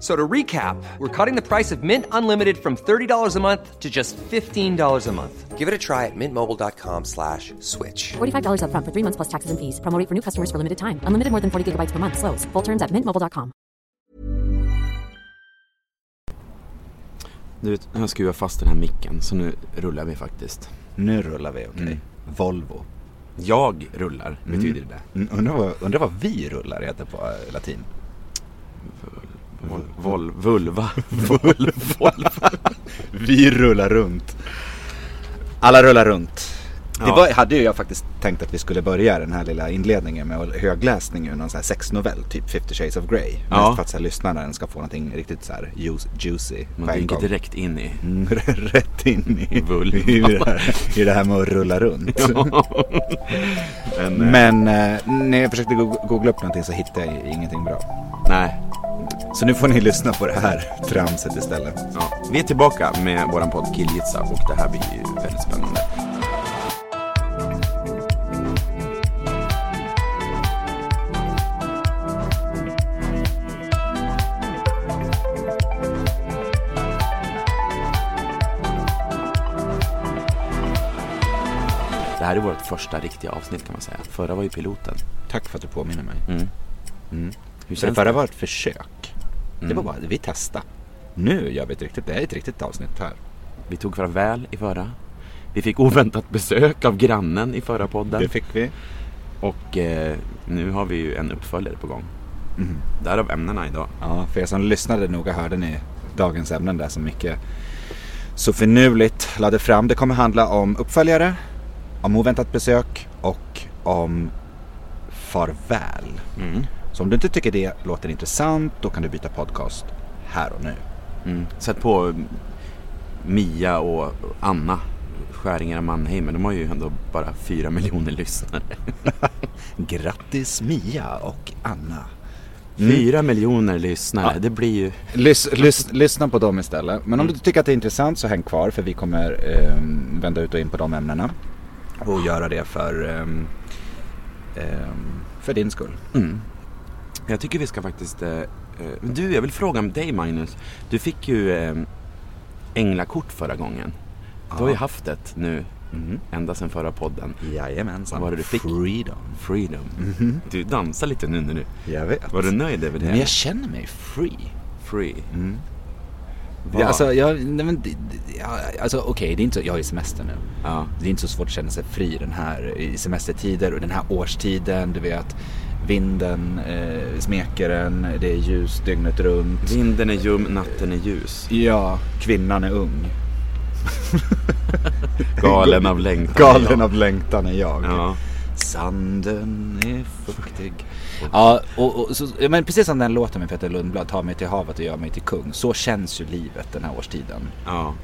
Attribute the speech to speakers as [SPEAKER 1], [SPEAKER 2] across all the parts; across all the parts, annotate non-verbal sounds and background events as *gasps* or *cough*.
[SPEAKER 1] So to recap, we're cutting the price of Mint Unlimited from $30 a month to just $15 a month. Give it a try at mintmobile.com slash switch.
[SPEAKER 2] $45 up front for three months plus taxes and fees. Promo rate for new customers for limited time. Unlimited more than 40 gigabytes per month. Slows. Full terms at mintmobile.com.
[SPEAKER 3] Du vet, jag skruvar fast den här micken så nu rullar vi faktiskt.
[SPEAKER 4] Nu rullar vi, okej.
[SPEAKER 3] Mm.
[SPEAKER 4] Volvo.
[SPEAKER 3] Jag rullar, betyder det.
[SPEAKER 4] Mm, Undrar vad, undrar vad vi rullar heter på eh, latin.
[SPEAKER 3] Vol, vol, vulva. Vol, volva.
[SPEAKER 4] *laughs* Vi rullar runt. Alla rullar runt. Det
[SPEAKER 3] Ja.
[SPEAKER 4] var, hade ju jag faktiskt tänkt att vi skulle börja den här lilla inledningen med högläsning ur någon så här sexnovell, typ 50 shades of Grey.
[SPEAKER 3] Ja.
[SPEAKER 4] Mest för att så här, lyssnaren ska få någonting riktigt så här juice, juicy på
[SPEAKER 3] Man
[SPEAKER 4] en
[SPEAKER 3] dyker
[SPEAKER 4] gång.
[SPEAKER 3] direkt in i.
[SPEAKER 4] Mm, *laughs* Rätt in i,
[SPEAKER 3] Vulva.
[SPEAKER 4] i, det här, i det här med att rulla runt. Men eh, när jag försökte go- googla upp någonting så hittade jag ingenting bra.
[SPEAKER 3] Nej.
[SPEAKER 4] Så nu får ni *laughs* lyssna på det här tramset istället.
[SPEAKER 3] Ja. Vi är tillbaka med våran podd Killgissa och det här blir ju väldigt spännande. Det här är vårt första riktiga avsnitt kan man säga. Förra var ju piloten.
[SPEAKER 4] Tack för att du påminner mig.
[SPEAKER 3] Hur
[SPEAKER 4] Så det
[SPEAKER 3] känns det?
[SPEAKER 4] förra var ett försök. Det var bara, vi testade. Nu gör vi ett riktigt, det här är ett riktigt avsnitt här.
[SPEAKER 3] Vi tog farväl i förra. Vi fick oväntat besök av grannen i förra podden.
[SPEAKER 4] Det fick vi.
[SPEAKER 3] Och eh, nu har vi ju en uppföljare på gång.
[SPEAKER 4] Mm.
[SPEAKER 3] Därav ämnena idag.
[SPEAKER 4] Ja, för er som lyssnade noga hörde ni dagens ämnen där som mycket så finurligt lade fram. Det kommer handla om uppföljare, om oväntat besök och om farväl. Så om du inte tycker det låter intressant, då kan du byta podcast här och nu.
[SPEAKER 3] Sätt på mm, Mia och Anna Skäringer och Mannheim, men de har ju ändå bara fyra miljoner lyssnare.
[SPEAKER 4] *laughs* Grattis Mia och Anna.
[SPEAKER 3] Fyra miljoner lyssnare, det blir ju...
[SPEAKER 4] Lys, lys, lyssna på dem istället. Men om du tycker att det är intressant så häng kvar för vi kommer ehm, vända ut och in på de ämnena. Och göra det för, ehm, ehm, för din skull.
[SPEAKER 3] Jag tycker vi ska faktiskt... Eh, eh, du, jag vill fråga om dig Magnus. Du fick ju eh, änglakort förra gången. Du har ju haft ett nu,
[SPEAKER 4] Mm.
[SPEAKER 3] ända sedan förra podden.
[SPEAKER 4] Jajamensan.
[SPEAKER 3] Vad var det du fick?
[SPEAKER 4] Freedom.
[SPEAKER 3] Freedom. Mm-hmm. Du dansar lite nu när du...
[SPEAKER 4] Jag vet.
[SPEAKER 3] Var du nöjd över det?
[SPEAKER 4] Men jag känner mig free.
[SPEAKER 3] Free.
[SPEAKER 4] Mm. Ja, alltså, jag, nej, men, det- det- ja, alltså okej, det är inte så, jag har ju semester nu.
[SPEAKER 3] Ja.
[SPEAKER 4] Det är inte så svårt att känna sig fri den här, i semestertider och den här årstiden. Du vet, vinden eh, smeker en, det är ljus dygnet runt.
[SPEAKER 3] Vinden är ljum, natten är ljus.
[SPEAKER 4] Ja, kvinnan är ung.
[SPEAKER 3] Galen av längtan.
[SPEAKER 4] Galen av längtan är jag.
[SPEAKER 3] Ja.
[SPEAKER 4] Sanden är fuktig. Ja, och, och, så, ja, men precis som den låten med Peter Lundblad, Ta mig till havet och gör mig till kung. Så känns ju livet den här årstiden.
[SPEAKER 3] Ja.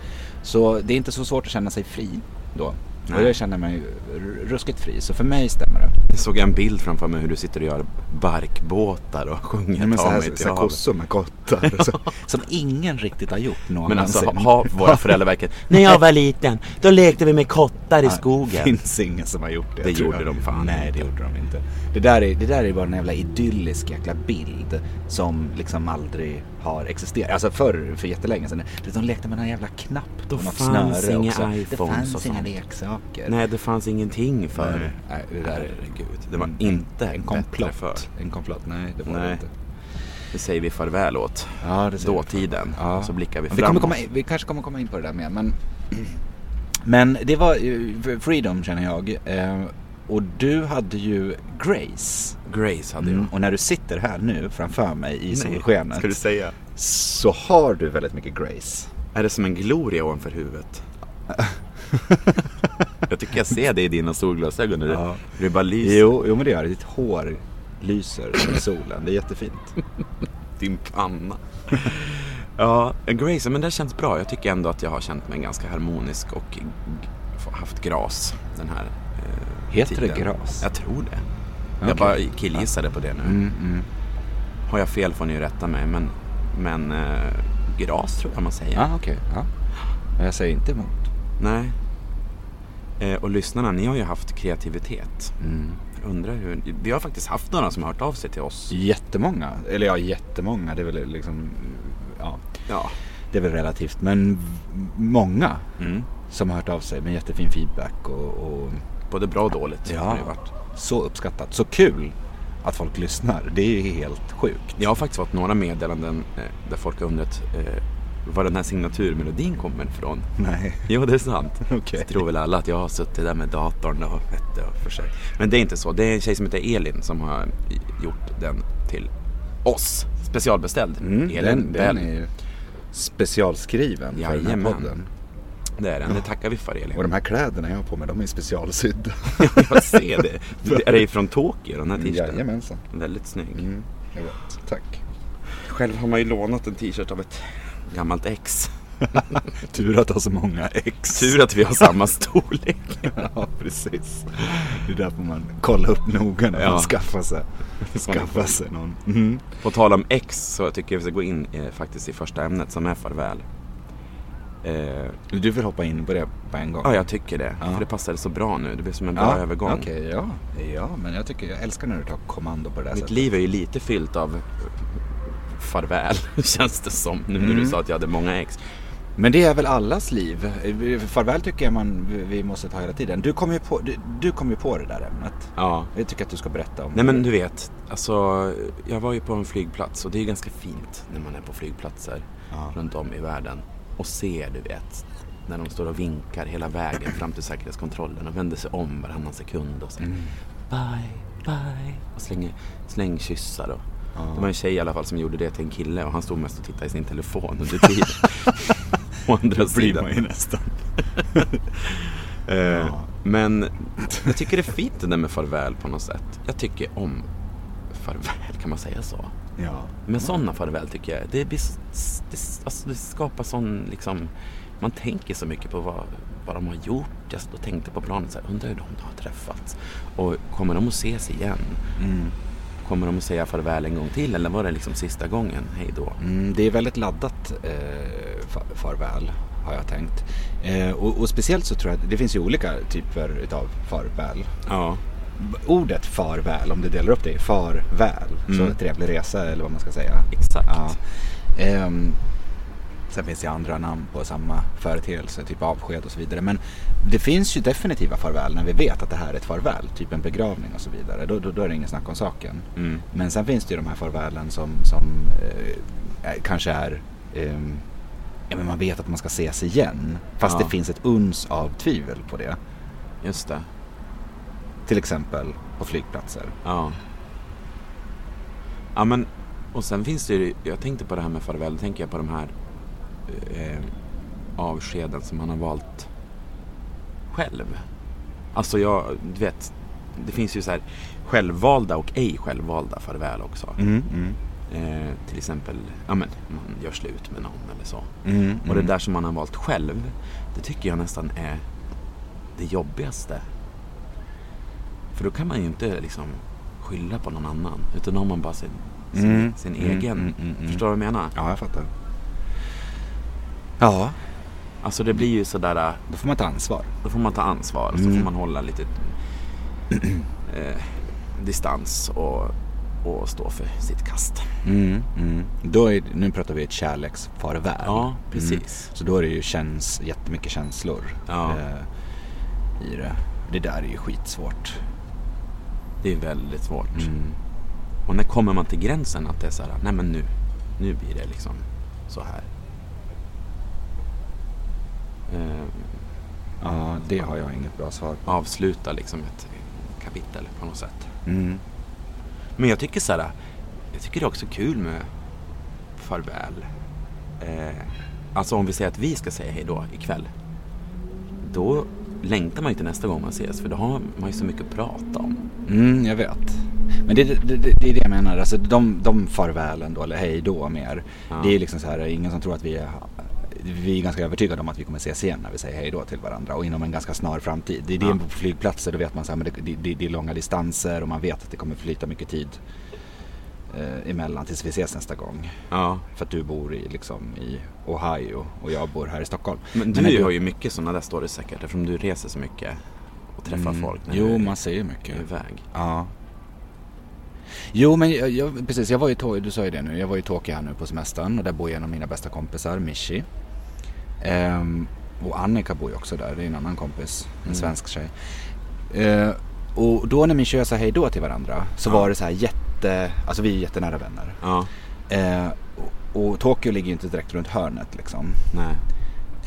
[SPEAKER 4] Så det är inte så svårt att känna sig fri då. Och
[SPEAKER 3] Nej.
[SPEAKER 4] jag känner mig r- ruskigt fri, så för mig stämmer det.
[SPEAKER 3] Jag såg en bild framför mig hur du sitter och gör barkbåtar och sjunger Ta mig till havet.
[SPEAKER 4] med kottar.
[SPEAKER 3] *laughs*
[SPEAKER 4] Som ingen riktigt har gjort någonsin.
[SPEAKER 3] Men alltså, ha, ha våra föräldrar
[SPEAKER 4] *laughs*
[SPEAKER 3] verkligen... När jag var liten, då lekte vi med kottar i
[SPEAKER 4] Det
[SPEAKER 3] skogen.
[SPEAKER 4] finns ingen som har gjort det.
[SPEAKER 3] Det
[SPEAKER 4] tror
[SPEAKER 3] gjorde
[SPEAKER 4] jag.
[SPEAKER 3] de fan
[SPEAKER 4] Nej,
[SPEAKER 3] inte.
[SPEAKER 4] det gjorde de inte. Det där, är, det där är bara en jävla idyllisk jäkla bild som liksom aldrig har existerat. Alltså förr, för jättelänge sedan. det- De lekte med någon jävla knapp
[SPEAKER 3] Då
[SPEAKER 4] och något
[SPEAKER 3] fanns
[SPEAKER 4] snöre
[SPEAKER 3] inga
[SPEAKER 4] också. Det
[SPEAKER 3] iPhones och
[SPEAKER 4] fanns inga
[SPEAKER 3] sånt.
[SPEAKER 4] leksaker.
[SPEAKER 3] Nej, det fanns ingenting för. Mm.
[SPEAKER 4] Nej, det där är
[SPEAKER 3] Herregud, det var inte
[SPEAKER 4] en
[SPEAKER 3] bättre
[SPEAKER 4] komplott.
[SPEAKER 3] för.
[SPEAKER 4] En komplott, nej det var det
[SPEAKER 3] Nej.
[SPEAKER 4] inte.
[SPEAKER 3] Det säger vi farväl åt.
[SPEAKER 4] Ja, det säger vi.
[SPEAKER 3] Dåtiden.
[SPEAKER 4] Ja.
[SPEAKER 3] Så blickar vi
[SPEAKER 4] vi, kommer
[SPEAKER 3] framåt.
[SPEAKER 4] komma in, vi kanske kommer komma in på det där mer. Men, men det var, eh, Freedom känner jag. eh, och du hade ju Grace.
[SPEAKER 3] Grace hade jag.
[SPEAKER 4] Och när du sitter här nu framför mig i
[SPEAKER 3] Ska du
[SPEAKER 4] solskenet
[SPEAKER 3] säga?
[SPEAKER 4] så har du väldigt mycket Grace.
[SPEAKER 3] Är det som en gloria ovanför
[SPEAKER 4] *laughs*
[SPEAKER 3] huvudet? jag tycker jag ser det i dina solglasögon. när Du,
[SPEAKER 4] Ja.
[SPEAKER 3] du bara lyser.
[SPEAKER 4] Jo, jo men det gör det. Ditt hår lyser i solen. Det är jättefint.
[SPEAKER 3] din panna. *laughs* ja, Grace, men det känns bra. Jag tycker ändå att jag har känt mig ganska harmonisk och g- haft gras den här eh,
[SPEAKER 4] Heter det
[SPEAKER 3] tiden.
[SPEAKER 4] gras?
[SPEAKER 3] Jag tror det. Jag bara killgissade på det nu.
[SPEAKER 4] Mm,
[SPEAKER 3] Har jag fel får ni ju rätta mig, men, men eh, gras tror jag man säger.
[SPEAKER 4] Ja, okej. Ja. Men Jag säger inte emot.
[SPEAKER 3] Nej. Eh, och lyssnarna, ni har ju haft kreativitet.
[SPEAKER 4] Mm.
[SPEAKER 3] Jag undrar hur... Vi har faktiskt haft några som har hört av sig till oss.
[SPEAKER 4] Jättemånga. Eller ja, jättemånga. Det är väl liksom... Ja,
[SPEAKER 3] Ja.
[SPEAKER 4] det är väl relativt. Men v- många som har hört av sig med jättefin feedback och, och
[SPEAKER 3] Både bra och dåligt har det ju varit.
[SPEAKER 4] så uppskattat. Så kul att folk lyssnar. Det är ju helt sjukt.
[SPEAKER 3] Jag har faktiskt fått några meddelanden eh, där folk har undrat eh, var den här signaturmelodin kommer ifrån.
[SPEAKER 4] Nej.
[SPEAKER 3] Jo, det är sant.
[SPEAKER 4] *laughs* Okej.
[SPEAKER 3] Jag tror väl alla att jag har suttit där med datorn och vet det och försökt. Men det är inte så. Det är en tjej som heter Elin som har i- gjort den till oss. Specialbeställd. Elin
[SPEAKER 4] Mm, den,
[SPEAKER 3] Bell.
[SPEAKER 4] den är ju specialskriven för den här
[SPEAKER 3] Jajamän.
[SPEAKER 4] podden.
[SPEAKER 3] Det är den. Det tackar vi för Elin.
[SPEAKER 4] Och de här kläderna jag har på mig, de är ju *laughs* specialsydda.
[SPEAKER 3] jag ser *laughs* det. Du- Är det från Tokyo den här t-shirten?
[SPEAKER 4] Jajamensan.
[SPEAKER 3] Väldigt snygg.
[SPEAKER 4] Jag vet. Tack.
[SPEAKER 3] Mm. Själv har man ju lånat en t-shirt av ett gammalt ex.
[SPEAKER 4] Tur att ha så många ex.
[SPEAKER 3] Tur att vi har samma storlek.
[SPEAKER 4] *laughs* Ja, precis. Det är därför man kollar upp noga när
[SPEAKER 3] Ja.
[SPEAKER 4] man skaffar sig,
[SPEAKER 3] Så man
[SPEAKER 4] skaffar sig någon. Mm.
[SPEAKER 3] På tal om X så tycker jag vi ska gå in eh, faktiskt i första ämnet som är farväl. Eh,
[SPEAKER 4] Mm. Du vill hoppa in på det på en gång?
[SPEAKER 3] ja, jag tycker det.
[SPEAKER 4] Ja.
[SPEAKER 3] För det passade så bra nu. Det blev som en bra övergång.
[SPEAKER 4] Okej, ja. ja. Men jag tycker, jag älskar när du tar kommando på det här
[SPEAKER 3] Mitt
[SPEAKER 4] sättet.
[SPEAKER 3] liv är ju lite fyllt av eh, farväl, *laughs* känns det som. Nu när du sa att jag hade många ex.
[SPEAKER 4] Men det är väl allas liv? Eh, Farväl tycker jag man, vi måste ta hela tiden. Du kom ju på, du, du kom ju på det där ämnet.
[SPEAKER 3] Ja.
[SPEAKER 4] Jag tycker att du ska berätta om
[SPEAKER 3] Nej
[SPEAKER 4] det.
[SPEAKER 3] men du vet, alltså jag var ju på en flygplats och det är ju ganska fint när man är på flygplatser runt om i världen och ser, du vet, när de står och vinkar hela vägen fram till säkerhetskontrollen och vänder sig om varannan sekund och så
[SPEAKER 4] Mm.
[SPEAKER 3] bye, bye och slänger slängkyssar och det var en tjej i alla fall som gjorde det till en kille och han stod mest och tittade i sin telefon under
[SPEAKER 4] *laughs*
[SPEAKER 3] tiden. Å andra
[SPEAKER 4] Då blir
[SPEAKER 3] sidan.
[SPEAKER 4] man ju nästan.
[SPEAKER 3] Eh, Men jag tycker det är fint det där med farväl på något sätt. Jag tycker om farväl, kan man säga så?
[SPEAKER 4] Ja.
[SPEAKER 3] Men sådana farväl tycker jag, det, blir, s- det, s- alltså det skapar sån liksom, man tänker så mycket på vad, vad de har gjort. Jag stod och tänkte på planet så här, undrar hur de har träffats. Och kommer de att ses igen? Kommer de att säga farväl en gång till eller var det liksom sista gången, hej då?
[SPEAKER 4] Mm, det är väldigt laddat eh, fa- farväl har jag tänkt. Eh, och, och speciellt så tror jag att det finns ju olika typer utav farväl.
[SPEAKER 3] Ja.
[SPEAKER 4] B- Ordet farväl, om du delar upp det i farväl, så trevlig resa eller vad man ska säga.
[SPEAKER 3] Exakt.
[SPEAKER 4] Ja. Liksom. Ehm, sen finns det andra namn på samma företeelse, typ avsked och så vidare. Men det finns ju definitiva farväl när vi vet att det här är ett farväl, typ en begravning och så vidare. Då, då, då är det ingen snack om saken. Men sen finns det ju de här farvälen som, som eh, är- kanske är ehm, Ja, men man vet att man ska ses igen, fast
[SPEAKER 3] Ja.
[SPEAKER 4] det finns ett uns av tvivel på det.
[SPEAKER 3] Just det.
[SPEAKER 4] Till exempel på flygplatser.
[SPEAKER 3] Ja. Ja men, och sen finns det ju, jag tänkte på det här med farväl, då tänker jag på de här eh, avskeden som man har valt själv. Alltså jag, du vet, det finns ju så här självvalda och ej självvalda farväl också.
[SPEAKER 4] Mm.
[SPEAKER 3] Eh, till exempel, ja men, man gör slut med någon eller så. Och det där som man har valt själv, det tycker jag nästan är det jobbigaste. För då kan man ju inte liksom skylla på någon annan. Utan då har man bara sin, sin, sin egen. Förstår du vad jag menar?
[SPEAKER 4] Ja, jag fattar. Ja,
[SPEAKER 3] Alltså det blir ju sådär, äh,
[SPEAKER 4] då får man ta ansvar.
[SPEAKER 3] då får man ta ansvar. Så får man hålla lite eh, distans och, och stå för sitt kast.
[SPEAKER 4] Mm, Då är, nu pratar vi ett kärleksfarväl. Mm.
[SPEAKER 3] Ja, precis.
[SPEAKER 4] Så då är det ju känns, jättemycket känslor
[SPEAKER 3] Ja.
[SPEAKER 4] eh, i det. Det där är ju skitsvårt.
[SPEAKER 3] Det är väldigt svårt. Och när kommer man till gränsen att det är så här, nej men nu, nu blir det liksom så här. Eh,
[SPEAKER 4] Ja, det har jag inget bra svar på.
[SPEAKER 3] avsluta liksom ett kapitel på något sätt.
[SPEAKER 4] Mm.
[SPEAKER 3] Men jag tycker så här, jag tycker det är också kul med farväl. Eh, alltså om vi säger att vi ska säga hej då ikväll. Då längtar man ju till nästa gång man ses för då har man ju så mycket att prata om.
[SPEAKER 4] Mm, jag vet. Men det, det, det, det är det jag menar, alltså de, de farvälen då, eller hej då mer.
[SPEAKER 3] Ja.
[SPEAKER 4] Det är liksom så här, ingen som tror att vi är, vi är ganska övertygade om att vi kommer ses igen när vi säger hej då till varandra och inom en ganska snar framtid. Det är det
[SPEAKER 3] Ja.
[SPEAKER 4] på flygplatser, då vet man så här, men det, det, det är långa distanser och man vet att det kommer flyta mycket tid eh, emellan tills vi ses nästa gång.
[SPEAKER 3] Ja.
[SPEAKER 4] För att du bor i, liksom, i Ohio och jag bor här i Stockholm.
[SPEAKER 3] Men du
[SPEAKER 4] när
[SPEAKER 3] har ju mycket sådana där stories säkert eftersom du reser så mycket och träffar folk när du
[SPEAKER 4] Mm. Jo,
[SPEAKER 3] är
[SPEAKER 4] man ser ju mycket.
[SPEAKER 3] iväg.
[SPEAKER 4] Ja. Jo men jag, jag, precis, jag var ju i Tokyo, du sa ju det nu, jag var i Tokyo här nu på semestern och där bor en av mina bästa kompisar, Mishi. Ehm, och Annika bor ju också där, det är en annan kompis, en svensk tjej. Eh, och då när Mishi och jag sa hej då till varandra så var det så här jätte, alltså vi är jättenära vänner.
[SPEAKER 3] Ja,
[SPEAKER 4] Eh, och, och Tokyo ligger ju inte direkt runt hörnet liksom.
[SPEAKER 3] nej.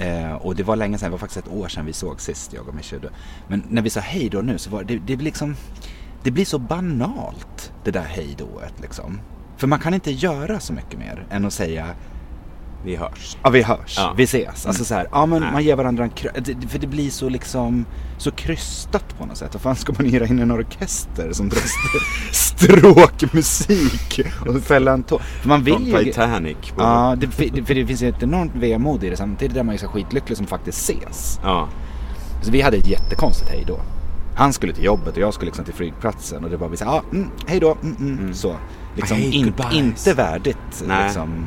[SPEAKER 4] Eh, och det var länge sedan, det var faktiskt ett år sedan vi såg sist jag och Michel. Men när vi sa hej då nu så var det, det blir liksom, det blir så banalt det där hej dået liksom. För man kan inte göra så mycket mer än att säga
[SPEAKER 3] Vi hörs.
[SPEAKER 4] ja vi hörs,
[SPEAKER 3] Ja.
[SPEAKER 4] vi ses. Alltså så här, ja men
[SPEAKER 3] Nej.
[SPEAKER 4] man ger varandra en kr- det- det- för det blir så liksom, så krystat på något sätt. Vad fan ska man hyra in en orkester som drar st- *laughs* stråkmusik och fälla en tår? För man vill
[SPEAKER 3] Från
[SPEAKER 4] ju...
[SPEAKER 3] Titanic. på-
[SPEAKER 4] Ja, det, för, för det finns ju ett enormt vemod i det samtidigt där man är så skitlycklig som faktiskt ses.
[SPEAKER 3] ja.
[SPEAKER 4] Så vi hade ett jättekonstigt hej då. Han skulle till jobbet och jag skulle liksom till flygplatsen och det var vi så här, ah, mm, hej då, mm, mm, så. Liksom
[SPEAKER 3] Ah, Hej,
[SPEAKER 4] in,
[SPEAKER 3] goodbyes.
[SPEAKER 4] inte värdigt
[SPEAKER 3] Nej.
[SPEAKER 4] liksom.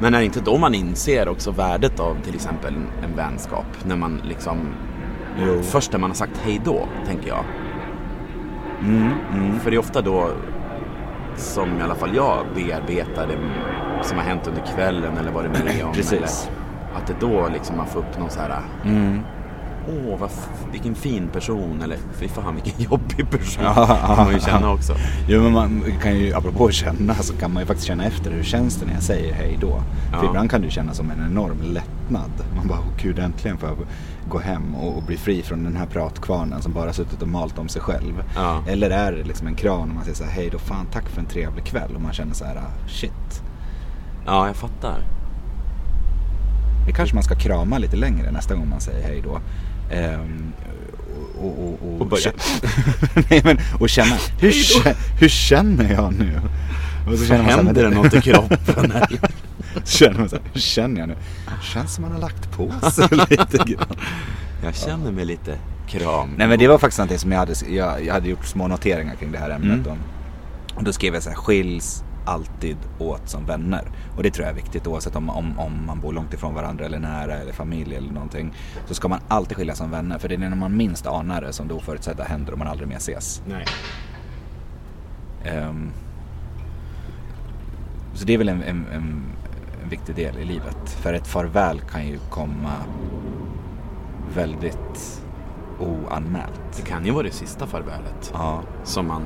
[SPEAKER 3] Men är det inte då man inser också värdet av till exempel en vänskap? När man liksom... Först när man har sagt hej då, tänker jag. Mm, För det är ofta då som i alla fall jag bearbetar det som har hänt under kvällen eller vad det nu är om.
[SPEAKER 4] Precis.
[SPEAKER 3] Eller att det är då liksom man får upp någon så här...
[SPEAKER 4] Mm.
[SPEAKER 3] Åh, vad f- vilken fin person. Eller fy fan vilken *laughs* jobbig person. Det kan man ju känna också.
[SPEAKER 4] Jo men man kan ju, apropå att känna, så kan man ju faktiskt känna efter hur känns det när jag säger hej då. För
[SPEAKER 3] Ja.
[SPEAKER 4] ibland kan du känna som en enorm lättnad. Man bara, åh gud äntligen får jag gå hem och, och bli fri från den här pratkvarnen som bara suttit och malt om sig själv.
[SPEAKER 3] Ja.
[SPEAKER 4] Eller är det liksom en kram och man säger så här, hej då, fan tack för en trevlig kväll. Och man känner så här, ah, shit.
[SPEAKER 3] Ja, jag fattar.
[SPEAKER 4] Det kanske man ska krama lite längre nästa gång man säger hej då. Ehm, och, och, och,
[SPEAKER 3] Och börja.
[SPEAKER 4] kä- *laughs* Nej, men,
[SPEAKER 3] *laughs*
[SPEAKER 4] och känna, hur, kä- hur känner jag nu? Och så känner man så här, men
[SPEAKER 3] Händer det
[SPEAKER 4] *laughs*
[SPEAKER 3] något i kroppen?
[SPEAKER 4] Så känner man så här, hur känner jag nu? Känns som man har lagt på sig *laughs* lite grann.
[SPEAKER 3] Jag känner mig lite kram.
[SPEAKER 4] Nej men det var faktiskt någonting som jag hade, jag, jag hade gjort små noteringar kring det här ämnet. om. Och då skrev jag så här, skiljs alltid åt som vänner. Och det tror jag är viktigt oavsett om, om, om man bor långt ifrån varandra eller nära eller familj eller någonting. Så ska man alltid skiljas som vänner för det är när man minst anar det som det oförutsedda händer och man aldrig mer ses.
[SPEAKER 3] Nej.
[SPEAKER 4] Ehm, så det är väl en, en, en, en viktig del i livet. För ett farväl kan ju komma väldigt oanmält.
[SPEAKER 3] Det kan ju vara det sista farvälet
[SPEAKER 4] Ja.
[SPEAKER 3] som man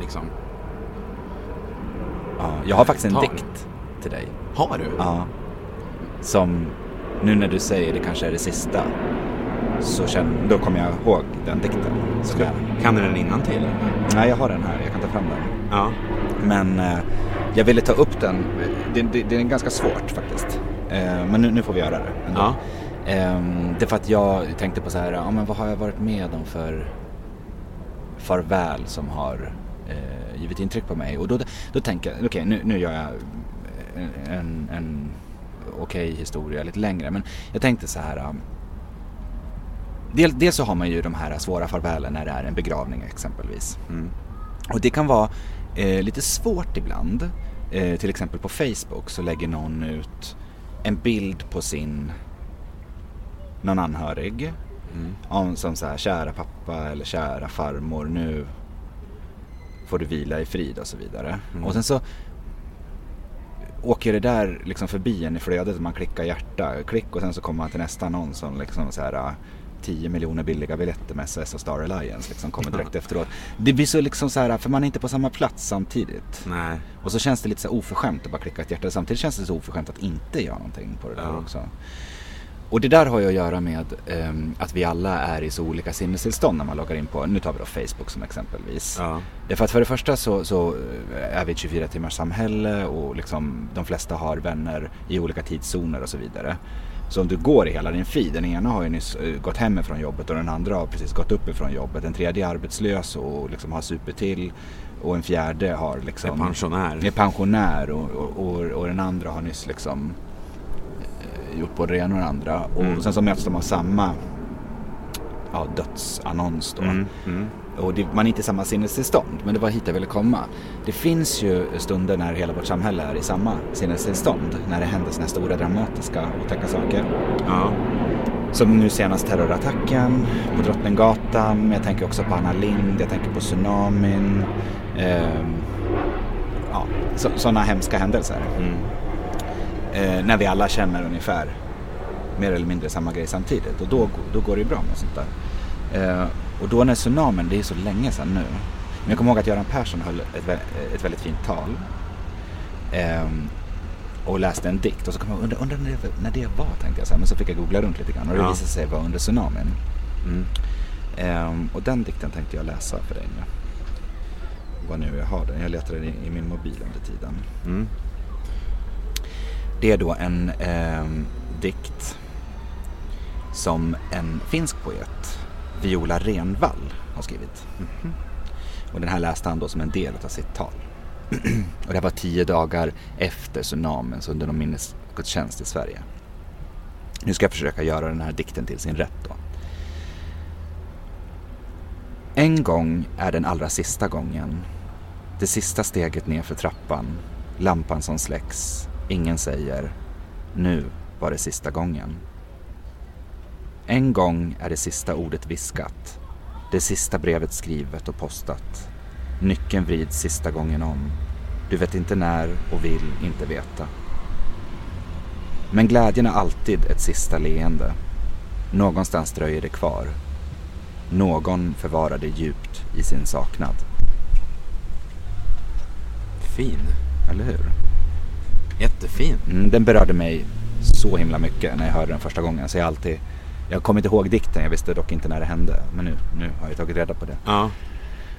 [SPEAKER 3] liksom...
[SPEAKER 4] Ja, jag har faktiskt en
[SPEAKER 3] Tar.
[SPEAKER 4] dikt till dig.
[SPEAKER 3] Har du?
[SPEAKER 4] Ja. Som, nu när du säger det kanske är det sista, så känn, då kommer jag ihåg den dikten. Som är.
[SPEAKER 3] Kan du den innan till?
[SPEAKER 4] Nej, jag har den här, jag kan ta fram den.
[SPEAKER 3] Ja.
[SPEAKER 4] Men eh, jag ville ta upp den, det, det, det är ganska svårt faktiskt. Eh, men nu, nu får vi göra det ändå.
[SPEAKER 3] Ja.
[SPEAKER 4] Ehm, det är för att jag tänkte på så här, ja men vad har jag varit med om för farväl som har eh, givit intryck på mig? Och då, då tänker jag, okej nu, nu gör jag eh, en, en okej historia lite längre. Men jag tänkte så här, um, del, dels så har man ju de här svåra farvälen när det är en begravning exempelvis. Och det kan vara eh, lite svårt ibland. Eh, till exempel på Facebook så lägger någon ut en bild på sin någon anhörig. Om, som så här, kära pappa eller kära farmor, nu får du vila i frid och så vidare. Och sen så åker det där liksom förbi en i flödet och man klickar hjärta, klick och sen så kommer man till nästa annons som liksom så här ah, 10 miljoner billiga biljetter med SS och Star Alliance liksom kommer direkt efteråt. Det blir så liksom så här, för man är inte på samma plats samtidigt.
[SPEAKER 3] Nej.
[SPEAKER 4] Och så känns det lite så här oförskämt att bara klicka ett hjärta. Samtidigt känns det så oförskämt att inte göra någonting på det där
[SPEAKER 3] Ja.
[SPEAKER 4] också. Och det där har ju att göra med ehm, att vi alla är i så olika sinnestillstånd när man loggar in på, nu tar vi då Facebook som exempelvis.
[SPEAKER 3] Ja.
[SPEAKER 4] Därför att för det första så, så eh, är vi ett 24 timmars samhälle och liksom de flesta har vänner i olika tidszoner och så vidare. Så om du går i hela din feed, den ena har ju nyss eh, gått hemifrån jobbet och den andra har precis gått uppifrån jobbet. Den tredje är arbetslös och liksom har super till och en fjärde har liksom...
[SPEAKER 3] Är pensionär.
[SPEAKER 4] Är pensionär och, och, och, och den andra har nyss liksom eh, gjort både det ena och det andra. Och
[SPEAKER 3] Mm.
[SPEAKER 4] sen så möts de av samma ja, dödsannons då.
[SPEAKER 3] Mm.
[SPEAKER 4] Och det, man är inte i samma sinnestillstånd, men det var hit jag ville komma. Det finns ju stunder när hela vårt samhälle är i samma sinnestillstånd. När det händer såna här stora dramatiska otäcka saker.
[SPEAKER 3] Ja.
[SPEAKER 4] Som nu senast terrorattacken på Drottninggatan. Men jag tänker också på Anna Lind, jag tänker på tsunamin. Ehm, ja, så, sådana hemska händelser. Eh, när vi alla känner ungefär mer eller mindre samma grej samtidigt. Och då, då går det ju bra med sånt där. Eh, och då när tsunamin, det är så länge sedan nu. Men jag kommer ihåg att Göran Persson höll ett, vä- ett väldigt fint tal. Ehm, och läste en dikt och så kom jag undra, undra när, det, när det var tänkte jag så här, men så fick jag googla runt lite grann och det
[SPEAKER 3] Ja.
[SPEAKER 4] visade sig vara under tsunamin. Ehm, och den dikten tänkte jag läsa för dig nu. Vad nu jag har den, jag letar den i, i min mobil under tiden. Det är då en ehm, dikt som en finsk poet, Viola Renvall, har skrivit. Mhm. Och den här läste han då som en del av sitt tal. *clears throat* Och det här var tio dagar efter tsunamin, så under någon minnesgudstjänst i Sverige. Nu ska jag försöka göra den här dikten till sin rätt då. En gång är den allra sista gången. Det sista steget nerför trappan. Lampan som släcks. Ingen säger Nu var det sista gången. En gång är det sista ordet viskat. Det sista brevet skrivet och postat. Nyckeln vrids sista gången om. Du vet inte när och vill inte veta. Men glädjen är alltid ett sista leende. Någonstans dröjer det kvar. Någon förvarar det djupt i sin saknad.
[SPEAKER 3] Fin.
[SPEAKER 4] Eller hur?
[SPEAKER 3] Jättefin.
[SPEAKER 4] Mm, den berörde mig så himla mycket när jag hörde den första gången. Så jag alltid... Jag kommer inte ihåg dikten, jag visste dock inte när det hände. Men nu, nu har jag tagit reda på det.
[SPEAKER 3] Ja.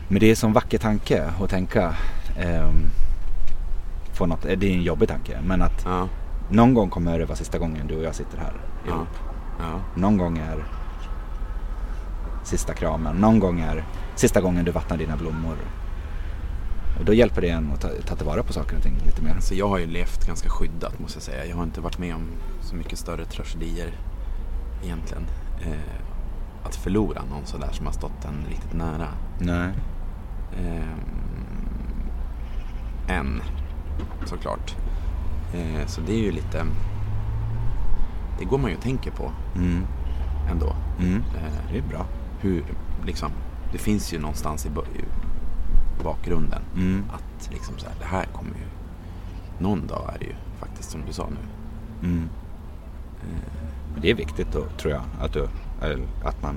[SPEAKER 4] Men det är en sån vacker tanke att tänka. ehm, på något, Eh, det är en jobbig tanke, men att
[SPEAKER 3] Ja.
[SPEAKER 4] någon gång kommer det vara sista gången du och jag sitter här ihop.
[SPEAKER 3] Ja. ja.
[SPEAKER 4] Någon gång är sista kramen. Någon gång är sista gången du vattnar dina blommor. Och då hjälper det en att ta, ta tillvara på saker och ting lite mer.
[SPEAKER 3] Alltså jag har ju levt ganska skyddat måste jag säga. Jag har inte varit med om så mycket större tragedier egentligen. Eh, att förlora någon sådär som har stått en riktigt nära.
[SPEAKER 4] Nej.
[SPEAKER 3] Eh, än, såklart. Eh, så det är ju lite... Det går man ju och tänker på
[SPEAKER 4] Mm.
[SPEAKER 3] ändå.
[SPEAKER 4] Mm.
[SPEAKER 3] Eh,
[SPEAKER 4] Det är bra.
[SPEAKER 3] hur, liksom, det finns ju någonstans i, bo- i bakgrunden
[SPEAKER 4] Mm.
[SPEAKER 3] att liksom så här, det här kommer ju, någon dag är det ju faktiskt som du sa nu.
[SPEAKER 4] Mm. Men det är viktigt då, tror jag, att, du, eller att man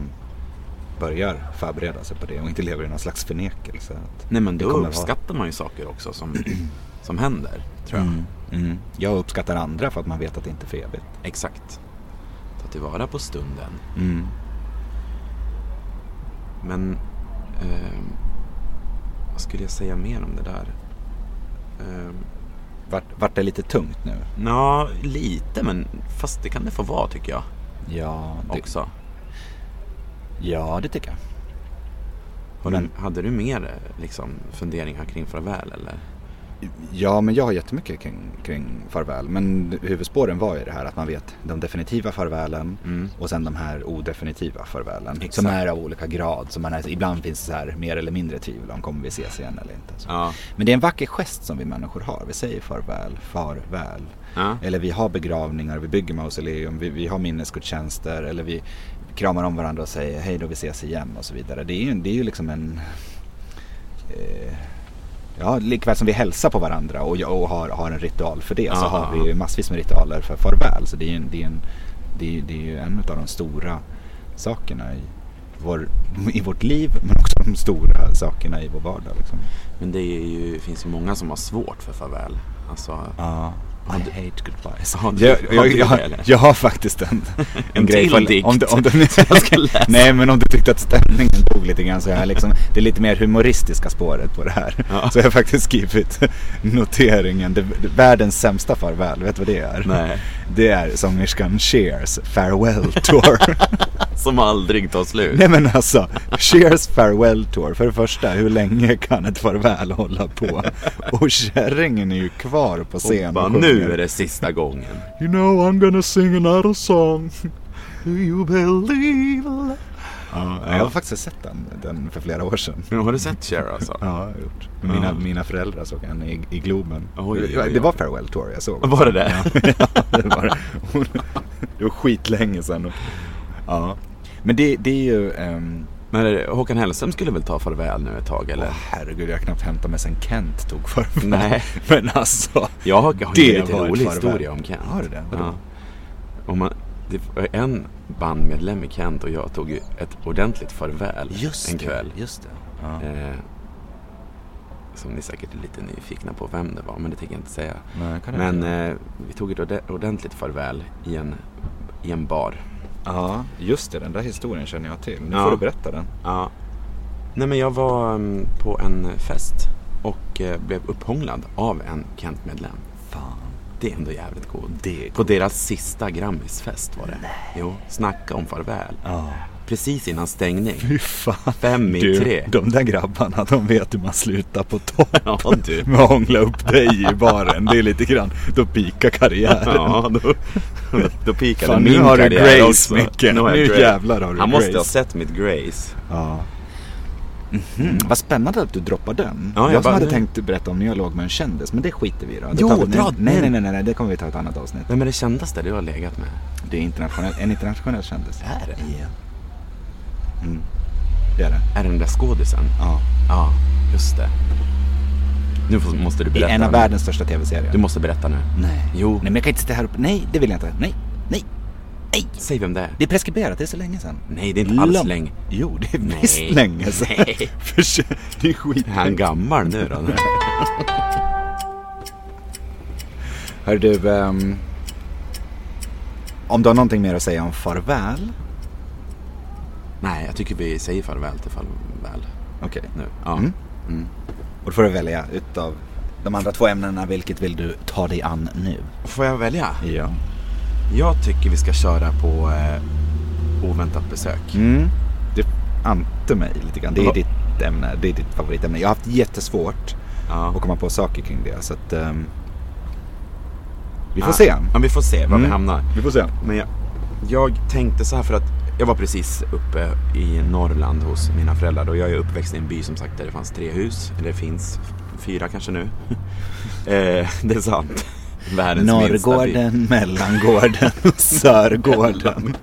[SPEAKER 4] börjar förbereda sig på det och inte lever i någon slags förnekelse. Att
[SPEAKER 3] Nej men
[SPEAKER 4] det
[SPEAKER 3] då
[SPEAKER 4] kommer
[SPEAKER 3] uppskattar man ju saker också som, som händer, tror jag.
[SPEAKER 4] vara- Mm. Mm. Jag uppskattar andra för att man vet att det inte är för evigt.
[SPEAKER 3] Exakt. Ta tillvara på stunden.
[SPEAKER 4] Mm.
[SPEAKER 3] Men ehm, vad skulle jag säga mer om det där? Eh,
[SPEAKER 4] Vart, vart det lite tungt nu?
[SPEAKER 3] Nå, lite men fast det kan det få vara tycker jag
[SPEAKER 4] Ja, det,
[SPEAKER 3] också.
[SPEAKER 4] ja, det tycker jag.
[SPEAKER 3] Har du,
[SPEAKER 4] Men-
[SPEAKER 3] hade du mer eh, liksom, funderingar kring farväl eller?
[SPEAKER 4] Ja, men jag har jättemycket kring, kring farväl. Men huvudspåren var ju det här att man vet de definitiva farvälen och sen de här odefinitiva farvälen. Som är av olika grad. Så man är, ibland finns det så här mer eller mindre tvivel om kommer vi ses igen eller inte. Så.
[SPEAKER 3] Ja.
[SPEAKER 4] Men det är en vacker gest som vi människor har. Vi säger farväl, farväl.
[SPEAKER 3] Ja.
[SPEAKER 4] Eller vi har begravningar, vi bygger mausoleum, vi, vi har minnesgudstjänster eller vi kramar om varandra och säger hej då, vi ses igen och så vidare. Det är ju, det är ju liksom en... Eh, ja, likväl som vi hälsar på varandra och, och har, har en ritual för det så
[SPEAKER 3] Ja,
[SPEAKER 4] har
[SPEAKER 3] ja,
[SPEAKER 4] vi ju massvis med ritualer för farväl. Så det är ju en, det är en, det är, ju- det är ju en av de stora sakerna i, vår, i vårt liv men också de stora sakerna i vår vardag. Liksom.
[SPEAKER 3] Men det är ju, finns ju många som har svårt för farväl. Alltså,
[SPEAKER 4] Ja,
[SPEAKER 3] Har
[SPEAKER 4] I
[SPEAKER 3] du-
[SPEAKER 4] hate goodbyes.
[SPEAKER 3] Har du-
[SPEAKER 4] Jag,
[SPEAKER 3] har
[SPEAKER 4] jag,
[SPEAKER 3] du det,
[SPEAKER 4] jag,
[SPEAKER 3] eller?
[SPEAKER 4] jag har
[SPEAKER 3] *laughs*
[SPEAKER 4] faktiskt en,
[SPEAKER 3] En till
[SPEAKER 4] ifall-
[SPEAKER 3] dikt
[SPEAKER 4] Om, du- om, du-
[SPEAKER 3] *laughs* jag
[SPEAKER 4] *laughs*
[SPEAKER 3] ska läsa.
[SPEAKER 4] nej men om du tyckte att stämningen tog lite grann så har jag liksom, det är lite mer humoristiska spåret på det här.
[SPEAKER 3] Ja.
[SPEAKER 4] Så jag har faktiskt skrivit noteringen, det, det, världens sämsta farväl, vet du vad det är?
[SPEAKER 3] Nej.
[SPEAKER 4] Det är sångerskan Sheers farewell tour. *laughs*
[SPEAKER 3] Som aldrig tar slut.
[SPEAKER 4] nej men alltså, Sheers farewell tour, för det första, hur länge kan ett farväl hålla på? Och kärringen är ju kvar på scen
[SPEAKER 3] Bara,
[SPEAKER 4] och sjunger.
[SPEAKER 3] nu är det sista gången.
[SPEAKER 4] You know I'm gonna sing another song. *laughs* Do you believe? Ja, Jag har faktiskt sett den, den för flera år sedan.
[SPEAKER 3] Men har du sett Cher alltså?
[SPEAKER 4] Ja, jag har gjort. Mina, mina föräldrar såg henne i, i Globen.
[SPEAKER 3] Oj, oj, oj.
[SPEAKER 4] Det *laughs* var Farewell Tour jag såg.
[SPEAKER 3] Var det det?
[SPEAKER 4] ja, det var det. Hon- Det var skitlänge sedan. Ja. Men det, det är ju... ehm,
[SPEAKER 3] Men är det- Håkan Hellström skulle väl ta farväl nu ett tag eller?
[SPEAKER 4] herregud, jag har knappt hämtat mig sen Kent tog farväl.
[SPEAKER 3] Nej.
[SPEAKER 4] *laughs* Men alltså.
[SPEAKER 3] Jag har, jag har
[SPEAKER 4] Det
[SPEAKER 3] en lite
[SPEAKER 4] var ett
[SPEAKER 3] rolig
[SPEAKER 4] farväl.
[SPEAKER 3] historia om Kent.
[SPEAKER 4] Har du det? Vadå?
[SPEAKER 3] Ja. Om man, det var en bandmedlem i Kent och jag tog ju ett ordentligt farväl en kväll.
[SPEAKER 4] Just det. Ja.
[SPEAKER 3] Eh, som ni säkert är lite nyfikna på vem det var, men det tänker jag inte säga.
[SPEAKER 4] Nej, kan du
[SPEAKER 3] men
[SPEAKER 4] inte
[SPEAKER 3] eh, vi tog ett orde- ordentligt farväl i en, i en bar.
[SPEAKER 4] Ja, just det. Den där historien känner jag till. Nu
[SPEAKER 3] Ja.
[SPEAKER 4] får du berätta den.
[SPEAKER 3] Ja. Nej men jag var mm, på en fest och eh, blev upphånglad av en Kent-medlem.
[SPEAKER 4] Fan.
[SPEAKER 3] Det är ändå jävligt coolt.
[SPEAKER 4] Det är
[SPEAKER 3] På deras sista Grammisfest var det. Nej. Jo, snacka om farväl. Precis innan stängning.
[SPEAKER 4] Fy fan.
[SPEAKER 3] Fem i
[SPEAKER 4] du,
[SPEAKER 3] tre.
[SPEAKER 4] De där grabbarna, de vet hur man slutar på topp.
[SPEAKER 3] Ja, du.
[SPEAKER 4] Med att hångla upp dig i baren. Det är lite grann, då pikar karriären.
[SPEAKER 3] Ja, då,
[SPEAKER 4] Mm,
[SPEAKER 3] då pikade
[SPEAKER 4] Fan,
[SPEAKER 3] min
[SPEAKER 4] nu har du
[SPEAKER 3] karriär
[SPEAKER 4] grace,
[SPEAKER 3] också.
[SPEAKER 4] Micke.
[SPEAKER 3] har jag
[SPEAKER 4] Nu
[SPEAKER 3] grace.
[SPEAKER 4] jävlar har du
[SPEAKER 3] Han måste
[SPEAKER 4] grace.
[SPEAKER 3] ha sett mitt grace.
[SPEAKER 4] Ja. Mhm, Vad spännande att du droppar den.
[SPEAKER 3] Ja, jag
[SPEAKER 4] jag som
[SPEAKER 3] bara-
[SPEAKER 4] hade tänkt berätta om när jag låg med en kändis, men det skiter vi i då. Det
[SPEAKER 3] Jo,
[SPEAKER 4] tar vi- nej,
[SPEAKER 3] dra den.
[SPEAKER 4] nej, nej, nej, nej, nej, det kommer vi ta i ett annat avsnitt.
[SPEAKER 3] Vem är det kändaste du har legat med?
[SPEAKER 4] Det är internationell, en internationell kändis.
[SPEAKER 3] Är det?
[SPEAKER 4] Ja. Mm. Det är det.
[SPEAKER 3] Är det den där skådisen?
[SPEAKER 4] Ja.
[SPEAKER 3] Ja, just det. Nu får- måste du
[SPEAKER 4] I
[SPEAKER 3] berätta.
[SPEAKER 4] en av
[SPEAKER 3] nu.
[SPEAKER 4] världens största tv-serier.
[SPEAKER 3] Du måste berätta nu.
[SPEAKER 4] Nej.
[SPEAKER 3] Jo.
[SPEAKER 4] Nej men jag kan inte sitta här uppe. Nej, det vill jag inte. Nej, nej.
[SPEAKER 3] Säg vem det är.
[SPEAKER 4] Det är preskriberat, det är så länge sedan.
[SPEAKER 3] Nej, det är inte alls
[SPEAKER 4] Lång-
[SPEAKER 3] länge.
[SPEAKER 4] Jo, det är
[SPEAKER 3] Nej.
[SPEAKER 4] visst länge sedan.
[SPEAKER 3] Nej.
[SPEAKER 4] För- det är skit.
[SPEAKER 3] Är han gammal nu då?
[SPEAKER 4] Hör du, ehm, om du har någonting mer att säga om farväl.
[SPEAKER 3] Nej, jag tycker vi säger farväl till farväl
[SPEAKER 4] Okej.
[SPEAKER 3] nu. Ja.
[SPEAKER 4] Mm. Och då får du välja utav de andra två ämnena, vilket vill du ta dig an nu?
[SPEAKER 3] Får jag välja?
[SPEAKER 4] Ja.
[SPEAKER 3] Jag tycker vi ska köra på eh, oväntat besök.
[SPEAKER 4] Mm. Du ante mig lite grann. Det är
[SPEAKER 3] Ja.
[SPEAKER 4] ditt ämne, det är ditt favoritämne. Jag har haft jättesvårt
[SPEAKER 3] Ja.
[SPEAKER 4] att komma på saker kring det. Så att, ehm, vi får
[SPEAKER 3] Ah,
[SPEAKER 4] se.
[SPEAKER 3] Ja, vi får se var
[SPEAKER 4] Mm.
[SPEAKER 3] vi hamnar.
[SPEAKER 4] Vi får se.
[SPEAKER 3] Men jag, jag tänkte så här för att jag var precis uppe i Norrland hos mina föräldrar och jag är uppväxt i en by som sagt där det fanns tre hus, eller det finns f- fyra kanske nu. *laughs* eh, det är sant. *laughs* Världens minsta by.
[SPEAKER 4] Norrgården, Mellangården
[SPEAKER 3] *laughs*
[SPEAKER 4] och Sörgården. *laughs*
[SPEAKER 3] Landgård.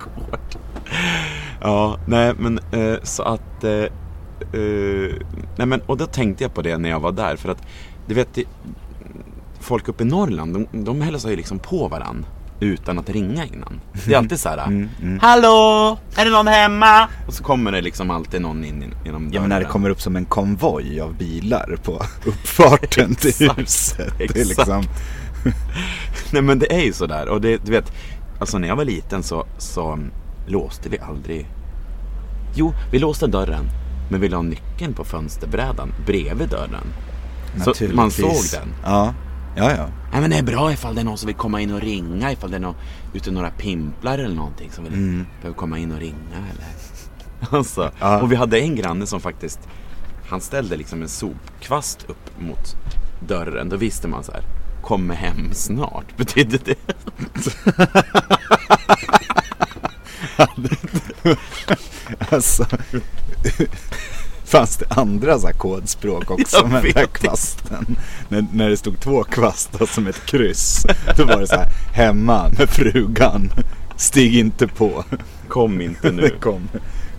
[SPEAKER 3] *laughs* Ja, nej men eh, så att... Eh, eh, nej men, och då tänkte jag på det när jag var där för att, du vet, det, folk uppe i Norrland, de, de hälsar ju liksom på varann utan att ringa innan. Det är alltid så här,
[SPEAKER 4] Mm,
[SPEAKER 3] Hallå! Är det någon hemma? Och så kommer det liksom alltid någon in in- genom dörren.
[SPEAKER 4] Ja men när det kommer upp som en konvoj av bilar på uppfarten till
[SPEAKER 3] Exakt,
[SPEAKER 4] huset. Det är
[SPEAKER 3] exakt.
[SPEAKER 4] liksom,
[SPEAKER 3] Nej men det är ju sådär. Och det, du vet, alltså när jag var liten så, så låste vi aldrig... Jo, vi låste dörren. Men vi la nyckeln på fönsterbrädan bredvid dörren. Så
[SPEAKER 4] naturligtvis.
[SPEAKER 3] man såg den.
[SPEAKER 4] Ja, ja, ja.
[SPEAKER 3] Nej men det är bra ifall det är någon som vill komma in och ringa. Ifall det är någon, ute några pimplar eller någonting som vill behöver komma in och ringa eller... *laughs* Alltså,
[SPEAKER 4] Mm. Ja.
[SPEAKER 3] och vi hade en granne som faktiskt... Han ställde liksom en sopkvast upp mot dörren. Då visste man så här. Kommer hem snart, *laughs* betydde det.
[SPEAKER 4] Alltså, *laughs* fanns det andra så här kodspråk också
[SPEAKER 3] Jag
[SPEAKER 4] med den
[SPEAKER 3] vet
[SPEAKER 4] där
[SPEAKER 3] inte.
[SPEAKER 4] kvasten? När, när det stod två kvastar som ett kryss. Då var det så här, hemma med frugan. Stig inte på.
[SPEAKER 3] Kom inte
[SPEAKER 4] Det
[SPEAKER 3] nu.
[SPEAKER 4] *laughs* kom,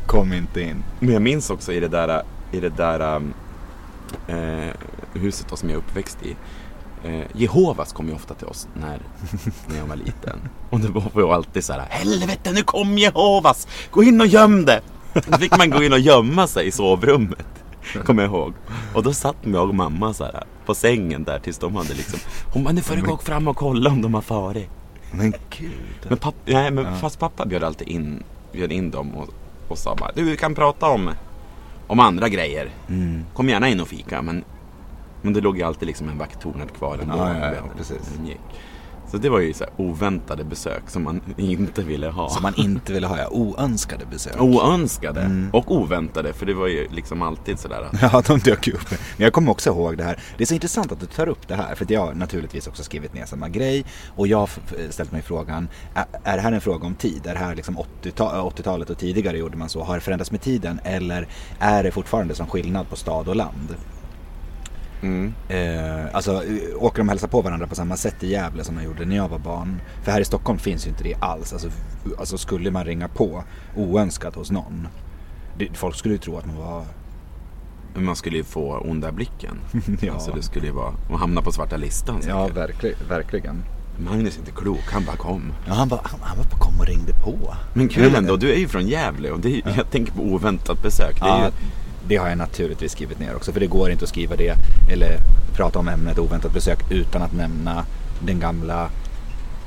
[SPEAKER 4] kom inte in.
[SPEAKER 3] Men jag minns också i det där, i det där um, eh, huset då, som jag är uppväxt i. Eh, Jehovas kom ju ofta till oss när, när jag var liten. Och det var ju alltid så här, helvete nu kom Jehovas! Gå in och göm det! Då fick man gå in och gömma sig i sovrummet. Kommer jag ihåg. Och då satt jag och mamma så här på sängen där tills de hade liksom... Hon bara, nu får du gå fram och kolla om de har farit.
[SPEAKER 4] Men gud.
[SPEAKER 3] Men, pappa, nej, men fast pappa bjöd alltid in, bjöd in dem och, och sa bara, du vi kan prata om, om andra grejer.
[SPEAKER 4] Mm.
[SPEAKER 3] Kom gärna in och fika. Men, men det låg ju alltid liksom en vakttornad kvar ändå.
[SPEAKER 4] Ja, ja, ja,
[SPEAKER 3] jag vet,
[SPEAKER 4] precis.
[SPEAKER 3] när de gick. Så det var ju så här oväntade besök som man *laughs* inte ville ha.
[SPEAKER 4] Som man inte ville ha, ja. Oönskade besök.
[SPEAKER 3] Oönskade
[SPEAKER 4] Mm.
[SPEAKER 3] och oväntade för det var ju liksom alltid sådär att
[SPEAKER 4] *laughs* Ja, de dök ju upp. Men jag kommer också ihåg det här. Det är så intressant att du tar upp det här. För att jag har naturligtvis också skrivit ner samma grej. Och jag har f- ställt mig frågan, är- är det här en fråga om tid? Är det här liksom 80-ta- 80-talet och tidigare gjorde man så? Har det förändrats med tiden? Eller är det fortfarande som skillnad på stad och land? Eh, alltså eh, åker de och hälsar på varandra på samma sätt i Gävle som de gjorde när jag var barn? För här i Stockholm finns ju inte det alls. Alltså, f- alltså skulle man ringa på oönskat hos någon? Det, folk skulle ju tro att man var
[SPEAKER 3] man skulle ju få onda blicken.
[SPEAKER 4] *laughs* Ja.
[SPEAKER 3] Alltså det skulle ju vara, och hamna på svarta listan
[SPEAKER 4] Ja,
[SPEAKER 3] säkert.
[SPEAKER 4] verkli- verkligen.
[SPEAKER 3] Magnus är inte klok, han bara kom.
[SPEAKER 4] Ja, han bara, han, han bara kom och ringde på.
[SPEAKER 3] Men kul ändå, du är ju från Gävle och det är, ju- jag tänker på oväntat besök. Det är
[SPEAKER 4] Ja,
[SPEAKER 3] ju,
[SPEAKER 4] det har jag naturligtvis skrivit ner också, för det går inte att skriva det eller prata om ämnet oväntat besök utan att nämna den gamla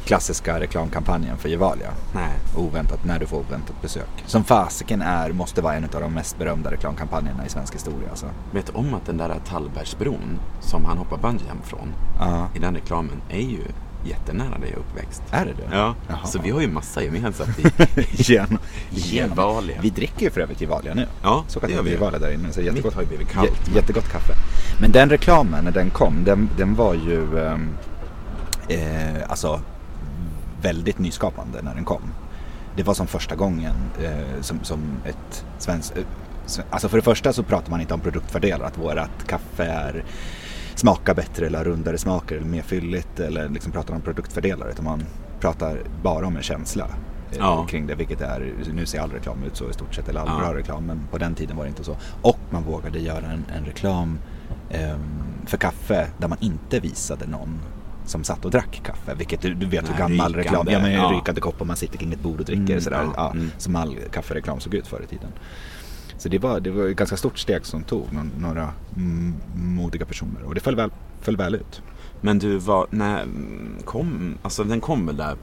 [SPEAKER 4] klassiska reklamkampanjen för Gevalia.
[SPEAKER 3] nej.
[SPEAKER 4] Oväntat när du får oväntat besök. Som fasiken är, måste vara en av de mest berömda reklamkampanjerna i svensk historia. Alltså.
[SPEAKER 3] Vet om att den där Tallbergsbron som han hoppar bungyjump från
[SPEAKER 4] Ja.
[SPEAKER 3] i den reklamen är ju jättenära där jag är uppväxt.
[SPEAKER 4] Är det det?
[SPEAKER 3] Ja,
[SPEAKER 4] Jaha.
[SPEAKER 3] så vi har ju massa gemensamt i...
[SPEAKER 4] *laughs* Genom,
[SPEAKER 3] Gevalia.
[SPEAKER 4] Vi dricker ju för övrigt Gevalia nu.
[SPEAKER 3] Ja,
[SPEAKER 4] så
[SPEAKER 3] det gör
[SPEAKER 4] kallat
[SPEAKER 3] vi.
[SPEAKER 4] Gevalia där inne. Så jättegott.
[SPEAKER 3] har ju blivit kallt,
[SPEAKER 4] Jä-
[SPEAKER 3] men-
[SPEAKER 4] jättegott kaffe. Men den reklamen när den kom, den, den var ju ehm, eh, alltså väldigt nyskapande när den kom. Det var som första gången eh, som, som ett svenskt... Eh, sve- alltså för det första så pratar man inte om produktfördelar, att vårat kaffe är smakar bättre eller har rundare smaker eller mer fylligt eller liksom pratar om produktfördelar utan man pratar bara om en känsla eh,
[SPEAKER 3] Ja.
[SPEAKER 4] kring det vilket är, nu ser all reklam ut så i stort sett eller all
[SPEAKER 3] Ja.
[SPEAKER 4] bra reklam men på den tiden var det inte så. Och man vågade göra en, en reklam ehm, för kaffe där man inte visade någon som satt och drack kaffe, vilket du, du vet hur
[SPEAKER 3] Nej,
[SPEAKER 4] gammal
[SPEAKER 3] rykande.
[SPEAKER 4] reklam, ja men
[SPEAKER 3] Ja. Mm,
[SPEAKER 4] rykande kopp och man sitter kring ett bord och dricker sådär,
[SPEAKER 3] ja,
[SPEAKER 4] ja, som all kaffereklam såg ut förr i tiden. Så det var, det var ett ganska stort steg som tog någon, några mm, modiga personer och det föll väl, föll väl ut.
[SPEAKER 3] Men du, var, när kom, alltså den kom väl där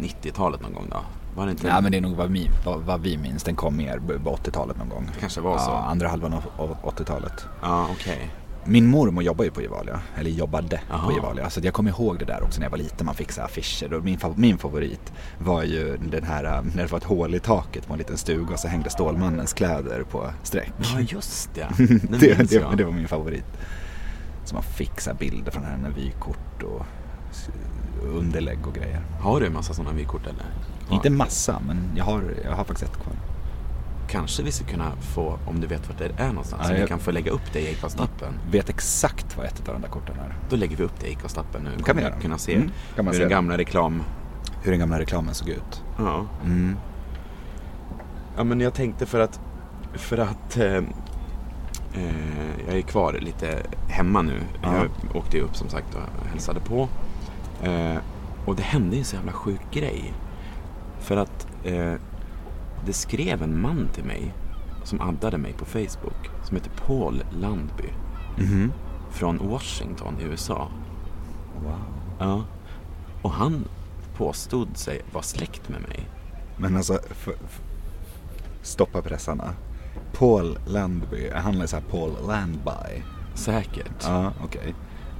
[SPEAKER 3] 90-talet någon gång då? Var det inte?
[SPEAKER 4] Ja men det är nog vad vi, vad, vad vi minns, den kom mer b- på 80-talet någon gång.
[SPEAKER 3] Kanske var
[SPEAKER 4] ja,
[SPEAKER 3] så.
[SPEAKER 4] Andra halvan av av 80-talet.
[SPEAKER 3] Ja, okej.
[SPEAKER 4] Min mormor jobbar ju på Gevalia, eller jobbade
[SPEAKER 3] Jaha.
[SPEAKER 4] på Gevalia. Så att jag kommer ihåg det där också när jag var liten. Man fick så här affischer och min, fa- min favorit var ju den här äh, när det var ett hål i taket på en liten stuga och så hängde Stålmannens kläder på sträck.
[SPEAKER 3] Ja, just *laughs*
[SPEAKER 4] *laughs*
[SPEAKER 3] det.
[SPEAKER 4] det,
[SPEAKER 3] Den
[SPEAKER 4] det,
[SPEAKER 3] minns
[SPEAKER 4] det,
[SPEAKER 3] jag.
[SPEAKER 4] var min favorit. Så man fick så här bilder från henne, vykort och s- underlägg och grejer.
[SPEAKER 3] Har du en massa sådana vykort eller?
[SPEAKER 4] Inte massa, men jag har, jag har faktiskt ett kvar.
[SPEAKER 3] Kanske vi skulle kunna få, om du vet vart det är någonstans,
[SPEAKER 4] Ja,
[SPEAKER 3] så vi
[SPEAKER 4] jag-
[SPEAKER 3] kan få lägga upp det i Ekvallstappen.
[SPEAKER 4] Vet exakt vad ett av de där korten är.
[SPEAKER 3] Då lägger vi upp det i Ekvallstappen nu.
[SPEAKER 4] kan vi
[SPEAKER 3] Kommer
[SPEAKER 4] göra.
[SPEAKER 3] kunna se
[SPEAKER 4] Mm, kan man
[SPEAKER 3] hur
[SPEAKER 4] se
[SPEAKER 3] den
[SPEAKER 4] det.
[SPEAKER 3] gamla reklam...
[SPEAKER 4] Hur den gamla reklamen såg ut.
[SPEAKER 3] Ja. ja, men jag tänkte för att... För att... Eh, eh, jag är kvar lite hemma nu. Jag åkte ju upp som sagt och hälsade på. Eh, och det hände ju en så jävla sjuk grej. För att eh, det skrev en man till mig som addade mig på Facebook som heter Paul Landby.
[SPEAKER 4] Mm-hmm.
[SPEAKER 3] Från Washington i USA.
[SPEAKER 4] Wow.
[SPEAKER 3] Ja. Och han påstod sig vara släkt med mig.
[SPEAKER 4] Men alltså, f- f- stoppa pressarna. Paul Landby, han är så här Paul Landby.
[SPEAKER 3] Säkert.
[SPEAKER 4] Ja, okej.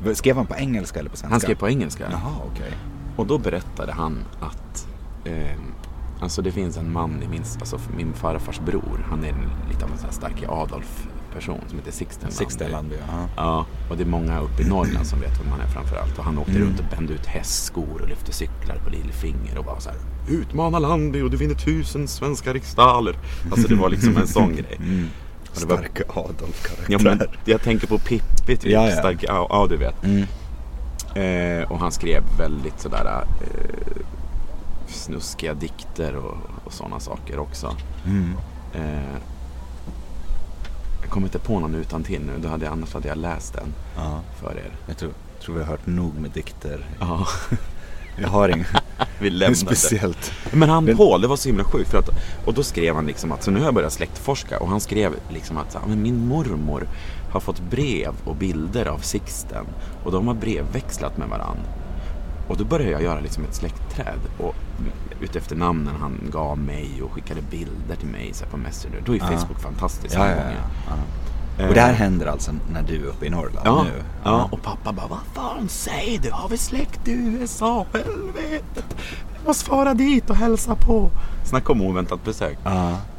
[SPEAKER 4] V- Skrev han på engelska eller på svenska?
[SPEAKER 3] Han skrev på engelska.
[SPEAKER 4] Jaha, okej.
[SPEAKER 3] Och då berättade han att eh, alltså det finns en man i min, alltså min farfars bror. Han är en, lite av en sån här stark Adolf-person som heter Sixten
[SPEAKER 4] Sixten Landby, ja.
[SPEAKER 3] Ja, och det är många uppe i Norrland som vet vem han är framför allt. Och han åkte
[SPEAKER 4] Mm.
[SPEAKER 3] runt och bände ut hästskor och lyfte cyklar på lillfinger och var så här Utmana Landby och du vinner tusen svenska riksdaler. Alltså det var liksom en
[SPEAKER 4] *laughs*
[SPEAKER 3] sån grej. Och det var-
[SPEAKER 4] Mm. Stark Adolf-karaktär.
[SPEAKER 3] Ja, men jag tänker på Pippi, typ.
[SPEAKER 4] Ja, Mm. ja.
[SPEAKER 3] Stark, ja, ja, du vet. Eh, och han skrev väldigt sådär eh, snuskiga dikter och, och sådana saker också.
[SPEAKER 4] Mm.
[SPEAKER 3] Eh, jag kommer inte på någon utan till nu, då hade jag, annars hade jag läst den
[SPEAKER 4] Ja.
[SPEAKER 3] för er.
[SPEAKER 4] Jag tror, tror vi har hört nog med dikter.
[SPEAKER 3] Ja.
[SPEAKER 4] Jag har, ing-
[SPEAKER 3] Vi
[SPEAKER 4] *laughs* Det är
[SPEAKER 3] lämnade.
[SPEAKER 4] speciellt.
[SPEAKER 3] Men han
[SPEAKER 4] Men-
[SPEAKER 3] Paul, det var så himla sjukt. För att, och då skrev han liksom att, så nu har jag börjat släktforska. Och han skrev liksom att, "Ja, men min mormor har fått brev och bilder av Sixten. Och de har brevväxlat med varann. Och då började jag göra liksom ett släktträd. Och utefter namnen han gav mig och skickade bilder till mig så här på Messenger. Då är Facebook fantastiskt.
[SPEAKER 4] Ja,
[SPEAKER 3] den
[SPEAKER 4] ja,
[SPEAKER 3] gången.
[SPEAKER 4] ja. ja. Och det här händer alltså när du är uppe i Norrland
[SPEAKER 3] Ja,
[SPEAKER 4] nu?
[SPEAKER 3] ja, och pappa bara, vad fan säger du? Har vi släkt i USA? Helvetet! Vi måste fara dit och hälsa på. Snacka om oväntat besök.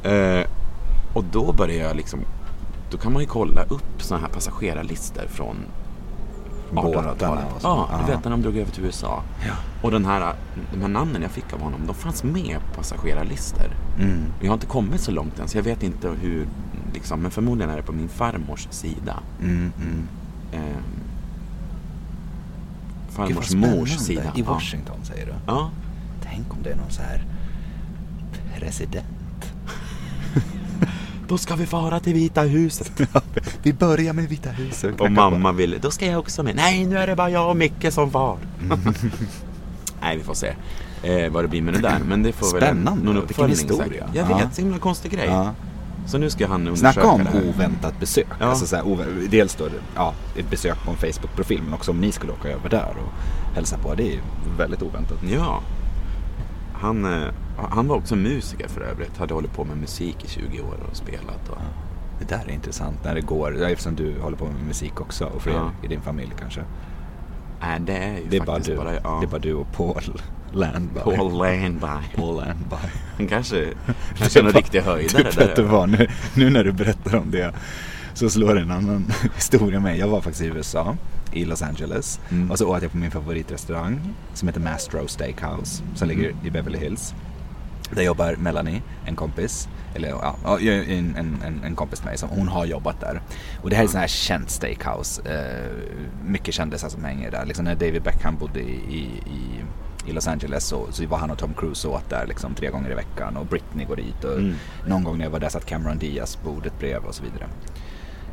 [SPEAKER 3] Eh, och då börjar jag liksom, då kan man ju kolla upp sådana här passagerarlistor från
[SPEAKER 4] Båtarna
[SPEAKER 3] 1800-talet.
[SPEAKER 4] och så.
[SPEAKER 3] Ja, du
[SPEAKER 4] Ja.
[SPEAKER 3] vet när de drog över till USA. Och den här, de här namnen jag fick av honom, de fanns med på passagerarlistor.
[SPEAKER 4] Mm.
[SPEAKER 3] Jag har inte kommit så långt än, så jag vet inte hur, liksom, men förmodligen är det på min farmors sida.
[SPEAKER 4] Mm.
[SPEAKER 3] Eh,
[SPEAKER 4] Gud, vad
[SPEAKER 3] farmors
[SPEAKER 4] spännande.
[SPEAKER 3] mors sida.
[SPEAKER 4] I Washington säger du?
[SPEAKER 3] Ja.
[SPEAKER 4] Tänk om det är någon så här president.
[SPEAKER 3] ja. Då ska vi fara till Vita huset.
[SPEAKER 4] *laughs* Vi börjar med Vita huset.
[SPEAKER 3] Och mamma ville, då ska jag också med. Nej, nu är det bara jag och Micke som far.
[SPEAKER 4] Mm.
[SPEAKER 3] *laughs* Nej, vi får se eh, vad det blir med det där. Men det får
[SPEAKER 4] Spännande.
[SPEAKER 3] väl någon
[SPEAKER 4] Vilken
[SPEAKER 3] uppföljning
[SPEAKER 4] historia.
[SPEAKER 3] säkert. Jag
[SPEAKER 4] Ja.
[SPEAKER 3] vet, så himla konstig grej.
[SPEAKER 4] Ja.
[SPEAKER 3] Så nu ska han undersöka
[SPEAKER 4] Snacka om
[SPEAKER 3] det här.
[SPEAKER 4] oväntat besök.
[SPEAKER 3] Ja.
[SPEAKER 4] Alltså så här, ovä- dels då ja, ett besök på en Facebook-profil men också om ni skulle åka över där och hälsa på. Det är ju väldigt oväntat.
[SPEAKER 3] Ja. Han, eh, han var också musiker för övrigt. Hade hållit på med musik i 20 år och spelat. Och,
[SPEAKER 4] Det där är intressant när det går, ja, eftersom du håller på med musik också och fler
[SPEAKER 3] Ja.
[SPEAKER 4] i din familj kanske.
[SPEAKER 3] Nej, det är ju
[SPEAKER 4] Det är bara
[SPEAKER 3] faktiskt
[SPEAKER 4] du,
[SPEAKER 3] bara ja.
[SPEAKER 4] det är bara du och Paul *laughs* Landby.
[SPEAKER 3] Paul Landby.
[SPEAKER 4] Paul Landby.
[SPEAKER 3] Han
[SPEAKER 4] *laughs*
[SPEAKER 3] kanske, kanske är någon riktig höjdare
[SPEAKER 4] Typ vet du
[SPEAKER 3] där.
[SPEAKER 4] vad, nu, nu när du berättar om det så slår en annan *laughs* historia mig. Jag var faktiskt i USA, i Los Angeles.
[SPEAKER 3] Mm.
[SPEAKER 4] Och så åt jag på min favoritrestaurang som heter Mastro Steakhouse som ligger
[SPEAKER 3] Mm.
[SPEAKER 4] i Beverly Hills. Där jobbar Melanie, en kompis. Eller ja, ja, en, en, en, en kompis till mig. Som, hon har jobbat där. Och det här är ett sån här känt steakhouse. Eh, mycket kändisar som hänger där. Liksom när David Beckham bodde i, i, i, i Los Angeles så, så var han och Tom Cruise och åt där liksom tre gånger i veckan. Och Britney går dit. Och Någon gång när jag var där satt Cameron Diaz bordet bredvid och så vidare.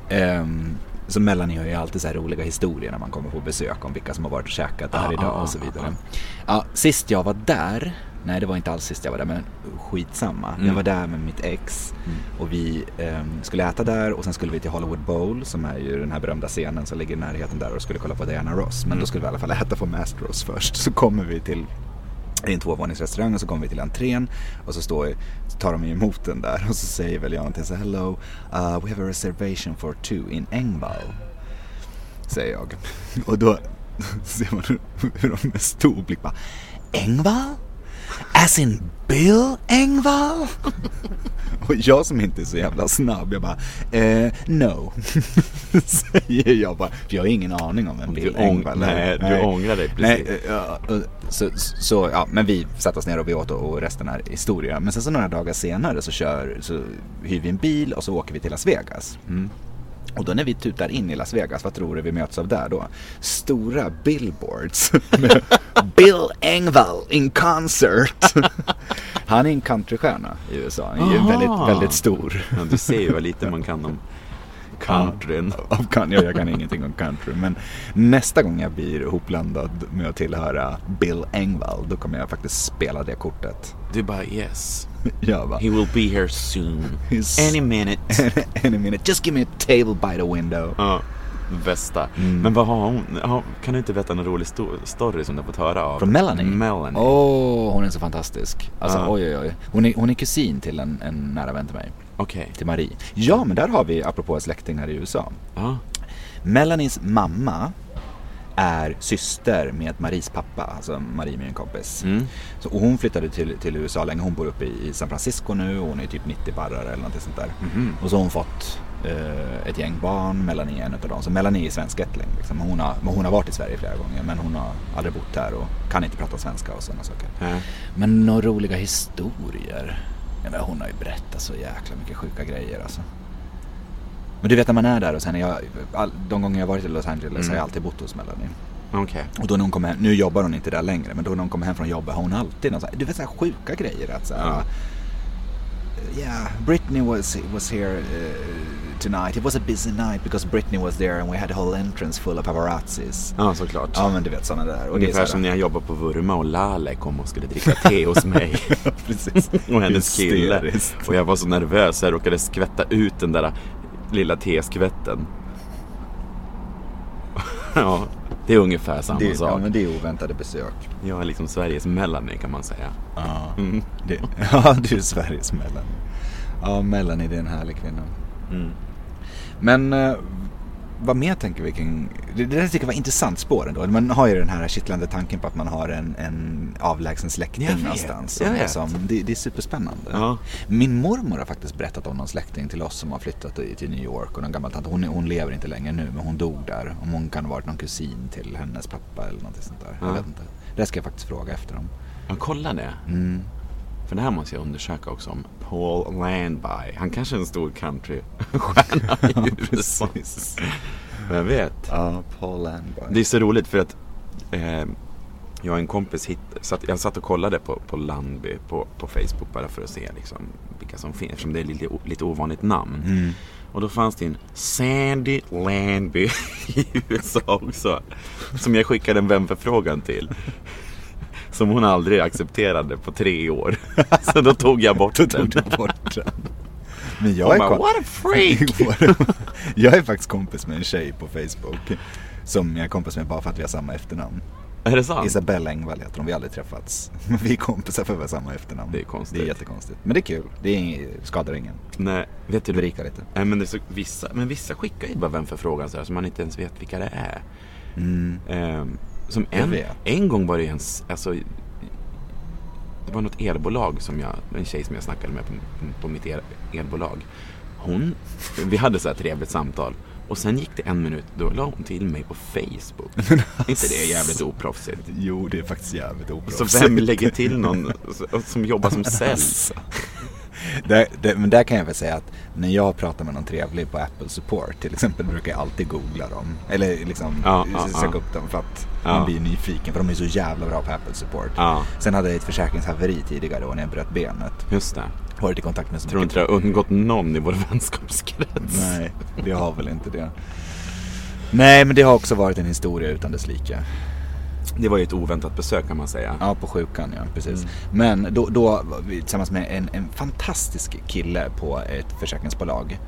[SPEAKER 4] Ehm, så Melanie har ju alltid så här roliga historier när man kommer på besök om vilka som har varit och käkat där idag och så vidare. Ja, sist jag var där, nej det var inte alls sist jag var där men skitsamma. Jag var där med mitt ex och vi ehm, skulle äta där och sen skulle vi till Hollywood Bowl som är ju den här berömda scenen som ligger i närheten där och skulle kolla på Diana Ross. Men då skulle vi i alla fall äta på Mastros först så kommer vi till det är en tvåvåningsrestaurang och så kommer vi till entrén och så, står, så tar de emot den där *laughs* och så säger väl jag någonting så här, Hello, uh, we have a reservation for two in Engvall. Säger jag. Och då ser man hur- hur de med stor blick bara Engvall? As in Bill Engvall? Och jag som inte är så jävla snabb, jag bara eh, no. *laughs* Säger jag bara, för jag har ingen aning om vem Bill
[SPEAKER 3] ång-
[SPEAKER 4] Engvall
[SPEAKER 3] nej,
[SPEAKER 4] är.
[SPEAKER 3] du ångrar dig precis.
[SPEAKER 4] Nej, eh, Ja, och så, så, ja, men vi satte oss ner och vi åt och, och resten är historia. Men sen så några dagar senare så, kör, så hyr vi en bil och så åker vi till Las Vegas. Och då när vi tutar in i Las Vegas, vad tror du vi möts av där då? Stora billboards med Bill Engvall in concert. Han är en countrystjärna i USA, han är ju
[SPEAKER 3] Aha.
[SPEAKER 4] väldigt, väldigt stor.
[SPEAKER 3] Ja, du ser ju vad lite man kan om countryn.
[SPEAKER 4] Av country, jag kan ingenting om country men nästa gång jag blir hopblandad med att tillhöra Bill Engvall då kommer jag faktiskt spela det kortet. *laughs*
[SPEAKER 3] Du bara yes,
[SPEAKER 4] Jag *laughs* bara,
[SPEAKER 3] he will be here soon.
[SPEAKER 4] He's-
[SPEAKER 3] Any
[SPEAKER 4] *laughs*
[SPEAKER 3] minute.
[SPEAKER 4] in a minute, just give me a table by the window.
[SPEAKER 3] Ja, bästa.
[SPEAKER 4] Mm.
[SPEAKER 3] Men vad har hon? har- Kan du inte berätta någon rolig sto- story som du har fått höra av?
[SPEAKER 4] Från Melanie?
[SPEAKER 3] Melanie.
[SPEAKER 4] Åh, hon är så fantastisk. Alltså oj oj oj. Hon är, hon är kusin till en, en nära vän till mig,
[SPEAKER 3] Okej.
[SPEAKER 4] till Marie. Ja men där har vi, apropå släktingar i USA.
[SPEAKER 3] Ja.
[SPEAKER 4] Melanies mamma är syster med Maries pappa, alltså Marie min kompis. Så, och hon flyttade till, till USA länge, hon bor uppe i, i San Francisco nu och hon är typ 90 barrar eller någonting sånt där. Och så har hon fått eh, ett gäng barn, Melanie är en utav dem. Så Melanie är svenskättling. Liksom. Hon, har, men hon har varit i Sverige flera gånger men hon har aldrig bott här och kan inte prata svenska och sådana saker.
[SPEAKER 3] Nej.
[SPEAKER 4] Men några roliga historier. Ja, men hon har ju berättat så jäkla mycket sjuka grejer alltså. Men du vet när man är där och sen är jag, all, de gånger jag varit i Los Angeles har
[SPEAKER 3] Mm.
[SPEAKER 4] jag alltid bott hos Melanie.
[SPEAKER 3] Okej.
[SPEAKER 4] Och då när hon kom hem, nu jobbar hon inte där längre, men då när hon kom hem från jobbet har hon alltid någon så här, du vet så här sjuka grejer. Att så här, eh, yeah, Brittany was was here uh, tonight. It was a busy night because Brittany was there and we had a whole entrance full of paparazzis.
[SPEAKER 3] Ja, såklart.
[SPEAKER 4] Ja men du vet sådana där. Och det är
[SPEAKER 3] Ungefär
[SPEAKER 4] så
[SPEAKER 3] som
[SPEAKER 4] här-
[SPEAKER 3] när jag jobbade på Vurma och Lale kom och skulle dricka te hos
[SPEAKER 4] *laughs*
[SPEAKER 3] mig.
[SPEAKER 4] *laughs*
[SPEAKER 3] *laughs*
[SPEAKER 4] Precis.
[SPEAKER 3] och hennes kille.
[SPEAKER 4] Hysteriskt.
[SPEAKER 3] Och jag var så nervös så jag råkade skvätta ut den där lilla teskvätten. *laughs* ja, det är ungefär samma
[SPEAKER 4] Det, ja
[SPEAKER 3] sak.
[SPEAKER 4] men det är oväntade besök.
[SPEAKER 3] Jag är liksom Sveriges Melanie kan man säga.
[SPEAKER 4] Det, Mm. *laughs* ja, du är Sveriges Mellan. Ja, Mellan är en härlig kvinna.
[SPEAKER 3] Mm.
[SPEAKER 4] Men eh, vad mer tänker vi kring... Det, det där tycker jag var intressant spår ändå. Man har ju den här kittlande tanken på att man har en, en avlägsen
[SPEAKER 3] Jag
[SPEAKER 4] släkting
[SPEAKER 3] vet,
[SPEAKER 4] någonstans.
[SPEAKER 3] jag vet.
[SPEAKER 4] som, liksom- det, det är superspännande.
[SPEAKER 3] Ja.
[SPEAKER 4] Min mormor har faktiskt berättat om någon släkting till oss som har flyttat i- till New York. Och någon gammal tant, hon, är- hon lever inte längre nu men hon dog där. Om hon kan ha varit någon kusin till hennes pappa eller något sånt där. Jag
[SPEAKER 3] Ja.
[SPEAKER 4] vet inte. Det ska jag faktiskt fråga efter dem.
[SPEAKER 3] Ja, kolla det.
[SPEAKER 4] Mm.
[SPEAKER 3] För det här måste jag undersöka också om Paul Landby. Han kanske är en stor countrystjärna
[SPEAKER 4] *laughs*
[SPEAKER 3] i USA. Vem vet?
[SPEAKER 4] Ja, Paul Landby.
[SPEAKER 3] Det är så roligt för att eh, jag och en kompis hit, satt, jag satt och kollade på, på Landby på, på Facebook bara för att se liksom, vilka som finns eftersom det är lite, o- lite ovanligt namn. Och då fanns det en Sandy Landby *laughs* i USA också. Som jag skickade en vänförfrågan till. Som hon aldrig accepterade på tre år. *laughs* Så då tog jag bort den.
[SPEAKER 4] bort den. Men jag
[SPEAKER 3] Hon
[SPEAKER 4] är,
[SPEAKER 3] bara,
[SPEAKER 4] kom-
[SPEAKER 3] what a
[SPEAKER 4] *laughs*
[SPEAKER 3] freak!
[SPEAKER 4] jag är faktiskt kompis med en tjej på Facebook. Som jag är kompis med bara för att vi har samma efternamn.
[SPEAKER 3] Är det sant?
[SPEAKER 4] Isabella Engvall heter hon, vi har aldrig träffats. *laughs* Men vi är kompisar för att vi har samma efternamn.
[SPEAKER 3] Det är konstigt.
[SPEAKER 4] Det är jättekonstigt. Men det är kul. Det är ing- skadar ingen.
[SPEAKER 3] Nej, vet du?
[SPEAKER 4] Berikar lite.
[SPEAKER 3] Nej, men, det är så, vissa, men vissa skickar ju bara vänförfrågan så här så man inte ens vet vilka det är. Ehm, som
[SPEAKER 4] Mm. Jag
[SPEAKER 3] en,
[SPEAKER 4] vet.
[SPEAKER 3] en gång var det ju en, s- alltså, det var något elbolag som jag, en tjej som jag snackade med på, på mitt el, elbolag. Hon, vi hade så här trevligt samtal och sen gick det en minut, då la hon till mig på
[SPEAKER 4] *laughs*
[SPEAKER 3] Facebook. Är
[SPEAKER 4] alltså.
[SPEAKER 3] inte det jävligt oproffsigt?
[SPEAKER 4] Jo, det är faktiskt jävligt
[SPEAKER 3] Så
[SPEAKER 4] oproffsigt.
[SPEAKER 3] vem lägger till någon s- som jobbar
[SPEAKER 4] *laughs*
[SPEAKER 3] som säljs?
[SPEAKER 4] Alltså. Där, där, men där kan jag väl säga att när jag pratar med någon trevlig på Apple Support till exempel brukar jag alltid googla dem. Eller liksom
[SPEAKER 3] Ja, ja,
[SPEAKER 4] söka
[SPEAKER 3] ja.
[SPEAKER 4] upp dem för att
[SPEAKER 3] Ja.
[SPEAKER 4] man blir ju nyfiken för de är så jävla bra på Apple Support.
[SPEAKER 3] Ja.
[SPEAKER 4] Sen hade jag ett försäkringshaveri tidigare och när jag bröt benet.
[SPEAKER 3] Just det.
[SPEAKER 4] Varit i kontakt med så
[SPEAKER 3] Tror inte det har undgått någon i vår *laughs* vänskapskrets.
[SPEAKER 4] Nej, det har väl inte det. Nej, men det har också varit en historia utan dess like.
[SPEAKER 3] Det var ju ett oväntat besök kan man säga.
[SPEAKER 4] Ja, på sjukan ja, precis.
[SPEAKER 3] Mm.
[SPEAKER 4] Men då, då var vi tillsammans med en, en fantastisk kille på ett försäkringsbolag.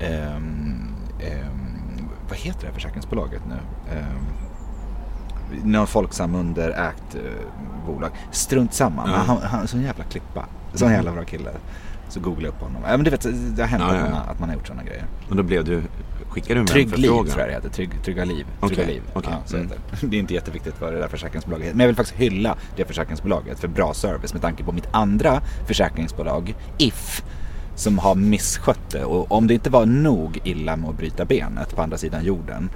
[SPEAKER 4] Ehm, ehm, vad heter det här försäkringsbolaget nu? Um, någon Folksam underägt eh, bolag. Strunt samma, men han, han sån jävla klippa. Sån jävla bra kille. Så googla upp honom. Ja, men du vet, det har hänt
[SPEAKER 3] Mm. Ja,
[SPEAKER 4] att
[SPEAKER 3] ja,
[SPEAKER 4] man
[SPEAKER 3] ja.
[SPEAKER 4] har- att man har gjort sådana grejer.
[SPEAKER 3] Och då blev du, skickade du en
[SPEAKER 4] Trygg Liv
[SPEAKER 3] vänförfrågan?
[SPEAKER 4] tror jag det heter. Trygg, trygga Liv.
[SPEAKER 3] Okej,
[SPEAKER 4] Trygga liv.
[SPEAKER 3] okej,
[SPEAKER 4] Ja, så
[SPEAKER 3] mm.
[SPEAKER 4] heter det. det är inte jätteviktigt vad det där försäkringsbolaget heter. Men jag vill faktiskt hylla det försäkringsbolaget för bra service med tanke på mitt andra försäkringsbolag, If, som har misskött det. Och om det inte var nog illa med att bryta benet på andra
[SPEAKER 3] *laughs*
[SPEAKER 4] sidan jorden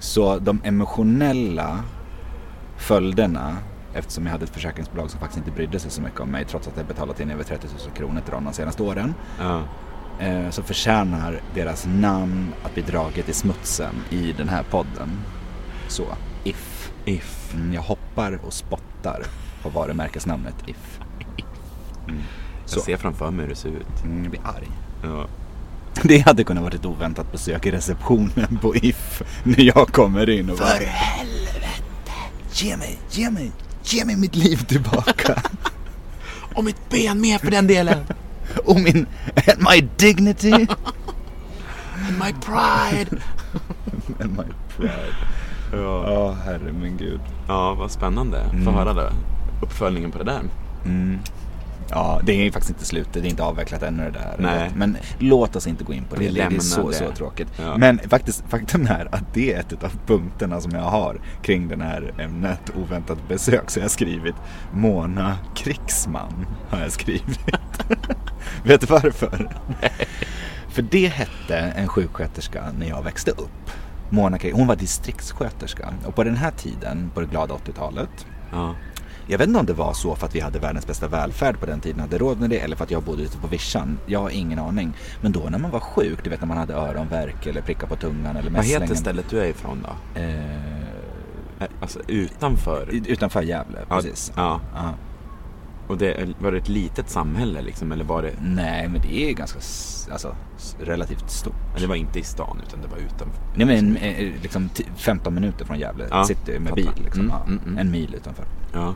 [SPEAKER 4] så de emotionella följderna eftersom jag hade ett försäkringsbolag som faktiskt inte brydde sig så mycket om mig trots att jag betalat in över 30 000 kronor till dem de senaste åren
[SPEAKER 3] Ja.
[SPEAKER 4] eh, så förtjänar deras namn att bli draget i smutsen i den här podden. Så, If.
[SPEAKER 3] If.
[SPEAKER 4] Mm, jag hoppar och spottar på varumärkesnamnet If.
[SPEAKER 3] Jag
[SPEAKER 4] Så.
[SPEAKER 3] ser framför mig hur det ser ut.
[SPEAKER 4] Mm, jag blir arg.
[SPEAKER 3] Ja.
[SPEAKER 4] Det hade kunnat varit ett oväntat besök i receptionen på If när jag kommer in och bara... För helvete! Ge mig, ge mig, ge mig mitt liv *laughs* tillbaka!
[SPEAKER 3] Och mitt ben med för den delen!
[SPEAKER 4] *laughs* och min... And my *laughs* dignity!
[SPEAKER 3] My pride!
[SPEAKER 4] *laughs* and my pride. Ja, herre min gud.
[SPEAKER 3] Ja, vad spännande.
[SPEAKER 4] Mm.
[SPEAKER 3] Få höra det. Uppföljningen på det där.
[SPEAKER 4] Ja, det är ju faktiskt inte slutet, det är inte avvecklat ännu det där.
[SPEAKER 3] Nej.
[SPEAKER 4] Men låt oss inte gå in på det,
[SPEAKER 3] Vi
[SPEAKER 4] det är
[SPEAKER 3] lämnar
[SPEAKER 4] så,
[SPEAKER 3] det.
[SPEAKER 4] så tråkigt.
[SPEAKER 3] Ja.
[SPEAKER 4] Men faktiskt, faktum är att det är ett av punkterna som jag har kring den här ämnet oväntat besök. Så jag har skrivit Mona Krigsman, har jag skrivit. *laughs* Vet du varför? För det hette en sjuksköterska när jag växte upp. Mona Krig- hon var distriktssköterska och på den här tiden, på det glada 80-talet,
[SPEAKER 3] Ja.
[SPEAKER 4] jag vet inte om det var så för att vi hade världens bästa välfärd på den tiden, hade råd med det eller för att jag bodde ute på vischan. Jag har ingen aning. Men då när man var sjuk, du vet när man hade öronvärk eller prickar på tungan eller
[SPEAKER 3] Vad heter
[SPEAKER 4] mässlingen.
[SPEAKER 3] stället du är ifrån då?
[SPEAKER 4] Eh,
[SPEAKER 3] Alltså utanför?
[SPEAKER 4] utanför Gävle, precis.
[SPEAKER 3] Ja.
[SPEAKER 4] Ja.
[SPEAKER 3] Och det, var det ett litet samhälle liksom? Eller var det...
[SPEAKER 4] Mm. Nej, men det är ganska, s- alltså s- relativt stort.
[SPEAKER 3] Det var inte i stan utan det var utanför.
[SPEAKER 4] Nej men eh, liksom t- 15 minuter från Gävle
[SPEAKER 3] Ja,
[SPEAKER 4] city med
[SPEAKER 3] fattar.
[SPEAKER 4] bil liksom.
[SPEAKER 3] Mm,
[SPEAKER 4] ja,
[SPEAKER 3] mm, mm.
[SPEAKER 4] En mil utanför.
[SPEAKER 3] Ja.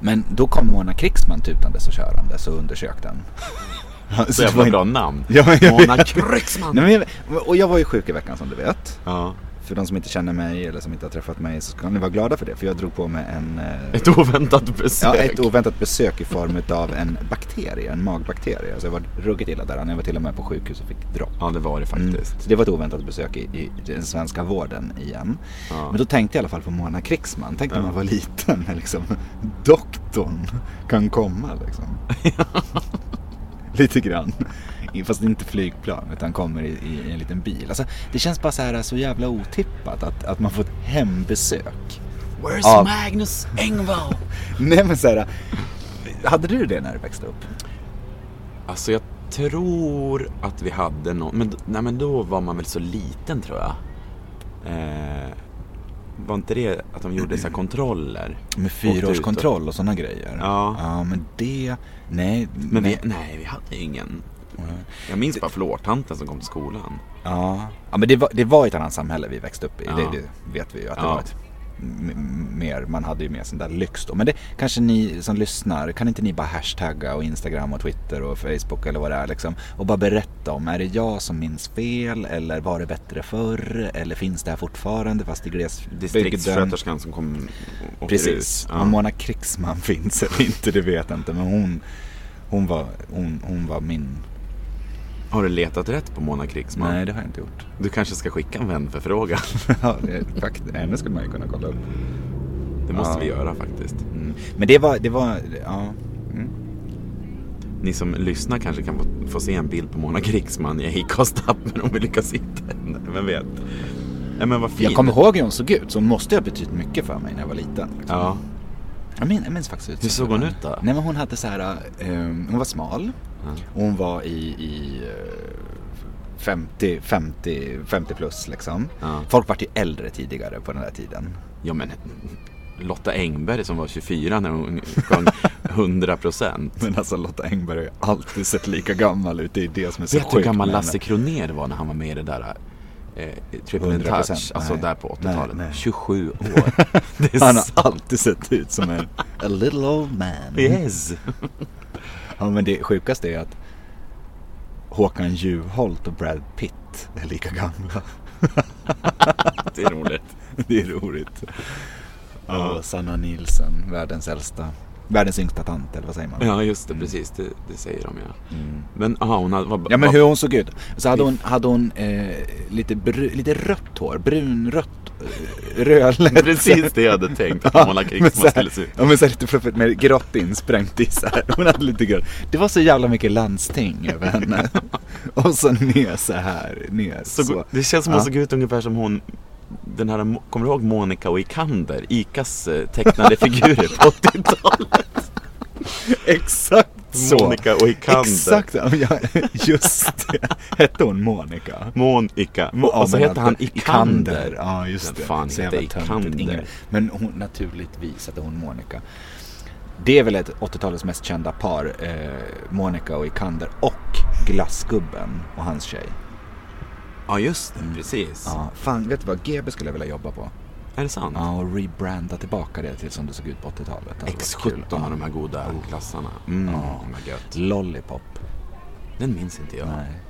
[SPEAKER 4] Men då kom Mona Krigsman tutandes och körandes och
[SPEAKER 3] *laughs*
[SPEAKER 4] undersökte den. *laughs* Ja,
[SPEAKER 3] Så
[SPEAKER 4] det
[SPEAKER 3] jävla
[SPEAKER 4] var
[SPEAKER 3] bra
[SPEAKER 4] inte-
[SPEAKER 3] namn.
[SPEAKER 4] Ja, jag
[SPEAKER 3] Mona
[SPEAKER 4] vet.
[SPEAKER 3] Kryxman.
[SPEAKER 4] Nej, men, jag- och jag var ju sjuk i veckan som du vet.
[SPEAKER 3] Ja.
[SPEAKER 4] För de som inte känner mig eller som inte har träffat mig så ska ni vara glada för det. För jag drog på mig en, eh,
[SPEAKER 3] Ett oväntat besök.
[SPEAKER 4] ja, ett oväntat besök i form av en bakterie, en magbakterie. Så jag var ruggigt illa däran. Jag var till och med på sjukhus och fick dropp.
[SPEAKER 3] Ja, det var det
[SPEAKER 4] Mm.
[SPEAKER 3] faktiskt.
[SPEAKER 4] Så det var ett oväntat besök i, i den svenska vården igen. Men då tänkte jag i alla fall på Mona Krigsman. Tänk när man var liten. när Liksom, doktorn kan komma
[SPEAKER 3] *laughs*
[SPEAKER 4] liksom. Lite grann. I- Fast inte flygplan utan kommer i, i en liten bil. Alltså, det känns bara så här så jävla otippat att, att man får ett hembesök. *laughs*
[SPEAKER 3] Where's
[SPEAKER 4] Ja.
[SPEAKER 3] Magnus Engvall?
[SPEAKER 4] Nej men så här. Hade du det när du växte upp?
[SPEAKER 3] alltså jag tror att vi hade någon, men, d- nej, men då var man väl så liten tror jag. Eh, var inte det att de gjorde så här kontroller?
[SPEAKER 4] Med
[SPEAKER 3] Åkte ut
[SPEAKER 4] fyraårskontroll och sådana grejer.
[SPEAKER 3] Ja.
[SPEAKER 4] ja men det, nej.
[SPEAKER 3] Men
[SPEAKER 4] nej.
[SPEAKER 3] vi, nej, vi hade ju ingen. Jag minns bara flårtanten som kom till skolan.
[SPEAKER 4] Ja, ja men det var, det var ett annat samhälle vi växte upp i.
[SPEAKER 3] Ja.
[SPEAKER 4] Det, det vet vi ju att det
[SPEAKER 3] Ja.
[SPEAKER 4] var ett m- m- mer, man hade ju mer sån där lyx då. Men det kanske ni som lyssnar, kan inte ni bara hashtagga och Instagram och Twitter och Facebook eller vad det är liksom och bara berätta om, är det jag som minns fel eller var det bättre förr eller finns det här fortfarande fast i glesbygden?
[SPEAKER 3] Distriktssköterskan som kom och åkte
[SPEAKER 4] Precis,
[SPEAKER 3] ut.
[SPEAKER 4] om
[SPEAKER 3] Ja.
[SPEAKER 4] Mona Krigsman *laughs* finns eller inte det vet jag inte men hon, hon, var, hon, hon var min,
[SPEAKER 3] Har du letat rätt på Mona Krigsman?
[SPEAKER 4] nej det har jag inte gjort. *laughs*
[SPEAKER 3] Du kanske ska skicka en vänförfrågan.
[SPEAKER 4] ja, det- faktiskt, henne skulle man ju kunna kolla upp.
[SPEAKER 3] Det måste vi göra faktiskt.
[SPEAKER 4] Men det var, det var, ja.
[SPEAKER 3] Ni som lyssnar kanske kan få, få se en bild på Mona Krigsman i Acast-appen om vi lyckas hitta henne. *laughs* Vem vet? Nej men vad fin.
[SPEAKER 4] Jag kommer ihåg hur hon såg ut, så hon måste ju ha betytt mycket för mig när jag var liten. liksom.
[SPEAKER 3] Ja.
[SPEAKER 4] Jag, minns, jag minns faktiskt ut
[SPEAKER 3] Hur såg hon ut då?
[SPEAKER 4] Nej men hon hade så här, eh, hon var smal. Och hon var i, i eh, 50, 50, 50 plus liksom.
[SPEAKER 3] Ja.
[SPEAKER 4] Folk vart ju äldre tidigare på den där tiden.
[SPEAKER 3] ja men Lotta Engberg som var 24 när hon
[SPEAKER 4] *laughs*
[SPEAKER 3] sjöng 100 procent.
[SPEAKER 4] Men alltså Lotta Engberg har ju alltid sett lika gammal ut, det är det som är så
[SPEAKER 3] Vet du hur
[SPEAKER 4] sjukt
[SPEAKER 3] gammal
[SPEAKER 4] med henne.
[SPEAKER 3] Lasse Kronér var när han var med i det där eh, Triple
[SPEAKER 4] 100%?
[SPEAKER 3] Touch? Alltså
[SPEAKER 4] Nej.
[SPEAKER 3] där på 80-talet.
[SPEAKER 4] Nej, nej. *laughs*
[SPEAKER 3] 27 år. Det är
[SPEAKER 4] Han har
[SPEAKER 3] sant.
[SPEAKER 4] alltid sett ut som en a little old man.
[SPEAKER 3] Yes.
[SPEAKER 4] *laughs* Ja men det sjukaste är att Håkan Juholt och Brad Pitt är lika gamla. *laughs*
[SPEAKER 3] Det är roligt.
[SPEAKER 4] Det är roligt. Och Sanna Nilsson, världens äldsta. Världens yngsta tant eller vad säger man?
[SPEAKER 3] Ja just det, precis. Det, det säger de ja. Men aha, hon hade, var,
[SPEAKER 4] Mm. Ja men
[SPEAKER 3] var,
[SPEAKER 4] hur hon såg ut. Så hade hon, hade hon eh, lite, bru- lite rött hår, brunrött, eh, rödlätt.
[SPEAKER 3] Precis det jag hade tänkt
[SPEAKER 4] *laughs*
[SPEAKER 3] att Mona
[SPEAKER 4] men
[SPEAKER 3] Krigsman
[SPEAKER 4] så
[SPEAKER 3] skulle
[SPEAKER 4] här,
[SPEAKER 3] se ut.
[SPEAKER 4] ja, men så här lite fluffigt med grått insprängt i så här. *laughs* Hon hade lite grått. Det var så jävla mycket landsting över
[SPEAKER 3] *laughs*
[SPEAKER 4] henne. Och så ner så här, ner
[SPEAKER 3] Så,
[SPEAKER 4] så.
[SPEAKER 3] Det känns som hon
[SPEAKER 4] Ja.
[SPEAKER 3] såg ut ungefär som hon den här, Mo- kommer du ihåg Monica Wikander? Icas eh, tecknade figurer på 80-talet.
[SPEAKER 4] *laughs* Exakt så.
[SPEAKER 3] Monica Oikander.
[SPEAKER 4] Exakt, ja, *laughs* men jag- just det. Hette hon Monica?
[SPEAKER 3] Monica. Mo-
[SPEAKER 4] Ja,
[SPEAKER 3] och så
[SPEAKER 4] men
[SPEAKER 3] hette han
[SPEAKER 4] vänta,
[SPEAKER 3] Ikander.
[SPEAKER 4] Ja, just det.
[SPEAKER 3] Vem fan
[SPEAKER 4] Så
[SPEAKER 3] hette
[SPEAKER 4] jävla töntigt
[SPEAKER 3] Ikander?
[SPEAKER 4] det där. Men hon, naturligtvis hette hon Monica. Det är väl ett 80-talets mest kända par, eh, Monica och Ikander och glassgubben och hans tjej.
[SPEAKER 3] Ja, just det. Precis.
[SPEAKER 4] Ja, fan, vet du vad? GB skulle jag vilja jobba på.
[SPEAKER 3] Är det sant?
[SPEAKER 4] Ja, och rebranda tillbaka det till som det såg ut på 80-talet. Det hade varit kul.
[SPEAKER 3] X17 av de här goda klassarna. Mm, vad gött.
[SPEAKER 4] Lollipop.
[SPEAKER 3] Den minns inte jag.
[SPEAKER 4] Nej.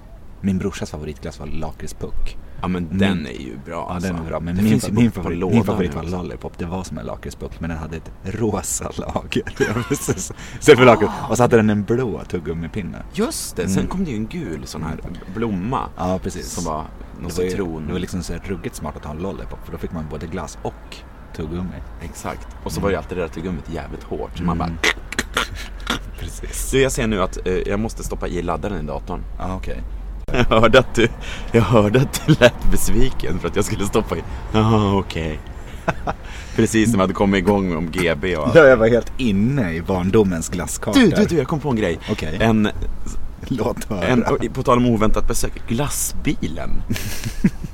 [SPEAKER 4] Min brorsas favoritglass var lakritspuck.
[SPEAKER 3] Ja, men den är ju bra.
[SPEAKER 4] Ja,
[SPEAKER 3] alltså.
[SPEAKER 4] den är bra. Men
[SPEAKER 3] Det
[SPEAKER 4] min,
[SPEAKER 3] finns ju
[SPEAKER 4] min,
[SPEAKER 3] på
[SPEAKER 4] favorit,
[SPEAKER 3] lådan
[SPEAKER 4] min favorit
[SPEAKER 3] nu
[SPEAKER 4] var
[SPEAKER 3] också.
[SPEAKER 4] Lollipop. Det var som en lakritspuck men den hade ett rosa lager. *laughs* Istället för *gasps* lakrits. Och så hade den en blå tuggummipinne.
[SPEAKER 3] Just det, sen kom det ju en gul sån här blomma.
[SPEAKER 4] Ja, precis.
[SPEAKER 3] Som var någon
[SPEAKER 4] det, var ju,
[SPEAKER 3] citron.
[SPEAKER 4] det var liksom så här ruggigt smart att ha en Lollipop för då fick man både glass och tuggummi.
[SPEAKER 3] Exakt. Och så var ju alltid det där tuggummit jävligt hårt. Så man bara... Mm. *laughs* Precis. Du, jag ser nu att eh, jag måste stoppa i laddaren i datorn.
[SPEAKER 4] Ja, Ah, okej.
[SPEAKER 3] *laughs* Jag hörde att du, jag hörde att du lät besviken för att jag skulle stoppa i. Ja, okej. *laughs* Precis när vi hade kommit igång om GB och allt.
[SPEAKER 4] Ja, jag var helt inne i barndomens glasskartor.
[SPEAKER 3] Du, du, du, jag kom på en grej.
[SPEAKER 4] Okej.
[SPEAKER 3] En,
[SPEAKER 4] Låt höra.
[SPEAKER 3] en, och på tal om oväntat besök, glassbilen.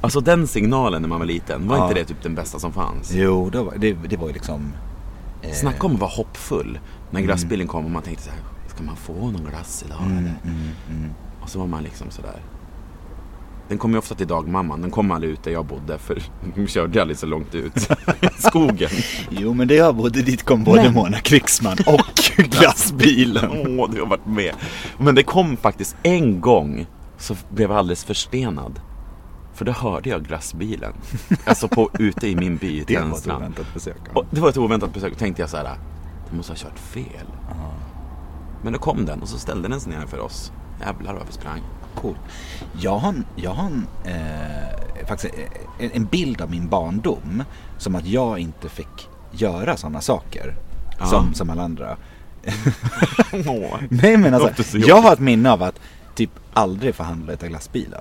[SPEAKER 3] alltså den signalen när man var liten, var
[SPEAKER 4] Ja.
[SPEAKER 3] inte det typ den bästa som fanns?
[SPEAKER 4] Jo, då var, det, det var ju liksom
[SPEAKER 3] Snacka om att vara hoppfull. När glassbilen kom och man tänkte så här, ska man få någon glass idag eller? Och så var man liksom sådär. Den kom ju ofta till dagmamman, den kom aldrig ut där jag bodde för *laughs* de körde aldrig så långt ut i skogen.
[SPEAKER 4] Jo men det jag bodde dit kom både Mona Krigsman
[SPEAKER 3] *laughs*
[SPEAKER 4] och glassbilen.
[SPEAKER 3] Åh, du har varit med. Men det kom faktiskt en gång så blev jag alldeles förstenad. För då hörde jag glassbilen. Alltså på, ute i min by i
[SPEAKER 4] Det var ett
[SPEAKER 3] Tensta.
[SPEAKER 4] oväntat besök.
[SPEAKER 3] Och det var ett oväntat besök. Då tänkte jag så här, de måste ha kört fel. Men då kom den och så ställde den sig ner för oss. Jävlar vad vi sprang.
[SPEAKER 4] Coolt. Jag har, en- jag har en, eh, faktiskt en, en bild av min barndom som att jag inte fick göra sådana saker som, som alla andra. Nej men
[SPEAKER 3] Låter så
[SPEAKER 4] alltså, jag
[SPEAKER 3] jobbigt.
[SPEAKER 4] har ett minne av att typ aldrig få handla utav glassbilen.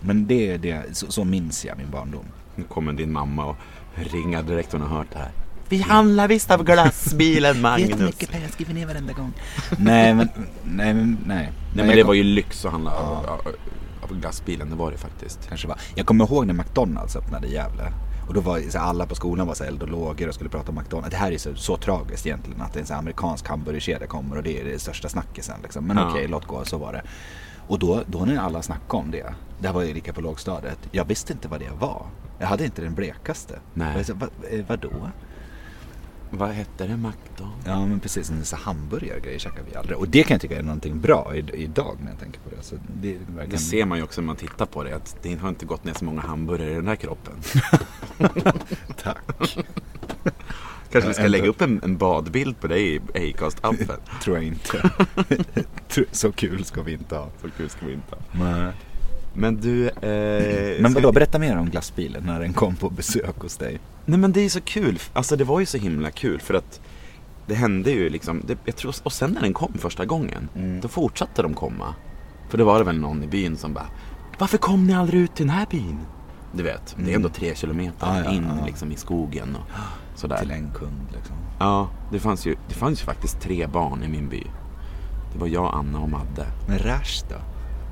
[SPEAKER 4] men det är det, så, så minns jag min barndom.
[SPEAKER 3] nu kommer din mamma och ringar direkt hon har hört det här. Vi handlar visst av *laughs* glassbilen Magnus.
[SPEAKER 4] pengar, jag skriver ner varenda gång. *laughs*
[SPEAKER 3] *laughs*
[SPEAKER 4] nej men, nej men, nej.
[SPEAKER 3] Nej men det var ju lyx att handla av, av, av glassbilen, det var det faktiskt.
[SPEAKER 4] kanske var. Jag kommer ihåg när McDonalds öppnade i Gävle. Och då var så här, alla på skolan var så här eld och lågor och skulle prata om McDonalds. Det här är så, så tragiskt egentligen att en så här amerikansk hamburgerkedja kommer och det är det största snackisen. Liksom. Men
[SPEAKER 3] Ja.
[SPEAKER 4] okej, låt gå, så var det. Och då, då när alla snackade om det, det här var ju lika på lågstadiet, jag visste inte vad det var. Jag hade inte den blekaste.
[SPEAKER 3] Nej.
[SPEAKER 4] Jag var så, här, "Va- eh, vadå?
[SPEAKER 3] Vad hette det McDonalds?
[SPEAKER 4] Ja men precis, en sån här hamburgergrej käkar vi aldrig. Och det kan jag tycka är någonting bra i, idag när jag tänker på det. Så det, verkar...
[SPEAKER 3] Det ser man ju också när man tittar på det, att det har inte gått ner så många hamburgare i den här kroppen.
[SPEAKER 4] Tack.
[SPEAKER 3] Kanske vi ska
[SPEAKER 4] Ändå.
[SPEAKER 3] lägga upp en, en badbild på dig i Acast-appen.
[SPEAKER 4] Tror
[SPEAKER 3] *laughs*
[SPEAKER 4] jag inte. Tror- så kul ska vi inte ha.
[SPEAKER 3] Så kul ska vi inte ha.
[SPEAKER 4] Nej.
[SPEAKER 3] Men du... Eh,
[SPEAKER 4] Men
[SPEAKER 3] ska
[SPEAKER 4] vadå,
[SPEAKER 3] vi-
[SPEAKER 4] berätta mer om glassbilen när den kom på besök hos dig.
[SPEAKER 3] Nej men det är ju så kul, alltså det var ju så himla kul för att det hände ju liksom, det, jag tror, och sen när den kom första gången,
[SPEAKER 4] Mm.
[SPEAKER 3] då fortsatte de komma. För då var det väl någon i byn som bara, varför kom ni aldrig ut till den här byn? Du vet, det är ändå tre kilometer
[SPEAKER 4] Ah, ja,
[SPEAKER 3] in
[SPEAKER 4] ja.
[SPEAKER 3] liksom i skogen och sådär.
[SPEAKER 4] Till en kund liksom.
[SPEAKER 3] Ja, det fanns, ju, det fanns ju faktiskt tre barn i min by. Det var jag, Anna och Madde.
[SPEAKER 4] Men Rash då?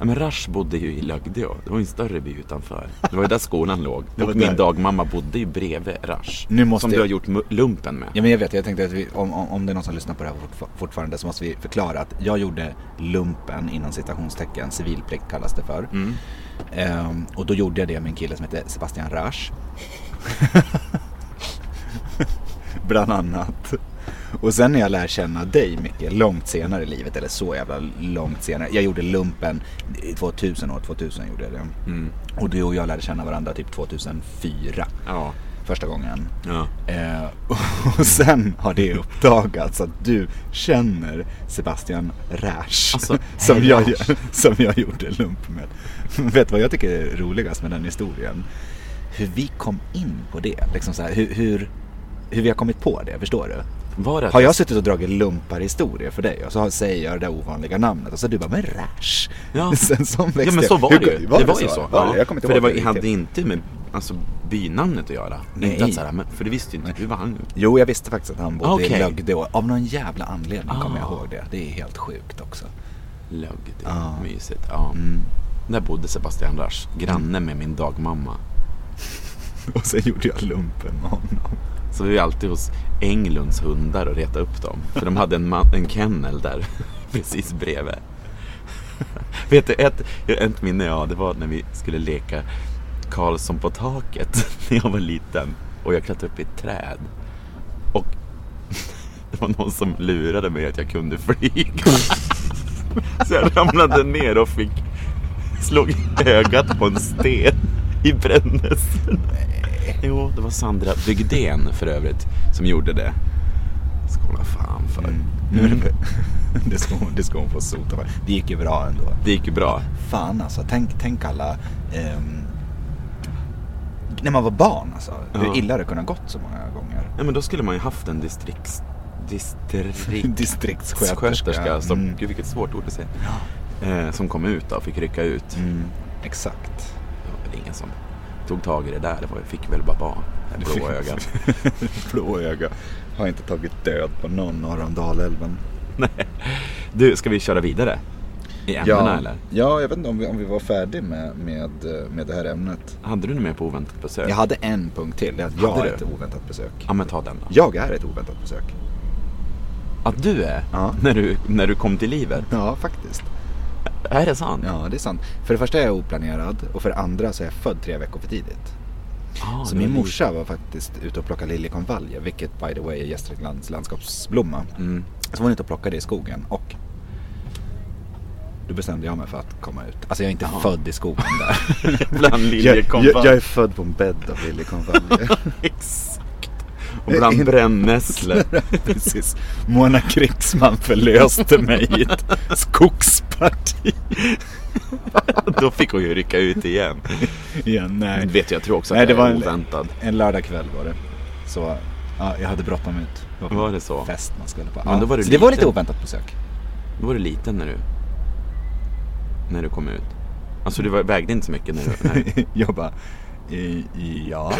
[SPEAKER 3] Ja, men Rush bodde ju i Lögdeå. Det var ju en större by utanför. Det var ju där skolan låg.
[SPEAKER 4] Det var
[SPEAKER 3] Och min
[SPEAKER 4] där.
[SPEAKER 3] dagmamma bodde ju bredvid Rush.
[SPEAKER 4] Nu måste
[SPEAKER 3] som du
[SPEAKER 4] jag-
[SPEAKER 3] har gjort mu- lumpen med.
[SPEAKER 4] Ja men jag vet, jag tänkte att vi, om, om, om det är någon som lyssnar på det här fortfar- fortfarande så måste vi förklara att jag gjorde lumpen inom citationstecken, civilplikt kallas det för. Ehm, och då gjorde jag det med en kille som hette Sebastian Rasch. Bland annat. Och sen när jag lär känna dig mycket långt senare i livet, eller så jävla långt senare. Jag gjorde lumpen i 2000, år 2000 gjorde jag det. Och du och jag lärde känna varandra typ 2004
[SPEAKER 3] Ja.
[SPEAKER 4] första gången.
[SPEAKER 3] Ja.
[SPEAKER 4] Eh, *laughs* och sen har det uppdagats att du känner Sebastian Rasch.
[SPEAKER 3] Alltså,
[SPEAKER 4] *laughs* som,
[SPEAKER 3] hej,
[SPEAKER 4] jag,
[SPEAKER 3] Rasch.
[SPEAKER 4] som jag gjorde lump med. Vet du vad jag tycker är roligast med den historien? Hur vi kom in på det. Liksom så här, hur, hur, hur vi har kommit på det, förstår du?
[SPEAKER 3] Var det att
[SPEAKER 4] Har jag suttit och dragit lumparhistorier för dig och så har- säger jag det där ovanliga namnet och så du bara, men Rasch.
[SPEAKER 3] Ja.
[SPEAKER 4] *laughs* Sen som
[SPEAKER 3] ja
[SPEAKER 4] växte
[SPEAKER 3] men så
[SPEAKER 4] jag-
[SPEAKER 3] var
[SPEAKER 4] hur-
[SPEAKER 3] det ju. det var ju så.
[SPEAKER 4] Var
[SPEAKER 3] Ja.
[SPEAKER 4] det? Jag kommer inte
[SPEAKER 3] för det
[SPEAKER 4] ihåg
[SPEAKER 3] var,
[SPEAKER 4] riktigt.
[SPEAKER 3] hade inte med alltså, bynamnet att göra.
[SPEAKER 4] Nej.
[SPEAKER 3] Inte att så här, men, för det visste ju inte du var han.
[SPEAKER 4] Jo, jag visste faktiskt att han bodde i
[SPEAKER 3] Okej.
[SPEAKER 4] Lögde och av någon jävla anledning kommer jag
[SPEAKER 3] Ah.
[SPEAKER 4] ihåg det. Det är helt sjukt också. Mm.
[SPEAKER 3] Lögd. Mysigt. Ja. Där bodde Sebastian Rasch, granne med min dagmamma.
[SPEAKER 4] *laughs* Och sen gjorde jag lumpen med honom.
[SPEAKER 3] Så vi var alltid hos Englunds hundar och retade upp dem. För de hade en, man, en kennel där *laughs* precis bredvid. *laughs* Vet du, ett, ett minne jag har, det var när vi skulle leka Karlsson på taket *laughs* när jag var liten. Och jag klättrade upp i ett träd. Och *laughs* det var någon som lurade mig att jag kunde flyga. *laughs* Så jag ramlade ner och fick slog ögat på en sten i brännelsen. Jo, det var Sandra Bygden för övrigt som gjorde det. Skåla fan för.
[SPEAKER 4] Nu
[SPEAKER 3] Mm.
[SPEAKER 4] är det... *laughs* det, ska hon, det ska hon få sota för. Det gick ju bra ändå.
[SPEAKER 3] Det gick ju bra.
[SPEAKER 4] Fan alltså, tänk, tänk alla... ehm, när man var barn alltså. Hur
[SPEAKER 3] Ja.
[SPEAKER 4] illa det kunde ha gått så många gånger.
[SPEAKER 3] Ja, men då skulle man ju haft en distrikts...
[SPEAKER 4] *laughs*
[SPEAKER 3] Distrikt...
[SPEAKER 4] Distriktssköterska.
[SPEAKER 3] Sköterska. Som,
[SPEAKER 4] Mm,
[SPEAKER 3] Gud vilket svårt ord att säga. Eh, som kom ut då, fick rycka ut.
[SPEAKER 4] Mm. exakt.
[SPEAKER 3] Det var väl ingen som tog tag i det där. Det var, fick väl bara vara. Det blå ögat.
[SPEAKER 4] *laughs* Blå öga. Har inte tagit död på någon norr om Dalälven.
[SPEAKER 3] Du, ska vi köra vidare? I ämnena eller?
[SPEAKER 4] ja, jag vet inte om vi, om vi var färdiga med, med, eh, med det här ämnet.
[SPEAKER 3] Hade du något mer på oväntat besök?
[SPEAKER 4] Jag hade en punkt till. Det är att jag
[SPEAKER 3] Hade
[SPEAKER 4] är
[SPEAKER 3] du?
[SPEAKER 4] ett oväntat besök.
[SPEAKER 3] Ja men ta den då.
[SPEAKER 4] Jag är ett oväntat besök.
[SPEAKER 3] Att du är?
[SPEAKER 4] Ja.
[SPEAKER 3] När, du, när du kom till livet?
[SPEAKER 4] Ja, faktiskt.
[SPEAKER 3] Är det sant?
[SPEAKER 4] Ja, det är sant. För det första är jag oplanerad och för det andra så är jag född tre veckor för tidigt.
[SPEAKER 3] Ah,
[SPEAKER 4] Så
[SPEAKER 3] du
[SPEAKER 4] min
[SPEAKER 3] är
[SPEAKER 4] morsa var faktiskt ute och plockade liljekonvaljer, vilket by the way är Gästriklands landskapsblomma. Så var hon ute och plockade i skogen och då bestämde jag mig för att komma ut. Alltså jag är inte född i skogen där.
[SPEAKER 3] Bland
[SPEAKER 4] jag, jag, jag
[SPEAKER 3] liljekonvaljer.
[SPEAKER 4] är född på en bädd av liljekonvaljer.
[SPEAKER 3] Exakt. Och
[SPEAKER 4] *laughs*
[SPEAKER 3] bland brännässlor.
[SPEAKER 4] Precis. Mona Krigsman förlöste mig i ett skogsparti.
[SPEAKER 3] Då fick hon ju rycka ut igen.
[SPEAKER 4] Ja, nej.
[SPEAKER 3] Du vet, jag tror också att
[SPEAKER 4] Nej, det
[SPEAKER 3] det
[SPEAKER 4] var
[SPEAKER 3] är
[SPEAKER 4] en-
[SPEAKER 3] oväntad.
[SPEAKER 4] En lördagkväll var det. Så ja, jag hade bråttom ut. Det på
[SPEAKER 3] Var
[SPEAKER 4] en
[SPEAKER 3] det så?
[SPEAKER 4] Fest man skulle på.
[SPEAKER 3] Men
[SPEAKER 4] Ja,
[SPEAKER 3] då var du
[SPEAKER 4] så det var
[SPEAKER 3] liten.
[SPEAKER 4] lite oväntat besök. *laughs*
[SPEAKER 3] Då var du liten när du... När du kom ut. Alltså du var- vägde inte så mycket när du... Nej.
[SPEAKER 4] *laughs* Jag bara, i, i-
[SPEAKER 3] *laughs*
[SPEAKER 4] ja.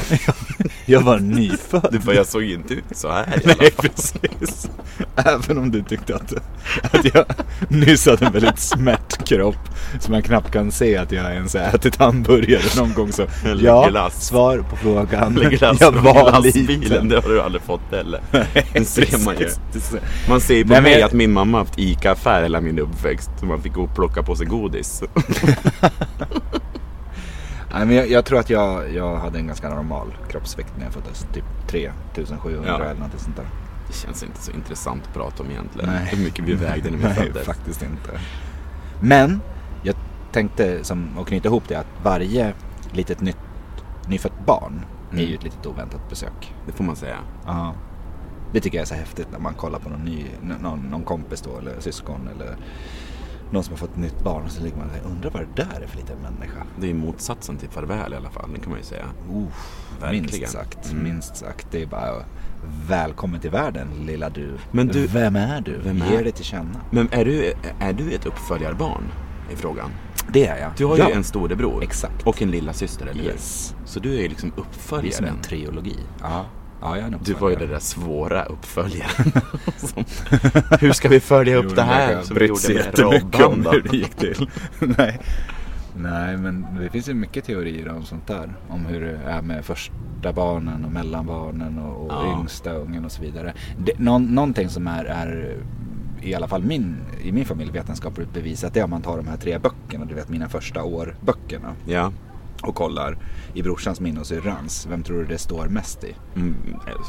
[SPEAKER 4] jag var nyfödd.
[SPEAKER 3] Du bara, jag såg inte ut så här i alla fall.
[SPEAKER 4] precis. Även om du tyckte att, att jag nyss hade en väldigt smärt kropp. Så man knappt kan se att jag ens har ätit hamburgare någon gång. Så
[SPEAKER 3] Eller
[SPEAKER 4] ja,
[SPEAKER 3] glass.
[SPEAKER 4] svar på frågan.
[SPEAKER 3] Eller glass
[SPEAKER 4] *laughs* jag
[SPEAKER 3] från
[SPEAKER 4] var
[SPEAKER 3] glassbilen,
[SPEAKER 4] liten.
[SPEAKER 3] det har du aldrig fått heller. Det ser man ju.
[SPEAKER 4] *laughs* Precis.
[SPEAKER 3] Man ser ju på
[SPEAKER 4] Nej, men
[SPEAKER 3] mig
[SPEAKER 4] jag-
[SPEAKER 3] att min mamma haft ICA-affär hela min uppväxt. Så man fick gå och plocka på sig godis.
[SPEAKER 4] Nej, men jag, jag tror att jag, jag hade en ganska normal kroppsvikt när jag föddes. Typ 3700
[SPEAKER 3] Ja.
[SPEAKER 4] eller något sånt där.
[SPEAKER 3] Det känns inte så intressant att prata om egentligen.
[SPEAKER 4] Nej.
[SPEAKER 3] Hur mycket vi vägde när vi
[SPEAKER 4] Nej,
[SPEAKER 3] föddes.
[SPEAKER 4] faktiskt inte. Men jag tänkte som, att knyta ihop det att varje litet nytt, nyfött barn
[SPEAKER 3] Mm.
[SPEAKER 4] är ju ett litet oväntat besök.
[SPEAKER 3] Det får man säga.
[SPEAKER 4] Ja. Det tycker jag är så häftigt när man kollar på någon, ny, n- någon, någon kompis då eller syskon eller någon som har fått ett nytt barn och så ligger man där undrar vad det där är för liten människa.
[SPEAKER 3] Det är motsatsen till farväl i alla fall, det kan man ju säga.
[SPEAKER 4] Uff,
[SPEAKER 3] Verkligen. Mm.
[SPEAKER 4] minst sagt, minst sagt. Det är bara välkommen till världen lilla du.
[SPEAKER 3] Men du-
[SPEAKER 4] vem är du?
[SPEAKER 3] Vem
[SPEAKER 4] Ge
[SPEAKER 3] är-
[SPEAKER 4] dig till känna.
[SPEAKER 3] Men är du, är du ett uppföljarbarn? Är frågan.
[SPEAKER 4] Det är jag.
[SPEAKER 3] Du har
[SPEAKER 4] ja.
[SPEAKER 3] ju en storebror.
[SPEAKER 4] Exakt.
[SPEAKER 3] Och en lilla syster eller hur?
[SPEAKER 4] Yes.
[SPEAKER 3] Så du är ju liksom
[SPEAKER 4] Det är som en
[SPEAKER 3] uppföljaren.
[SPEAKER 4] trilogi. Ja, ja jag är nog
[SPEAKER 3] Du var ju den där svåra
[SPEAKER 4] *laughs*
[SPEAKER 3] uppföljaren. Som, hur ska vi följa upp det här som vi
[SPEAKER 4] brytt
[SPEAKER 3] gjorde
[SPEAKER 4] sig
[SPEAKER 3] med
[SPEAKER 4] jättemycket om
[SPEAKER 3] Robban då?
[SPEAKER 4] hur *laughs* det gick till. *laughs* Nej. Nej, men det finns ju mycket teorier om sånt där. Om hur det är med första barnen och mellanbarnen och, och
[SPEAKER 3] Ja.
[SPEAKER 4] yngsta ungen och så vidare. Det, någon, någonting som är, är i alla fall min, i min familj vetenskapligt bevisat det är om man tar de här tre böckerna, du vet mina första år-böckerna
[SPEAKER 3] Ja,
[SPEAKER 4] och kollar i brorsans minne och syrrans. Vem tror du det står mest i?
[SPEAKER 3] mm,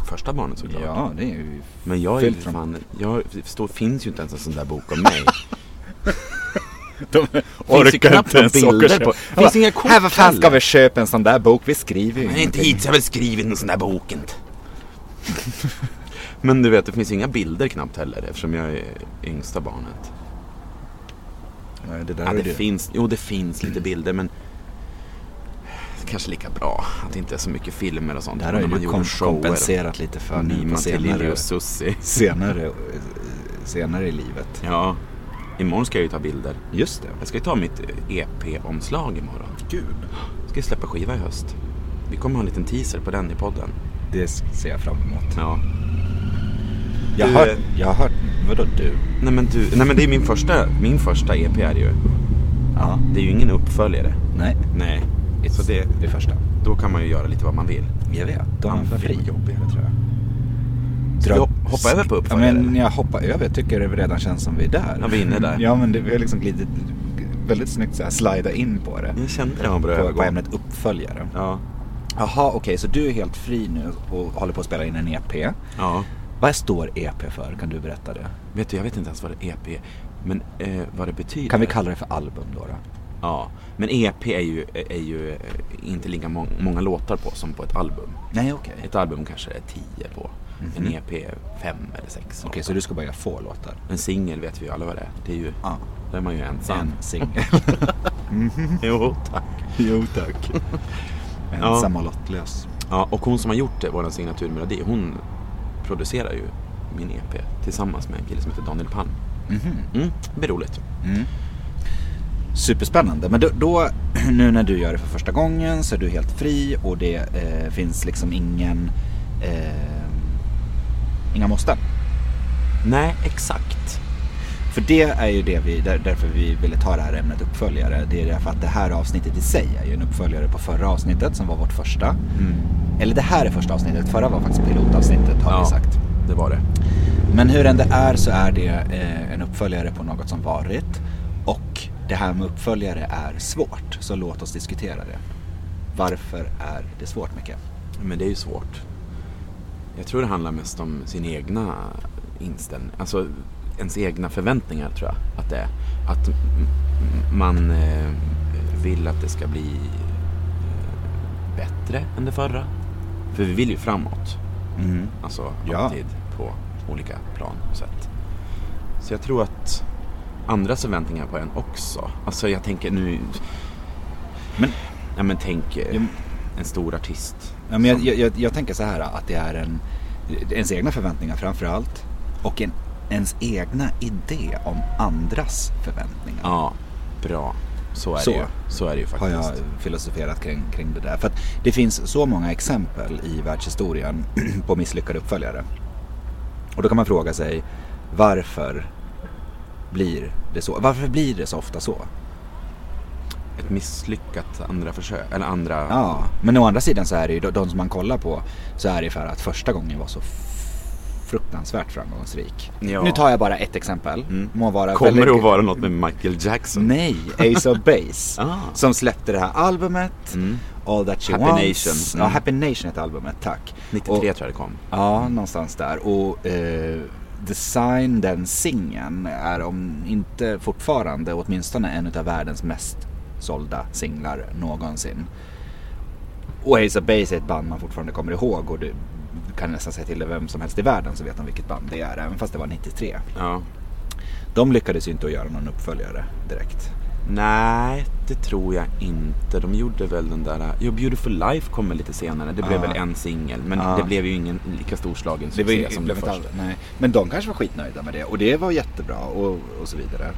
[SPEAKER 3] första barnet såklart.
[SPEAKER 4] Ja, det är ju
[SPEAKER 3] Men jag är ju
[SPEAKER 4] fyllt från-
[SPEAKER 3] fan, jag står, finns ju inte ens en sån där bok om mig.
[SPEAKER 4] De
[SPEAKER 3] ju knappt några bilder
[SPEAKER 4] och köpa.
[SPEAKER 3] på-
[SPEAKER 4] Jag
[SPEAKER 3] finns
[SPEAKER 4] bara,
[SPEAKER 3] inga kort
[SPEAKER 4] Här, vad fan ska
[SPEAKER 3] heller."
[SPEAKER 4] vi köpa en sån där bok? Vi skriver ju
[SPEAKER 3] Men inte
[SPEAKER 4] ingenting."
[SPEAKER 3] hittills har jag väl skrivit någon sån där bok inte. Men du vet, det finns inga bilder knappt heller eftersom jag är yngsta barnet.
[SPEAKER 4] Nej, det där
[SPEAKER 3] Ja,
[SPEAKER 4] är
[SPEAKER 3] det
[SPEAKER 4] ju-
[SPEAKER 3] finns, jo, det finns lite bilder men det kanske är lika bra att det inte är så mycket filmer och sånt.
[SPEAKER 4] det här
[SPEAKER 3] Men när
[SPEAKER 4] har ju
[SPEAKER 3] man
[SPEAKER 4] du
[SPEAKER 3] gjorde
[SPEAKER 4] kom,
[SPEAKER 3] shower,
[SPEAKER 4] kompenserat lite för nu på
[SPEAKER 3] Nyman till Lili
[SPEAKER 4] senare,
[SPEAKER 3] och Susie.
[SPEAKER 4] senare, eh, senare i livet.
[SPEAKER 3] Ja, imorgon ska jag ju ta bilder.
[SPEAKER 4] Just det.
[SPEAKER 3] Jag ska ju ta mitt eh, EP-omslag imorgon.
[SPEAKER 4] Gud.
[SPEAKER 3] Jag ska ju släppa skiva i höst. Vi kommer ha en liten teaser på den i podden.
[SPEAKER 4] Det ser jag fram emot.
[SPEAKER 3] Ja.
[SPEAKER 4] Jag
[SPEAKER 3] Du,
[SPEAKER 4] har hört,
[SPEAKER 3] eh,
[SPEAKER 4] jag har hört, vadå du?
[SPEAKER 3] Nej men du, nej men det är min första, min första EP är E ju.
[SPEAKER 4] Ja.
[SPEAKER 3] Det är ju ingen uppföljare.
[SPEAKER 4] Nej.
[SPEAKER 3] Nej. Så det,
[SPEAKER 4] Det första.
[SPEAKER 3] då kan man ju göra lite vad man vill.
[SPEAKER 4] Jag vet. De
[SPEAKER 3] Fan,
[SPEAKER 4] var
[SPEAKER 3] det
[SPEAKER 4] fri.
[SPEAKER 3] blir jobbigare,
[SPEAKER 4] tror jag.
[SPEAKER 3] Ska vi hop- hoppa över på
[SPEAKER 4] Ja,
[SPEAKER 3] uppföljare?
[SPEAKER 4] men jag hoppar över. Jag tycker det redan känns som vi är där.
[SPEAKER 3] Ja, vi är inne där.
[SPEAKER 4] ja, men det, vi har liksom glidit väldigt snyggt så här, slida in på det.
[SPEAKER 3] Jag kände det var en bra
[SPEAKER 4] På, på
[SPEAKER 3] övergång.
[SPEAKER 4] ämnet uppföljare.
[SPEAKER 3] Ja.
[SPEAKER 4] Jaha, okej, så du är helt fri nu och håller på att spela in en EP.
[SPEAKER 3] ja.
[SPEAKER 4] Vad står EP för? Kan du berätta det?
[SPEAKER 3] Vet du, jag vet inte ens vad det EP är. Men eh, vad det betyder.
[SPEAKER 4] Kan vi kalla det för album då? då?
[SPEAKER 3] Ja. Men EP är ju, är ju eh, inte lika må- många låtar på som på ett album.
[SPEAKER 4] Nej, okej. Okej,
[SPEAKER 3] Ett album kanske är tio på. En EP är fem eller sex.
[SPEAKER 4] så du ska bara göra få låtar?
[SPEAKER 3] En singel vet vi ju alla vad det är. Det är ju...
[SPEAKER 4] Ja.
[SPEAKER 3] Då är man ju ensam.
[SPEAKER 4] En singel.
[SPEAKER 3] *laughs* Jo, tack.
[SPEAKER 4] *laughs* jo, *laughs* tack.
[SPEAKER 3] Ja.
[SPEAKER 4] Ensam och lottlös.
[SPEAKER 3] Ja, och hon som har gjort det, vår signaturmelodi, hon producerar ju min EP tillsammans med en kille som heter Daniel Palm. Mm, det blir roligt.
[SPEAKER 4] Superspännande. Men då, då, *clears throat* nu när du gör det för första gången så är du helt fri och det eh, finns liksom ingen... Eh, inga måsten.
[SPEAKER 3] Nej, exakt.
[SPEAKER 4] För det är ju det vi, där, därför vi ville ta det här ämnet uppföljare. Det är därför att det här avsnittet i sig är ju en uppföljare på förra avsnittet som var vårt första. Eller det här är första avsnittet, förra var faktiskt pilotavsnittet har vi sagt.
[SPEAKER 3] det var det.
[SPEAKER 4] Men hur än det är så är det eh, en uppföljare på något som varit. Och det här med uppföljare är svårt, så låt oss diskutera det. Varför är det svårt, Micke?
[SPEAKER 3] Men det är ju svårt. Jag tror det handlar mest om sin egna inställning, alltså ens egna förväntningar tror jag att det är. Att m- m- man eh, vill att det ska bli eh, bättre än det förra. För vi vill ju framåt. Alltså
[SPEAKER 4] Ja.
[SPEAKER 3] alltid på olika plan och sätt. Så jag tror att andras förväntningar på en också. Alltså jag tänker nu...
[SPEAKER 4] Men-
[SPEAKER 3] ja, men tänk eh,
[SPEAKER 4] Jo.
[SPEAKER 3] en stor artist.
[SPEAKER 4] Ja, men jag,
[SPEAKER 3] som-
[SPEAKER 4] jag, jag, jag tänker så här att det är en, ens egna förväntningar framför allt och en, ens egna idé om andras förväntningar.
[SPEAKER 3] Ja, bra. Så är
[SPEAKER 4] Så.
[SPEAKER 3] det ju. Så är det ju
[SPEAKER 4] Har
[SPEAKER 3] faktiskt.
[SPEAKER 4] jag filosoferat kring, kring det där. För att det finns så många exempel i världshistorien *clears throat* på misslyckade uppföljare. Och då kan man fråga sig varför blir det så? Varför blir det så ofta så?
[SPEAKER 3] Ett misslyckat andra försök, eller andra...
[SPEAKER 4] Ja, men å andra sidan så är det ju de, de som man kollar på så är det för att första gången var så fruktansvärt framgångsrik.
[SPEAKER 3] Ja. Mm.
[SPEAKER 4] Nu tar jag bara ett exempel. Må vara
[SPEAKER 3] Kommer det
[SPEAKER 4] väldigt-
[SPEAKER 3] att vara något med Michael Jackson?
[SPEAKER 4] Nej, Ace of
[SPEAKER 3] *laughs*
[SPEAKER 4] Base.
[SPEAKER 3] Ah. Mm.
[SPEAKER 4] Som släppte det här albumet. All That She
[SPEAKER 3] Happy
[SPEAKER 4] Wants.
[SPEAKER 3] Nation.
[SPEAKER 4] Ja,
[SPEAKER 3] Mm.
[SPEAKER 4] Happy Nation heter albumet, tack.
[SPEAKER 3] 93 tror
[SPEAKER 4] Och-
[SPEAKER 3] jag det kom.
[SPEAKER 4] Ja, någonstans där. Och eh, Design, den singeln, är om inte fortfarande åtminstone en av världens mest sålda singlar någonsin. Och Ace of Base är ett band man fortfarande kommer ihåg och du kan nästan säga till det vem som helst i världen så vet de vilket band det är, även fast det var 93.
[SPEAKER 3] Ja.
[SPEAKER 4] De lyckades ju inte att göra någon uppföljare direkt.
[SPEAKER 3] Nej, det tror jag inte. De gjorde väl den där... uh, Jo, Beautiful Life kom väl lite senare. Det blev
[SPEAKER 4] Ah.
[SPEAKER 3] väl en singel. Men
[SPEAKER 4] Ah.
[SPEAKER 3] det blev ju ingen lika storslagen
[SPEAKER 4] Det var
[SPEAKER 3] succé
[SPEAKER 4] ju,
[SPEAKER 3] som
[SPEAKER 4] blev
[SPEAKER 3] den
[SPEAKER 4] inte all,
[SPEAKER 3] första.
[SPEAKER 4] nej. Men de kanske var skitnöjda med det och det var jättebra och, och så vidare.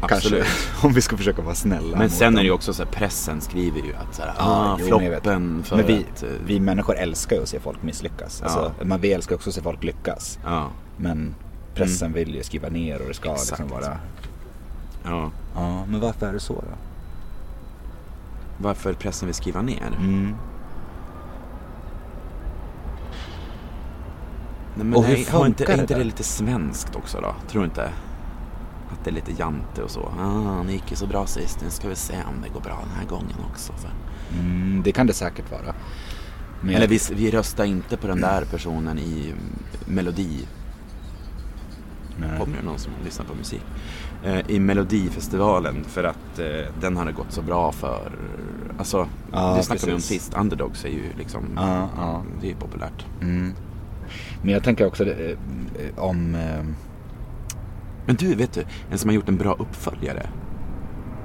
[SPEAKER 3] Absolut.
[SPEAKER 4] Kanske, *laughs* om vi ska försöka vara snälla.
[SPEAKER 3] Men
[SPEAKER 4] mot
[SPEAKER 3] sen är
[SPEAKER 4] dem.
[SPEAKER 3] det ju också så här, pressen skriver ju att så här,
[SPEAKER 4] Ja,
[SPEAKER 3] ah,
[SPEAKER 4] jo, men jag vet.
[SPEAKER 3] floppen för
[SPEAKER 4] men vi,
[SPEAKER 3] att... eh,
[SPEAKER 4] vi människor älskar ju att se folk misslyckas. Alltså, Man vi älskar också att se folk lyckas.
[SPEAKER 3] Ja,
[SPEAKER 4] Men pressen vill ju skriva ner och det ska liksom
[SPEAKER 3] Mm. Exakt.
[SPEAKER 4] vara...
[SPEAKER 3] ja.
[SPEAKER 4] Ja, men varför är det så då?
[SPEAKER 3] Varför pressen vill skriva ner?
[SPEAKER 4] Mm.
[SPEAKER 3] Nej, men
[SPEAKER 4] Och
[SPEAKER 3] nej,
[SPEAKER 4] hur
[SPEAKER 3] har inte,
[SPEAKER 4] funkar
[SPEAKER 3] är
[SPEAKER 4] det
[SPEAKER 3] inte
[SPEAKER 4] där?
[SPEAKER 3] det lite svenskt också då? Tror du inte? Att det är lite jante och så. Ah, det gick ju så bra sist. Nu ska vi se om det går bra den här gången också. Så.
[SPEAKER 4] Mm, det kan det säkert vara. Men
[SPEAKER 3] Eller vi, vi röstar inte på den där personen i mm, melodi. Kommer det någon som lyssnar på musik? Eh, I melodifestivalen för att eh, den hade gått så bra för... Alltså,
[SPEAKER 4] Ja,
[SPEAKER 3] det snackade vi om
[SPEAKER 4] precis.
[SPEAKER 3] sist. Underdogs är ju liksom...
[SPEAKER 4] Ja, ja.
[SPEAKER 3] Det är ju populärt.
[SPEAKER 4] Men jag tänker också eh, eh, om... eh,
[SPEAKER 3] Men du, vet du? En som har gjort en bra uppföljare.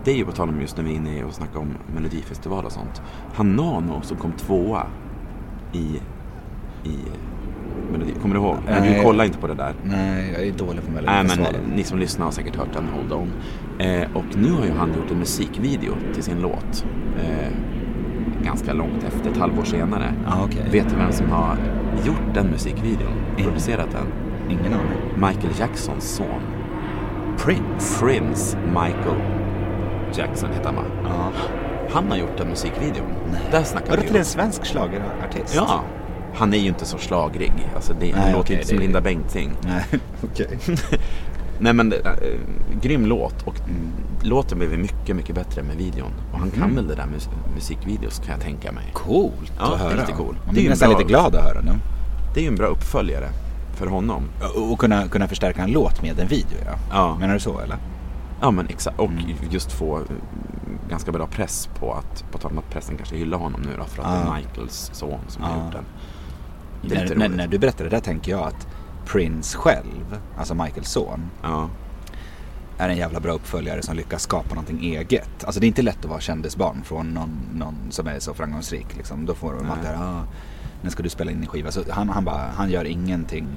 [SPEAKER 3] Det är ju på tal om just när vi är inne och snackar om melodifestival och sånt. Han Nano som kom tvåa i... i melodi. Kommer du ihåg? Nej,
[SPEAKER 4] Nej.
[SPEAKER 3] du kollar inte på det där.
[SPEAKER 4] Nej, jag är dålig på
[SPEAKER 3] Nej Äh, men
[SPEAKER 4] Melodifestivalen.
[SPEAKER 3] ni som lyssnar har säkert hört den, Hold On. Eh, och nu har ju han gjort en musikvideo till sin låt. Eh, ganska långt efter, ett halvår senare.
[SPEAKER 4] Ah, okej. Mm.
[SPEAKER 3] Vet du vem som har gjort den musikvideon? Producerat den?
[SPEAKER 4] Ingen aning.
[SPEAKER 3] Michael Jacksons son.
[SPEAKER 4] Prince?
[SPEAKER 3] Prince Michael Jackson heter han va?
[SPEAKER 4] Ja.
[SPEAKER 3] Han har gjort en musikvideo. Där snackar
[SPEAKER 4] Var det
[SPEAKER 3] vi
[SPEAKER 4] till
[SPEAKER 3] ju.
[SPEAKER 4] en svensk
[SPEAKER 3] *laughs*
[SPEAKER 4] schlagerartist?
[SPEAKER 3] Ja. Han är ju inte så slagrig. Alltså det, han
[SPEAKER 4] Nej,
[SPEAKER 3] låter
[SPEAKER 4] okej,
[SPEAKER 3] inte som
[SPEAKER 4] det-
[SPEAKER 3] Linda Bengtzing.
[SPEAKER 4] Nej, okej.
[SPEAKER 3] *laughs* Nej men eh, grym låt och låten blev ju mycket, mycket bättre med videon. Och han
[SPEAKER 4] Mm.
[SPEAKER 3] kan väl det där med musikvideos kan jag tänka mig.
[SPEAKER 4] Coolt
[SPEAKER 3] Ja,
[SPEAKER 4] att höra.
[SPEAKER 3] riktigt cool.
[SPEAKER 4] Man
[SPEAKER 3] Det är
[SPEAKER 4] blir
[SPEAKER 3] ju
[SPEAKER 4] nästan
[SPEAKER 3] bra
[SPEAKER 4] lite glad att höra nu.
[SPEAKER 3] Det är ju en bra uppföljare för honom.
[SPEAKER 4] Och, och kunna, kunna förstärka en låt med en video ja.
[SPEAKER 3] Ja.
[SPEAKER 4] Menar du så eller?
[SPEAKER 3] Ja men exakt. Och
[SPEAKER 4] Mm.
[SPEAKER 3] just få eh, ganska bra press på att, på tal om att pressen kanske hyllar honom nu då för att det är Michaels son som har gjort den. Det är lite
[SPEAKER 4] När,
[SPEAKER 3] roligt.
[SPEAKER 4] när, när du berättar det där tänker jag att Prince själv, alltså Michaels son,
[SPEAKER 3] Ja.
[SPEAKER 4] är en jävla bra uppföljare som lyckas skapa någonting eget. Alltså det är inte lätt att vara kändisbarn från någon, någon som är så framgångsrik. Liksom. Då får de allt det här, ah, när ska du spela in i skiva? Så han, han, bara, han gör ingenting.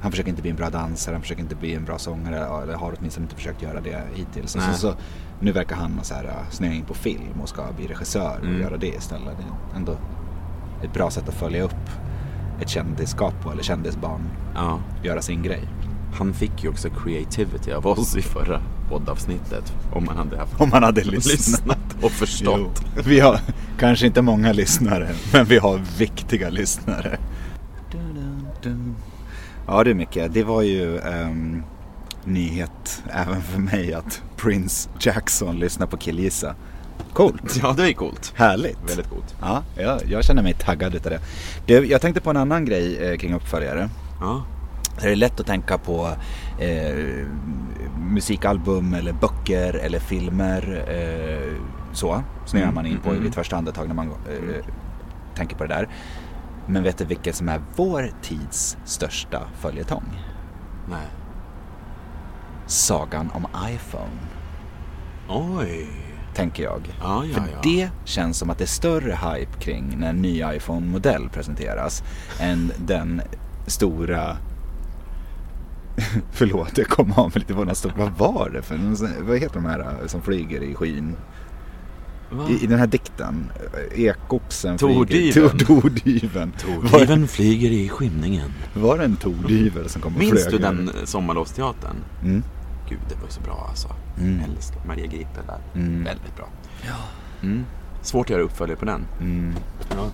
[SPEAKER 4] Han försöker inte bli en bra dansare, han försöker inte bli en bra sångare, eller har åtminstone inte försökt göra det hittills. Och så,
[SPEAKER 3] Nej.
[SPEAKER 4] så, nu verkar han så här, ah, snöa in på film och ska bli regissör och göra det istället. Det är ändå ett bra sätt att följa upp ett kändisskap på, eller kändisbarn,
[SPEAKER 3] ja.
[SPEAKER 4] göra sin grej. *laughs*
[SPEAKER 3] Han fick ju också creativity av oss i förra poddavsnittet. Om man hade haft
[SPEAKER 4] Om man
[SPEAKER 3] *laughs*
[SPEAKER 4] hade lyssnat.
[SPEAKER 3] och förstått.
[SPEAKER 4] Jo, vi har kanske inte många lyssnare, men vi har viktiga lyssnare. Ja du Micke, det var ju ehm, nyhet även för mig att Prince Jackson lyssnar på Killgissa. Coolt!
[SPEAKER 3] Ja, det är coolt.
[SPEAKER 4] Härligt!
[SPEAKER 3] Väldigt coolt.
[SPEAKER 4] Ja, jag, jag känner mig taggad utav det. Du, jag tänkte på en annan grej eh, kring uppföljare.
[SPEAKER 3] Ja.
[SPEAKER 4] Det är lätt att tänka på eh, musikalbum eller böcker eller filmer. Eh, så snöar man in på i ett första andetag när man eh, tänker på det där. Men vet du vilket som är vår tids största följetong?
[SPEAKER 3] Nej.
[SPEAKER 4] Sagan om iPhone,
[SPEAKER 3] Oj.
[SPEAKER 4] tänker jag.
[SPEAKER 3] Ja, ja,
[SPEAKER 4] För
[SPEAKER 3] ja.
[SPEAKER 4] det känns som att det är större hype kring när en ny iPhone-modell presenteras än den stora... *laughs* Förlåt, jag kom av mig lite på den stora... Vad var det för... någon sån- Vad heter de här eh, som flyger i skyn?
[SPEAKER 3] Va?
[SPEAKER 4] I, I den här dikten, eh, ekopsen flyger...
[SPEAKER 3] Tordyveln.
[SPEAKER 4] Tor- Tordyveln. Var,
[SPEAKER 3] Liven flyger i skymningen.
[SPEAKER 4] var det en tordyvel som kom och
[SPEAKER 3] Minns
[SPEAKER 4] flög
[SPEAKER 3] du
[SPEAKER 4] över?
[SPEAKER 3] den eh, sommarlovsteatern?
[SPEAKER 4] Mm.
[SPEAKER 3] Gud, det var ju så bra alltså.
[SPEAKER 4] Mm.
[SPEAKER 3] Älskar Maria Gripe där.
[SPEAKER 4] Mm.
[SPEAKER 3] Väldigt bra. Mm. Svårt att göra uppföljare på den. Ja.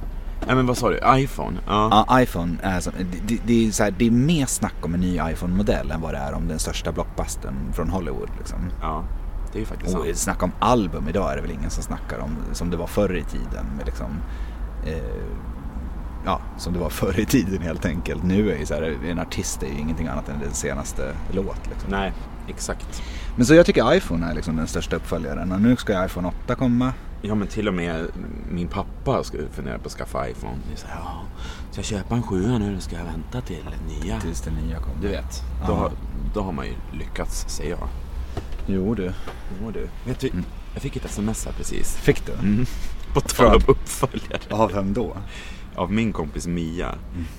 [SPEAKER 3] Nej, men vad sa du? iPhone? Ja.
[SPEAKER 4] Ja, iPhone är som, det, det, det, är så här, det är mer snack om en ny iPhone-modell än vad det är om den största blockbustern från Hollywood. Liksom.
[SPEAKER 3] ja. Det är ju faktiskt sant.
[SPEAKER 4] Och snacka om album idag är det väl ingen som snackar om som det var förr i tiden. Med liksom, eh, ja, som det var *laughs* förr i tiden helt enkelt. Nu är ju så här, en artist är ju ingenting annat än den senaste låt. Liksom.
[SPEAKER 3] Nej, exakt.
[SPEAKER 4] Men så jag tycker iPhone är liksom den största uppföljaren. Och nu ska ju iPhone 8 komma.
[SPEAKER 3] Ja men till och med min pappa skulle fundera på att skaffa iPhone. Det är så här, ja, ska jag köpa en sjua nu eller ska jag vänta till en nya?
[SPEAKER 4] Tills den nya kommer.
[SPEAKER 3] Du vet, då, har- då har man ju lyckats säger jag.
[SPEAKER 4] Jo du.
[SPEAKER 3] Jo du. Vet du, jag fick ett sms här precis.
[SPEAKER 4] Fick du?
[SPEAKER 3] På tal om uppföljare. Mm.
[SPEAKER 4] Av vem då?
[SPEAKER 3] Av min kompis Mia.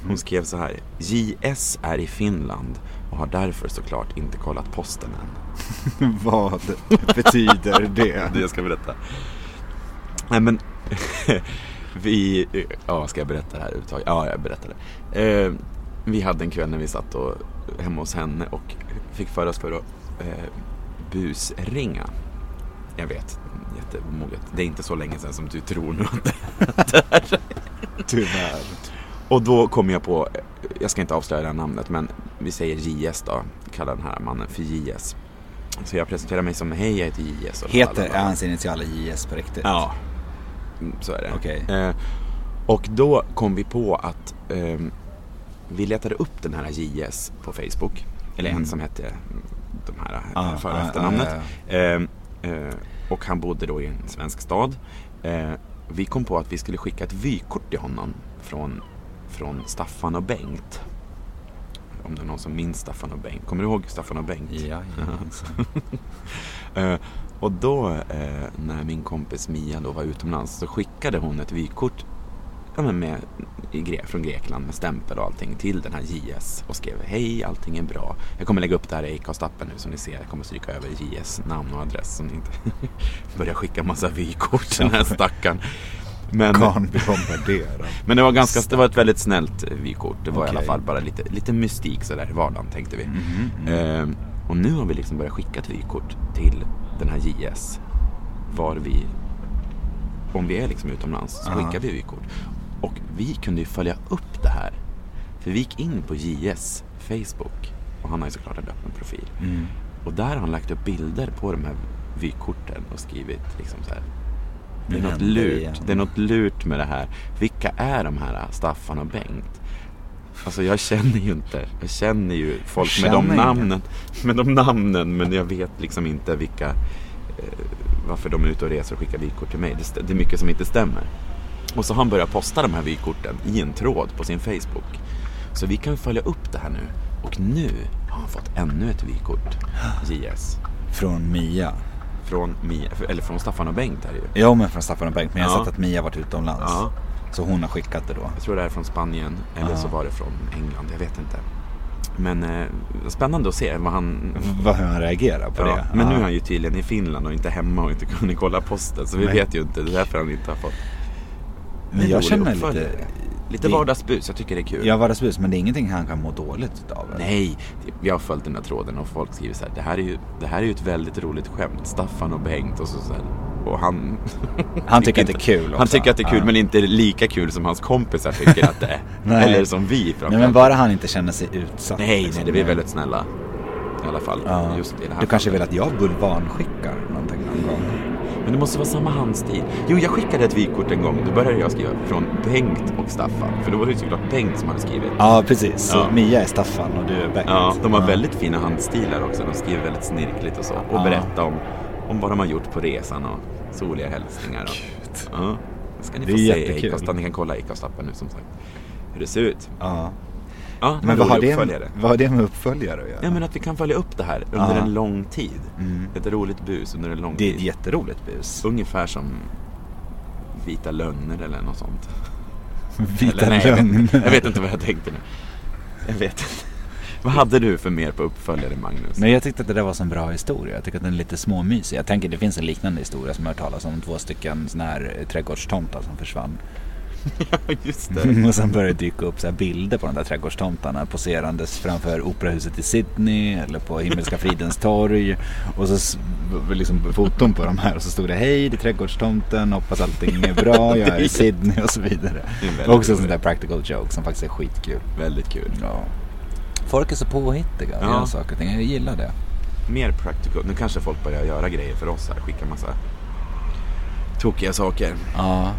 [SPEAKER 3] Hon skrev så här. JS är i Finland och har därför såklart inte kollat posten än.
[SPEAKER 4] *laughs* Vad betyder *laughs* det?
[SPEAKER 3] *laughs* Det jag ska berätta. Nej men, *laughs* vi, ja ska jag berätta det här överhuvudtaget? Ja, jag berättar det. Eh, vi hade en kväll när vi satt och, hemma hos henne och fick för oss för att eh, busringa. Jag vet, jätteomoget. Det är inte så länge sedan som du tror nu att det
[SPEAKER 4] Tyvärr.
[SPEAKER 3] Och då kom jag på, jag ska inte avslöja det här namnet, men vi säger JS då, kallar den här mannen för JS. Så jag presenterar mig som, hej jag heter JS. och
[SPEAKER 4] Heter
[SPEAKER 3] blablabla.
[SPEAKER 4] är hans initialer JS på riktigt?
[SPEAKER 3] Ja, Mm, så är det.
[SPEAKER 4] Okej.
[SPEAKER 3] Eh, och då kom vi på att ehm, vi letade upp den här JS på Facebook. Eller en som hette mm, de här
[SPEAKER 4] Ah,
[SPEAKER 3] ah, för och
[SPEAKER 4] ah,
[SPEAKER 3] efternamnet.
[SPEAKER 4] ah,
[SPEAKER 3] Ehm, eh, och han bodde då i en svensk stad. Eh, vi kom på att vi skulle skicka ett vykort till honom från, från Staffan och Bengt. Om det är någon som minns Staffan och Bengt. Kommer du ihåg Staffan och Bengt?
[SPEAKER 4] *laughs* Ja,
[SPEAKER 3] Eh, och då eh, när min kompis Mia då var utomlands så skickade hon ett vykort ja, men med, i Gre- från Grekland med stämpel och allting till den här JS och skrev hej allting är bra. Jag kommer lägga upp det här i Acast-appen nu som ni ser. Jag kommer stryka över JS namn och adress så ni inte *laughs* börjar skicka massa vykort till den här stackaren. Men,
[SPEAKER 4] Kan bli bombarderad.
[SPEAKER 3] men det var, ganska, det var ett väldigt snällt eh, vykort. Det var i alla
[SPEAKER 4] Okej.
[SPEAKER 3] fall bara lite, lite mystik sådär i vardagen tänkte vi. Ehm, och nu har vi liksom börjat skicka ett vykort till den här JS. var vi, om vi är liksom utomlands, så skickar vi vykort. Och vi kunde ju följa upp det här. För vi gick in på JS Facebook och han har ju såklart en öppen profil.
[SPEAKER 4] Mm.
[SPEAKER 3] Och där har han lagt upp bilder på de här vykorten och skrivit liksom så här. Det är
[SPEAKER 4] Nu
[SPEAKER 3] något
[SPEAKER 4] händer det igen.
[SPEAKER 3] lurt, det är något lurt med det här. Vilka är de här Staffan och Bengt? Alltså jag känner ju inte, jag känner ju folk
[SPEAKER 4] Känner
[SPEAKER 3] med de
[SPEAKER 4] ingen.
[SPEAKER 3] namnen. Med de namnen men jag vet liksom inte vilka, eh, varför de är ute och reser och skickar vykort till mig. Det, st- det är mycket som inte stämmer. Och så har han börjat posta de här vykorten i en tråd på sin Facebook. Så vi kan följa upp det här nu. Och nu har han fått ännu ett vykort, JS.
[SPEAKER 4] Från Mia.
[SPEAKER 3] Från, Mia, eller från Staffan och Bengt är det ju.
[SPEAKER 4] Jo men från Staffan och Bengt, men jag har
[SPEAKER 3] Ja.
[SPEAKER 4] sett att Mia varit utomlands.
[SPEAKER 3] Ja.
[SPEAKER 4] Så hon har skickat det då.
[SPEAKER 3] Jag tror det är från Spanien eller så var det från England, jag vet inte. Men eh, spännande att se vad han...
[SPEAKER 4] Vad hur han reagerar på
[SPEAKER 3] Ja,
[SPEAKER 4] det.
[SPEAKER 3] men nu är
[SPEAKER 4] Ja.
[SPEAKER 3] han ju tydligen i Finland och inte hemma och inte kunde kolla posten. Så vi
[SPEAKER 4] Nej.
[SPEAKER 3] vet ju inte, det är därför han inte har fått.
[SPEAKER 4] Men
[SPEAKER 3] Det är
[SPEAKER 4] jag
[SPEAKER 3] rolig
[SPEAKER 4] känner
[SPEAKER 3] uppföljare.
[SPEAKER 4] lite...
[SPEAKER 3] Lite
[SPEAKER 4] det-
[SPEAKER 3] vardagsbus, jag tycker det är kul.
[SPEAKER 4] Jag var rasbus, men det är ingenting han kan må dåligt utav. eller?
[SPEAKER 3] Nej, jag har följt den här tråden och folk skriver så här, det här är ju, det här är ju ett väldigt roligt skämt. Staffan och Bengt och så, så här. Och
[SPEAKER 4] *laughs*
[SPEAKER 3] han...
[SPEAKER 4] Han tycker att det är kul också.
[SPEAKER 3] Han tycker att det är kul,
[SPEAKER 4] Ja.
[SPEAKER 3] men inte lika kul som hans kompisar tycker att det är.
[SPEAKER 4] *laughs* Nej.
[SPEAKER 3] Eller som vi
[SPEAKER 4] Nej,
[SPEAKER 3] framförallt.
[SPEAKER 4] men bara han inte känner sig utsatt.
[SPEAKER 3] Nej,
[SPEAKER 4] liksom.
[SPEAKER 3] nej, det är väldigt snälla. I alla fall.
[SPEAKER 4] Ja.
[SPEAKER 3] Just i det här
[SPEAKER 4] Du kanske vill
[SPEAKER 3] fallet. Mm.
[SPEAKER 4] att jag bulvanskickar någonting någon gång?
[SPEAKER 3] Men det måste vara samma handstil. Jo, jag skickade ett vykort en gång. Då började jag skriva från Bengt och Staffan. För då var det ju såklart Bengt som hade skrivit.
[SPEAKER 4] Ja, precis. Så
[SPEAKER 3] Ja.
[SPEAKER 4] Mia är Staffan och du är Bengt.
[SPEAKER 3] Ja, de har väldigt fina handstilar också. De skriver väldigt snirkligt och så. Och
[SPEAKER 4] Ja.
[SPEAKER 3] berättar om, om vad de har gjort på resan och soliga hälsningar. Och, ja. Det ska ni
[SPEAKER 4] Det
[SPEAKER 3] få
[SPEAKER 4] är
[SPEAKER 3] se i
[SPEAKER 4] jättekul.
[SPEAKER 3] Acast. Ni kan kolla Acast-appen nu som sagt. Hur det ser ut.
[SPEAKER 4] Ja.
[SPEAKER 3] Ja, det var
[SPEAKER 4] Men
[SPEAKER 3] en
[SPEAKER 4] vad har,
[SPEAKER 3] rolig
[SPEAKER 4] det,
[SPEAKER 3] uppföljare.
[SPEAKER 4] vad har det med uppföljare att göra?
[SPEAKER 3] Ja, men att vi kan följa upp det här under
[SPEAKER 4] Ja. Mm.
[SPEAKER 3] en lång tid. Ett roligt bus under en lång
[SPEAKER 4] Det är
[SPEAKER 3] tid.
[SPEAKER 4] ett jätteroligt bus.
[SPEAKER 3] Ungefär som Vita lögner eller något sånt.
[SPEAKER 4] Vita
[SPEAKER 3] nej, jag vet inte. Jag
[SPEAKER 4] lögner.
[SPEAKER 3] vet inte vad jag tänkte nu. Jag vet inte. Vad hade du för mer på uppföljare Magnus?
[SPEAKER 4] Men jag tyckte att det där var så en bra historia. Jag tycker att den är lite småmysig. Jag tänker det finns en liknande historia som jag har hört talas om. Två stycken sådana här eh, trädgårdstomtar som försvann.
[SPEAKER 3] Ja, just
[SPEAKER 4] *laughs*
[SPEAKER 3] det.
[SPEAKER 4] Och sen började det dyka upp så här bilder på de där trädgårdstomtarna poserandes framför operahuset i Sydney eller på Himmelska fridens torg. Och så s- liksom foton på de här och så stod det hej det är trädgårdstomten, hoppas allting är
[SPEAKER 3] *laughs*
[SPEAKER 4] bra, jag är i Sydney och så vidare.
[SPEAKER 3] Det är väldigt
[SPEAKER 4] Det var också en
[SPEAKER 3] roligt.
[SPEAKER 4] sån där practical joke som faktiskt är skitkul.
[SPEAKER 3] Väldigt kul.
[SPEAKER 4] Ja. Folk är så påhittiga och
[SPEAKER 3] Ja.
[SPEAKER 4] gör saker och ting. Jag gillar det.
[SPEAKER 3] Mer practical. Nu kanske folk börjar göra grejer för oss här. Skicka massa tokiga saker.
[SPEAKER 4] Ja.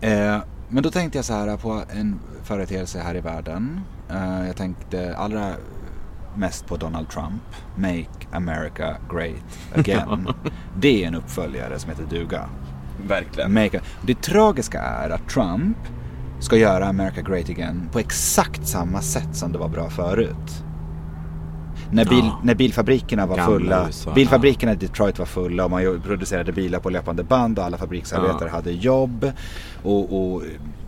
[SPEAKER 4] Eh, men då tänkte jag så här på en företeelse här i världen. Eh, jag tänkte allra mest på Donald Trump. Make America Great Again. det är en uppföljare som heter duga.
[SPEAKER 3] Verkligen.
[SPEAKER 4] Make, det tragiska är att Trump ska göra America Great Again på exakt samma sätt som det var bra förut. När, bil,
[SPEAKER 3] Ja.
[SPEAKER 4] när bilfabrikerna var
[SPEAKER 3] Gamla
[SPEAKER 4] fulla,
[SPEAKER 3] USA,
[SPEAKER 4] bilfabrikerna i Detroit var fulla och man ju- producerade bilar på löpande band och alla fabriksarbetare hade jobb. Och, och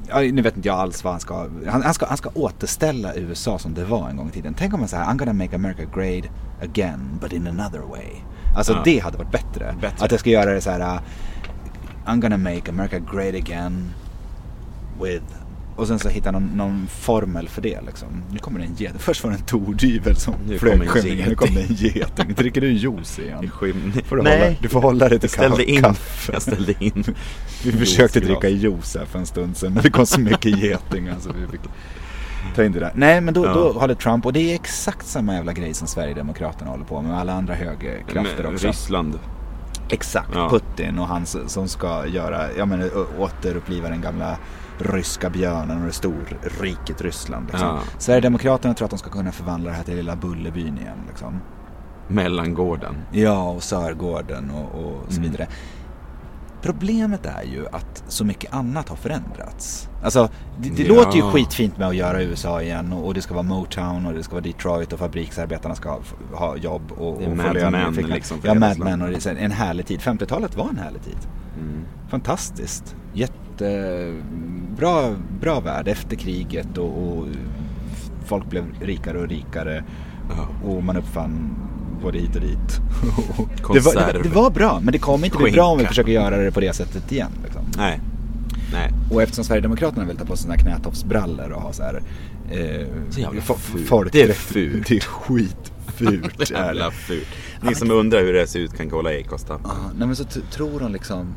[SPEAKER 4] ja, nu vet inte jag alls vad han ska, han, han ska, han ska återställa USA som det var en gång i tiden. Tänk om man säger I'm gonna make America great again but in another way. Alltså det hade varit bättre.
[SPEAKER 3] Bättre.
[SPEAKER 4] Att jag ska göra det så här uh, I'm gonna make America great again with... Och sen så hitta någon, någon formel för det liksom. Nu kommer det en get. Först var det en tordyvel som
[SPEAKER 3] Nu
[SPEAKER 4] flög
[SPEAKER 3] kommer en
[SPEAKER 4] skymningen, nu
[SPEAKER 3] get.
[SPEAKER 4] kommer det en geting. Dricker du juice igen?
[SPEAKER 3] Skym...
[SPEAKER 4] Får du, hålla, du får hålla dig till
[SPEAKER 3] jag ställde
[SPEAKER 4] ka-
[SPEAKER 3] in.
[SPEAKER 4] kaffe.
[SPEAKER 3] Jag ställde
[SPEAKER 4] *laughs*
[SPEAKER 3] in.
[SPEAKER 4] Vi försökte
[SPEAKER 3] juiceglas.
[SPEAKER 4] dricka juice här för en stund sedan men det kom så mycket geting alltså. Vi fick ta in det där. Nej men då, då håller Trump och det är exakt samma jävla grej som Sverigedemokraterna håller på med och alla andra högerkrafter
[SPEAKER 3] Men eh,
[SPEAKER 4] också.
[SPEAKER 3] Ryssland.
[SPEAKER 4] Exakt,
[SPEAKER 3] Ja.
[SPEAKER 4] Putin och han s- som ska göra, ja men ö- återuppliva den gamla ryska björnen och det storriket Ryssland. Liksom.
[SPEAKER 3] Ja.
[SPEAKER 4] Sverigedemokraterna tror att de ska kunna förvandla det här till lilla Bullerbyn igen. Liksom.
[SPEAKER 3] Mellangården.
[SPEAKER 4] Ja, och Sörgården och, och så
[SPEAKER 3] Mm.
[SPEAKER 4] vidare. Problemet är ju att så mycket annat har förändrats. Alltså, det, det
[SPEAKER 3] Ja.
[SPEAKER 4] låter ju skitfint med att göra USA igen och, och det ska vara Motown och det ska vara Detroit och fabriksarbetarna ska ha, ha jobb och,
[SPEAKER 3] Det är
[SPEAKER 4] och
[SPEAKER 3] Mad Men,
[SPEAKER 4] i fickan.
[SPEAKER 3] liksom, för
[SPEAKER 4] Ja,
[SPEAKER 3] hela
[SPEAKER 4] Mad
[SPEAKER 3] slanten.
[SPEAKER 4] Men och det är så här en härlig tid. 50-talet var en härlig tid.
[SPEAKER 3] Mm.
[SPEAKER 4] Fantastiskt. Jättebra bra värld efter kriget och, och folk blev rikare och rikare. Och man uppfann både hit och
[SPEAKER 3] *laughs*
[SPEAKER 4] dit. det, var, det, var- det var bra, men det kommer inte bli bra om vi
[SPEAKER 3] Skinka.
[SPEAKER 4] försöker göra det på det sättet igen. Liksom.
[SPEAKER 3] Nej. Nej.
[SPEAKER 4] Och eftersom Sverigedemokraterna vill ta på sig sina knätofsbrallor och ha så här... Eh,
[SPEAKER 3] Så jävla
[SPEAKER 4] fo-
[SPEAKER 3] fult.
[SPEAKER 4] folk-
[SPEAKER 3] Det är fult.
[SPEAKER 4] *laughs* Det är skitfult. fult
[SPEAKER 3] *laughs*
[SPEAKER 4] är
[SPEAKER 3] Jävla
[SPEAKER 4] det.
[SPEAKER 3] fult. Ni som undrar hur det ser ut kan kolla Acast-appen.
[SPEAKER 4] Ja, nej men så t- tror de liksom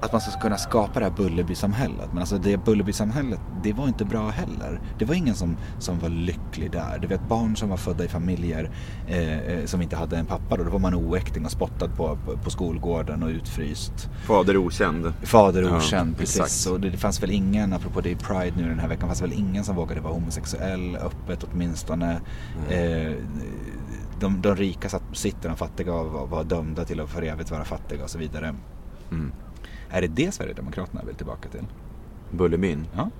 [SPEAKER 4] att man ska kunna skapa det här Bullerbysamhället. Men alltså det Bullerbysamhället, det var inte bra heller. Det var ingen som, som var lycklig där. Du vet barn som var födda i familjer eh, eh, som inte hade en pappa då. Då var man oäkting och spottad på, på, på skolgården och utfryst.
[SPEAKER 3] Fader okänd.
[SPEAKER 4] Fader
[SPEAKER 3] Ja,
[SPEAKER 4] okänd, precis.
[SPEAKER 3] exakt.
[SPEAKER 4] Och det, det fanns väl ingen, apropå det i Pride nu den här veckan, fanns väl ingen som vågade vara homosexuell öppet åtminstone. Eh, de, de rika satt på sitter, de fattiga var, var dömda till att för evigt vara fattiga och så vidare.
[SPEAKER 3] Mm.
[SPEAKER 4] Är det det Sverigedemokraterna vill tillbaka till?
[SPEAKER 3] Bullerbyn.
[SPEAKER 4] Ja.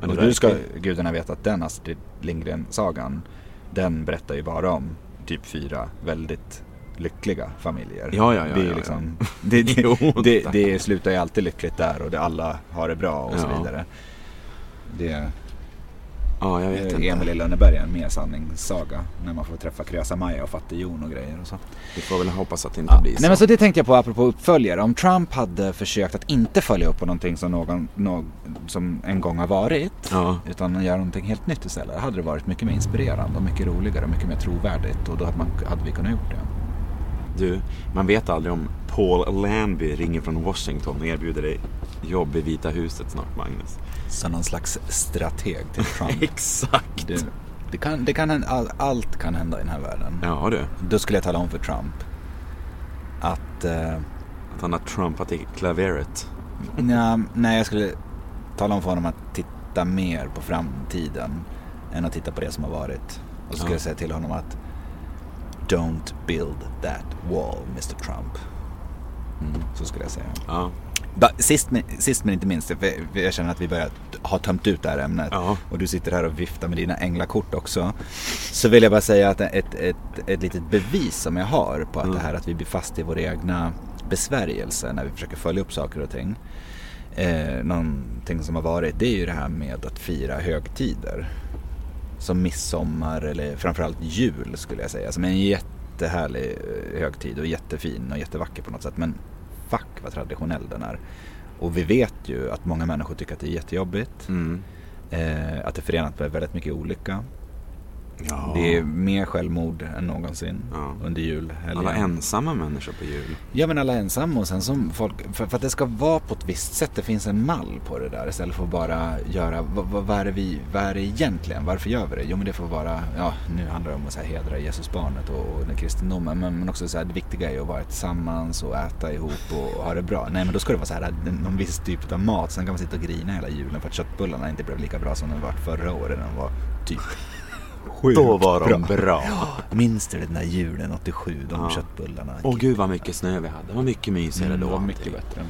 [SPEAKER 3] Men
[SPEAKER 4] och
[SPEAKER 3] det
[SPEAKER 4] du
[SPEAKER 3] där-
[SPEAKER 4] ska gudarna veta att den Astrid Lindgren-sagan, den berättar ju bara om typ fyra väldigt lyckliga familjer.
[SPEAKER 3] Ja, ja, ja,
[SPEAKER 4] Det, är
[SPEAKER 3] ja, ja.
[SPEAKER 4] liksom, *laughs* det, det,
[SPEAKER 3] Jo,
[SPEAKER 4] det,
[SPEAKER 3] tack.
[SPEAKER 4] det slutar ju alltid lyckligt där och det, alla har det bra och så
[SPEAKER 3] Ja.
[SPEAKER 4] vidare. Det
[SPEAKER 3] Ja, jag vet
[SPEAKER 4] är Eh, Emil
[SPEAKER 3] inte.
[SPEAKER 4] i Lönneberga, en mer sanningssaga. När man får träffa Krösa-Maja och Fattig-Jon och grejer och så.
[SPEAKER 3] Vi får väl hoppas att det inte blir så.
[SPEAKER 4] Nej men så det tänkte jag på apropå uppföljare. Om Trump hade försökt att inte följa upp på någonting som, någon, nå- som en gång har varit.
[SPEAKER 3] Ja.
[SPEAKER 4] Utan göra någonting helt nytt istället. Hade det varit mycket mer inspirerande och mycket roligare och mycket mer trovärdigt. Och då hade, man, hade vi kunnat gjort det.
[SPEAKER 3] Du, man vet aldrig om Paul Lambie ringer från Washington och erbjuder dig jobb i Vita huset snart,
[SPEAKER 4] *laughs*
[SPEAKER 3] Magnus.
[SPEAKER 4] Så någon slags strateg *laughs* till Trump.
[SPEAKER 3] Exakt!
[SPEAKER 4] det, det kan, det kan hända, all, allt kan hända i den här världen.
[SPEAKER 3] Ja du,
[SPEAKER 4] Då skulle jag tala om för Trump att eh,
[SPEAKER 3] att han har trumpat i klaveret.
[SPEAKER 4] Nja, nej, jag skulle tala om för honom att titta mer på framtiden än att titta på det som har varit. Och så skulle
[SPEAKER 3] Ja.
[SPEAKER 4] jag säga till honom att Don't build that wall, Mr Trump. Mm, så skulle jag säga.
[SPEAKER 3] Ja.
[SPEAKER 4] Ba, sist, men, sist men inte minst, för för jag känner att vi börjar t- ha tömt ut det här ämnet.
[SPEAKER 3] Ja.
[SPEAKER 4] Och du sitter här och viftar med dina änglakort också. Så vill jag bara säga att ett, ett, ett litet bevis som jag har på att det här att vi blir fast i våra egna besvärjelser när vi försöker följa upp saker och ting. Eh, någonting som har varit, det är ju det här med att fira högtider. Som midsommar eller framförallt jul skulle jag säga. Som är en jättehärlig eh, högtid och jättefin och jättevacker på något sätt. Men fuck vad traditionell den är. Och vi vet ju att många människor tycker att det är jättejobbigt.
[SPEAKER 3] Mm.
[SPEAKER 4] Eh, att det är förenat med väldigt mycket olycka.
[SPEAKER 3] ja.
[SPEAKER 4] Det är mer självmord än någonsin
[SPEAKER 3] Ja.
[SPEAKER 4] under julhelgen.
[SPEAKER 3] Alla ensamma människor på jul.
[SPEAKER 4] Ja men alla ensamma och sen som folk, för, för att det ska vara på ett visst sätt, det finns en mall på det där istället för att bara göra, vad, vad, vad är det vi, vad är det egentligen, varför gör vi det? Jo men det får vara, ja nu handlar det om att så här, hedra Jesusbarnet och, och den kristendomen men, men också så här, det viktiga är ju att vara tillsammans och äta ihop och, och ha det bra. Nej men då ska det vara så här, en- någon viss typ av mat, sen kan man sitta och grina hela julen för att köttbullarna inte blev lika bra som de var förra året när de var typ sjukt
[SPEAKER 3] Då var de bra.
[SPEAKER 4] Ja, minns du den där julen 87, de
[SPEAKER 3] Ja.
[SPEAKER 4] köttbullarna?
[SPEAKER 3] Åh gud vad mycket snö vi hade, vad mycket
[SPEAKER 4] Mm,
[SPEAKER 3] mysigare då. allting.
[SPEAKER 4] bättre.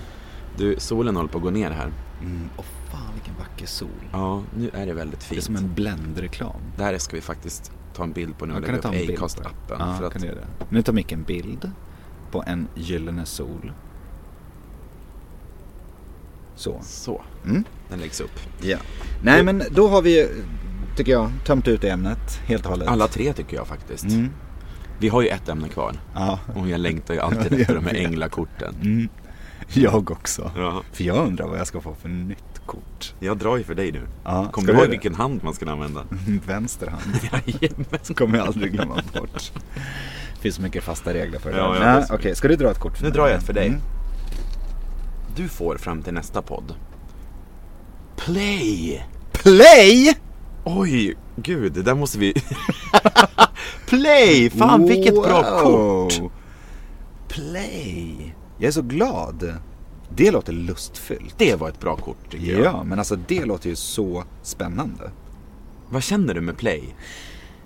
[SPEAKER 3] Du, solen håller på att gå ner här.
[SPEAKER 4] Mm. Och fan vilken vacker sol.
[SPEAKER 3] Ja, nu är det väldigt
[SPEAKER 4] Det är
[SPEAKER 3] fint.
[SPEAKER 4] som en bländreklam.
[SPEAKER 3] Det här ska vi faktiskt ta en bild på nu och lägga upp Acast-appen.
[SPEAKER 4] Ja,
[SPEAKER 3] för att...
[SPEAKER 4] kan du göra det. Nu tar Micke en bild på en gyllene sol. Så.
[SPEAKER 3] Så,
[SPEAKER 4] Mm.
[SPEAKER 3] den läggs upp.
[SPEAKER 4] Ja. Nej men då har vi, tycker jag, tömt ut ämnet helt och hållet.
[SPEAKER 3] Alla tre tycker jag faktiskt.
[SPEAKER 4] Mm.
[SPEAKER 3] Vi har ju ett ämne kvar.
[SPEAKER 4] Ja, *laughs*
[SPEAKER 3] Och jag längtar ju alltid efter de här änglakorten.
[SPEAKER 4] Mm. jag också.
[SPEAKER 3] Ja.
[SPEAKER 4] För jag undrar vad jag ska få för nytt kort. *laughs*
[SPEAKER 3] Jag drar ju för dig nu.
[SPEAKER 4] Ja,
[SPEAKER 3] Kommer
[SPEAKER 4] ska
[SPEAKER 3] du ihåg
[SPEAKER 4] vi göra det? Mm.
[SPEAKER 3] vilken hand man ska använda?
[SPEAKER 4] Vänster
[SPEAKER 3] *laughs*
[SPEAKER 4] hand. Som kommer jag aldrig glömma bort. Det finns så mycket fasta regler för det.
[SPEAKER 3] Ja,
[SPEAKER 4] där.
[SPEAKER 3] ja,
[SPEAKER 4] Nej,
[SPEAKER 3] det är så.
[SPEAKER 4] Okej, ska du dra ett kort? för
[SPEAKER 3] Nu
[SPEAKER 4] mig?
[SPEAKER 3] drar jag ett för dig.
[SPEAKER 4] Mm.
[SPEAKER 3] Du får fram till nästa podd. Play!
[SPEAKER 4] Play!
[SPEAKER 3] Oj, gud, det där måste vi... *laughs* Play! Fan vilket bra
[SPEAKER 4] Wow.
[SPEAKER 3] kort!
[SPEAKER 4] Play! Jag är så glad. Det låter lustfyllt.
[SPEAKER 3] Det var ett bra kort tycker
[SPEAKER 4] Ja,
[SPEAKER 3] jag.
[SPEAKER 4] men alltså det låter ju så spännande.
[SPEAKER 3] Vad känner du med play?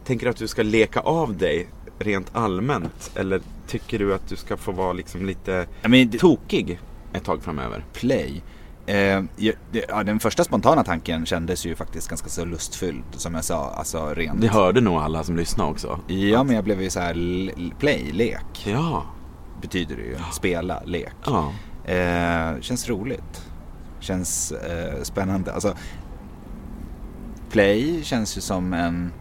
[SPEAKER 3] Tänker du att du ska leka av dig rent allmänt? Eller tycker du att du ska få vara liksom lite
[SPEAKER 4] I mean, det-
[SPEAKER 3] tokig ett tag framöver?
[SPEAKER 4] Play. Eh, ja, det, ja, den första spontana tanken kändes ju faktiskt ganska så lustfylld som jag sa, alltså rent.
[SPEAKER 3] Det hörde nog alla som lyssnade också.
[SPEAKER 4] Ja, men jag blev ju så här, l- l- play, lek
[SPEAKER 3] Ja,
[SPEAKER 4] betyder det ju. Spela, lek.
[SPEAKER 3] ja.
[SPEAKER 4] Eh, känns roligt. Känns eh, spännande. Alltså, play känns ju som en...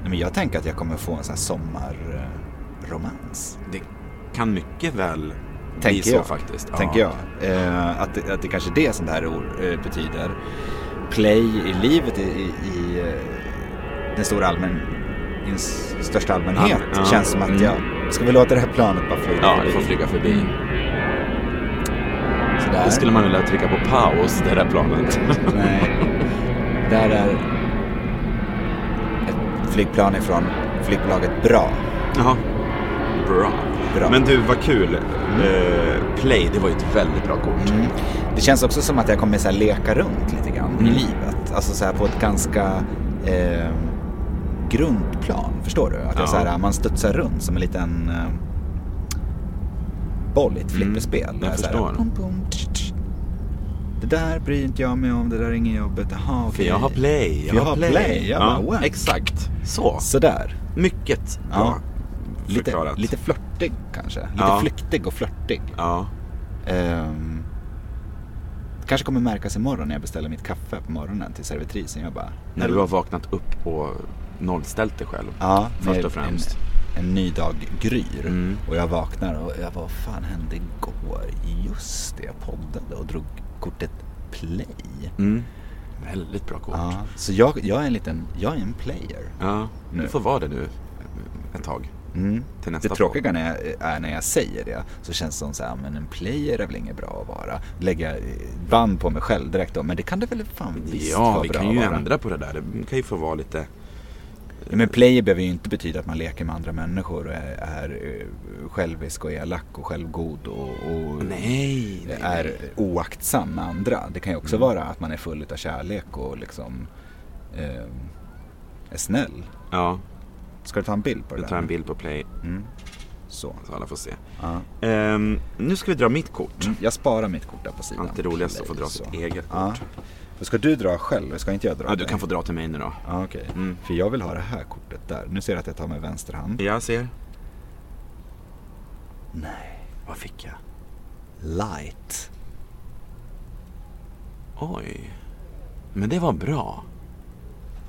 [SPEAKER 4] Nej, men jag tänker att jag kommer få en sån här sommarromans.
[SPEAKER 3] Det kan mycket väl bli
[SPEAKER 4] Tänker
[SPEAKER 3] så
[SPEAKER 4] jag.
[SPEAKER 3] faktiskt.
[SPEAKER 4] Tänker
[SPEAKER 3] ja.
[SPEAKER 4] jag. Eh, att, det, att det kanske är det som det här ord, eh, betyder. play i livet i, i, i eh, den stora allmän, i den s- största allmänhet.
[SPEAKER 3] Allmän, ja.
[SPEAKER 4] Känns som att
[SPEAKER 3] Mm.
[SPEAKER 4] ja, ska vi låta det här planet bara flyga
[SPEAKER 3] Ja, det får flyga förbi.
[SPEAKER 4] Sådär.
[SPEAKER 3] Då skulle man vilja trycka på paus, det där *laughs* planet.
[SPEAKER 4] Nej. Där är ett flygplan ifrån flygbolaget Bra.
[SPEAKER 3] Jaha. Bra.
[SPEAKER 4] Bra.
[SPEAKER 3] Men du, vad kul. Eh, play, det var ju ett väldigt bra kort.
[SPEAKER 4] Det känns också som att jag kommer så här leka runt lite grann
[SPEAKER 3] Mm.
[SPEAKER 4] i livet. Alltså så här på ett ganska eh, grundplan, förstår du? Att
[SPEAKER 3] Ja.
[SPEAKER 4] jag så här, man studsar runt som en liten eh, boll i ett flipperspel.
[SPEAKER 3] Mm. jag
[SPEAKER 4] Där så här,
[SPEAKER 3] förstår.
[SPEAKER 4] pom, pom, tsch, tsch. Det där bryr inte jag mig om, det där är inget jobbet. Aha,
[SPEAKER 3] För jag har play.
[SPEAKER 4] För jag har play. Jag bara, wow.
[SPEAKER 3] Exakt. Så.
[SPEAKER 4] Sådär.
[SPEAKER 3] Mycket bra.
[SPEAKER 4] Ja. Lite,
[SPEAKER 3] Förklarat.
[SPEAKER 4] lite flörtig kanske. Lite
[SPEAKER 3] Ja.
[SPEAKER 4] flyktig och flörtig.
[SPEAKER 3] Ja.
[SPEAKER 4] Ehm, det kanske kommer märkas imorgon när jag beställer mitt kaffe på morgonen till servitrisen. Jag bara,
[SPEAKER 3] När du har vaknat upp och nollställt dig själv.
[SPEAKER 4] ja,
[SPEAKER 3] först
[SPEAKER 4] när
[SPEAKER 3] och främst. Mm.
[SPEAKER 4] En, en ny dag gryr och jag vaknar och jag bara, vad fan hände igår? Just det, jag poddade och drog kortet play.
[SPEAKER 3] Mm. Väldigt bra kort.
[SPEAKER 4] Mm. Ja, så jag, jag är en liten, jag är en player.
[SPEAKER 3] Ja, du får vara det nu ett tag. Till nästa
[SPEAKER 4] Mm. Det tråkiga när jag, är när jag säger det så känns det som så här, men en player är väl inget bra att vara. Lägga eh, band på mig själv direkt då, men det kan det väl fan visst
[SPEAKER 3] Ja,
[SPEAKER 4] vara
[SPEAKER 3] vi
[SPEAKER 4] bra
[SPEAKER 3] kan
[SPEAKER 4] att
[SPEAKER 3] ju
[SPEAKER 4] vara.
[SPEAKER 3] ändra på det där. Det kan ju få vara lite...
[SPEAKER 4] Ja, men player behöver ju inte betyda att man leker med andra människor och är, är eh, självisk och elak och självgod och, och
[SPEAKER 3] Nej, nej.
[SPEAKER 4] Mm. är oaktsam med andra. Det kan ju
[SPEAKER 3] Mm.
[SPEAKER 4] också vara att man är full av kärlek och liksom eh, är snäll.
[SPEAKER 3] Ja,
[SPEAKER 4] Ska du ta en bild på det Mm.
[SPEAKER 3] jag tar en bild på play
[SPEAKER 4] Så.
[SPEAKER 3] så alla får se. Ehm, nu ska vi dra mitt kort.
[SPEAKER 4] Mm. Jag sparar mitt kort där på sidan.
[SPEAKER 3] Alltid roligast att få
[SPEAKER 4] Play,
[SPEAKER 3] dra
[SPEAKER 4] så.
[SPEAKER 3] sitt eget
[SPEAKER 4] Ja.
[SPEAKER 3] kort.
[SPEAKER 4] Men Ska du dra själv? Ska inte jag dra?
[SPEAKER 3] Ja, du
[SPEAKER 4] det?
[SPEAKER 3] kan få Mm. dra till mig nu då.
[SPEAKER 4] Ja, okej. För jag vill ha det här kortet där. Nu ser jag att jag tar med vänster hand.
[SPEAKER 3] Jag ser. Nej. Vad fick jag?
[SPEAKER 4] Light.
[SPEAKER 3] Oj. Men det var bra.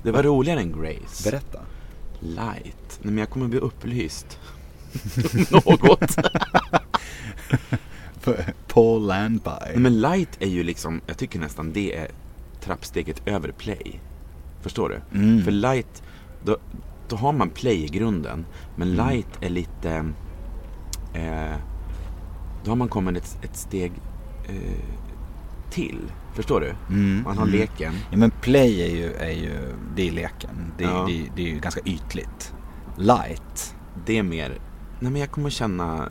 [SPEAKER 3] Det var roligare än Grace.
[SPEAKER 4] Berätta.
[SPEAKER 3] Light. Nej, men jag kommer bli upplyst. *laughs* Något.
[SPEAKER 4] Paul Landby.
[SPEAKER 3] Men light är ju liksom, jag tycker nästan det är trappsteget över play. Förstår du?
[SPEAKER 4] Mm.
[SPEAKER 3] För light, då, då har man play i grunden. Men
[SPEAKER 4] Mm.
[SPEAKER 3] light är lite... Eh, då har man kommit ett, ett steg eh, till. Förstår du? Man har leken.
[SPEAKER 4] Mm. Ja, men play är ju, är ju, det är leken. Det, är-
[SPEAKER 3] Ja.
[SPEAKER 4] det, är- det är ju ganska ytligt. Light.
[SPEAKER 3] Det är mer, nej men jag kommer känna, eh,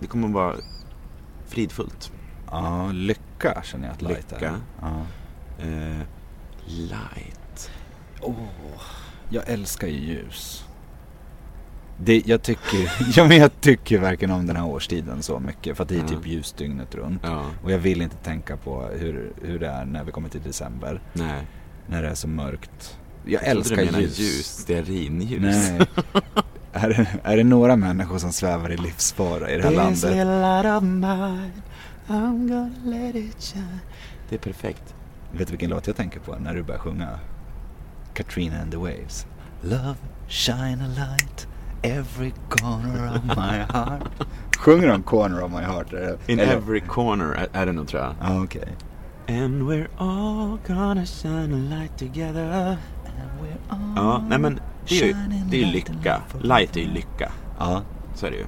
[SPEAKER 3] det kommer vara fridfullt.
[SPEAKER 4] Ja, lycka känner jag att light
[SPEAKER 3] Lycka.
[SPEAKER 4] är. Ja.
[SPEAKER 3] Eh, light.
[SPEAKER 4] Jag älskar ju ljus. Det,
[SPEAKER 3] *laughs*
[SPEAKER 4] jag, tycker, *laughs* ja, men jag tycker verkligen om den här årstiden så mycket för att det är typ ljus dygnet runt.
[SPEAKER 3] Ja.
[SPEAKER 4] Och jag vill inte tänka på hur, hur det är när vi kommer till december.
[SPEAKER 3] Nej.
[SPEAKER 4] När det är så mörkt. Jag,
[SPEAKER 3] trodde
[SPEAKER 4] älskar
[SPEAKER 3] du menade
[SPEAKER 4] ljus.
[SPEAKER 3] ljus. Stearinljus.
[SPEAKER 4] Nej. *laughs* är, det, är det några människor som svävar i livsfara i det här landet?
[SPEAKER 3] Det är perfekt.
[SPEAKER 4] Vet du vilken låt jag tänker på när du börjar sjunga? Katrina and the Waves. Love, shine a light, every corner of my heart.
[SPEAKER 3] *laughs*
[SPEAKER 4] Sjunger de corner of my heart? Eller?
[SPEAKER 3] In
[SPEAKER 4] eller-
[SPEAKER 3] every corner är, är det nog tror jag.
[SPEAKER 4] Ja, okej.
[SPEAKER 3] And we're all gonna shine a light together. Ja, nej men det är ju, det är ju lycka. Light är ju lycka.
[SPEAKER 4] Ja,
[SPEAKER 3] Så är det ju.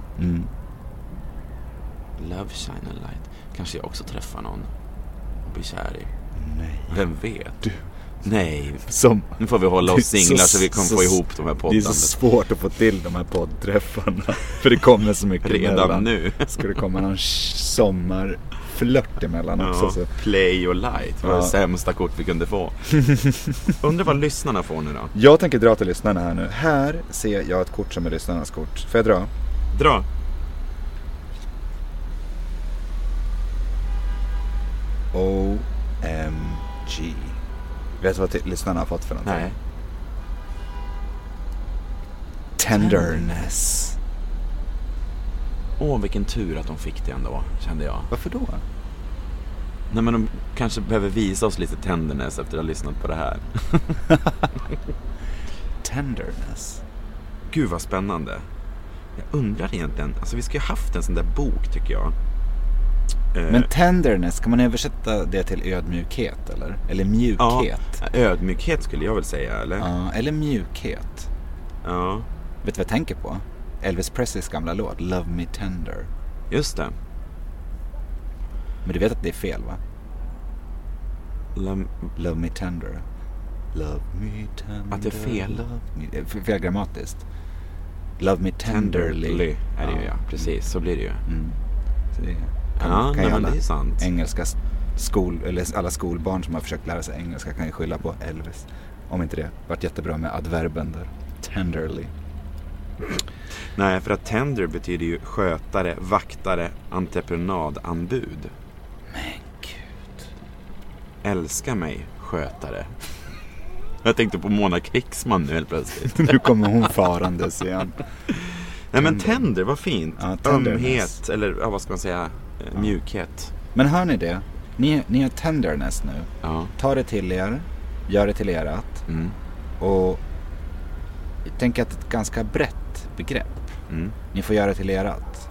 [SPEAKER 3] Love shine a light. Kanske jag också träffar någon och blir kär i.
[SPEAKER 4] nej.
[SPEAKER 3] Vem vet? Nej.
[SPEAKER 4] Som...
[SPEAKER 3] Nu får vi hålla
[SPEAKER 4] det är
[SPEAKER 3] oss singlar så, vi kan få ihop de här
[SPEAKER 4] Det är så
[SPEAKER 3] poddandet.
[SPEAKER 4] svårt att få till de här poddträffarna. *laughs* För det kommer så mycket
[SPEAKER 3] Redan
[SPEAKER 4] emellan.
[SPEAKER 3] nu. *laughs*
[SPEAKER 4] Ska det komma någon sommarflört emellan också
[SPEAKER 3] Ja,
[SPEAKER 4] så
[SPEAKER 3] play och light var det
[SPEAKER 4] Ja.
[SPEAKER 3] sämsta kort vi kunde *laughs* få. Undrar vad lyssnarna får nu då?
[SPEAKER 4] Jag tänker dra till lyssnarna här nu. Här ser jag ett kort som är lyssnarnas kort. Får jag dra?
[SPEAKER 3] Dra!
[SPEAKER 4] OMG. Vet du vad till- lyssnarna har fått för någonting?
[SPEAKER 3] Nej.
[SPEAKER 4] Tenderness.
[SPEAKER 3] Åh, vilken tur att de fick det ändå, kände jag.
[SPEAKER 4] Varför då?
[SPEAKER 3] Nej, men de kanske behöver visa oss lite tenderness efter att ha lyssnat på det här.
[SPEAKER 4] Tenderness.
[SPEAKER 3] Gud vad spännande. Jag undrar egentligen, alltså vi ska ju haft en sån där bok tycker jag.
[SPEAKER 4] Men tenderness, kan man översätta det till ödmjukhet eller? Eller
[SPEAKER 3] Ja,
[SPEAKER 4] mjukhet?
[SPEAKER 3] ödmjukhet skulle jag väl säga, eller? Ja.
[SPEAKER 4] Ja, eller mjukhet. Vet du vad jag tänker på? Elvis Presleys gamla låt Love Me Tender.
[SPEAKER 3] Just det.
[SPEAKER 4] Men du vet att det är fel va?
[SPEAKER 3] Lam-
[SPEAKER 4] Love Me Tender. Love me tender.
[SPEAKER 3] Att det är fel?
[SPEAKER 4] love me- eh, f- Fel grammatiskt. Love me tenderly.
[SPEAKER 3] Tenderly är det ju, ja. Precis, så blir det ju.
[SPEAKER 4] Så det kan,
[SPEAKER 3] Ja,
[SPEAKER 4] kan
[SPEAKER 3] nej,
[SPEAKER 4] ju
[SPEAKER 3] men
[SPEAKER 4] alla
[SPEAKER 3] det är sant.
[SPEAKER 4] engelska s- skol, eller alla skolbarn som har försökt lära sig engelska kan ju skylla på Elvis. Om inte det. Vart jättebra med adverben där. Tenderly. *laughs*
[SPEAKER 3] Nej, för att tender betyder ju skötare, vaktare, entreprenadanbud.
[SPEAKER 4] Gud.
[SPEAKER 3] Älska mig, skötare. Jag tänkte på Mona Krigsman nu helt plötsligt.
[SPEAKER 4] Nu kommer hon farandes igen.
[SPEAKER 3] Nej men tänder, vad fint.
[SPEAKER 4] Ja, tenderness.
[SPEAKER 3] Ömhet, eller ja, vad ska man säga, Eh, mjukhet.
[SPEAKER 4] Men hör ni det? Ni, ni har tenderness nu.
[SPEAKER 3] Ja.
[SPEAKER 4] Ta det till er. Gör det till erat.
[SPEAKER 3] Mm.
[SPEAKER 4] Och tänk att det är ett ganska brett begrepp.
[SPEAKER 3] Mm.
[SPEAKER 4] Ni får göra det till erat.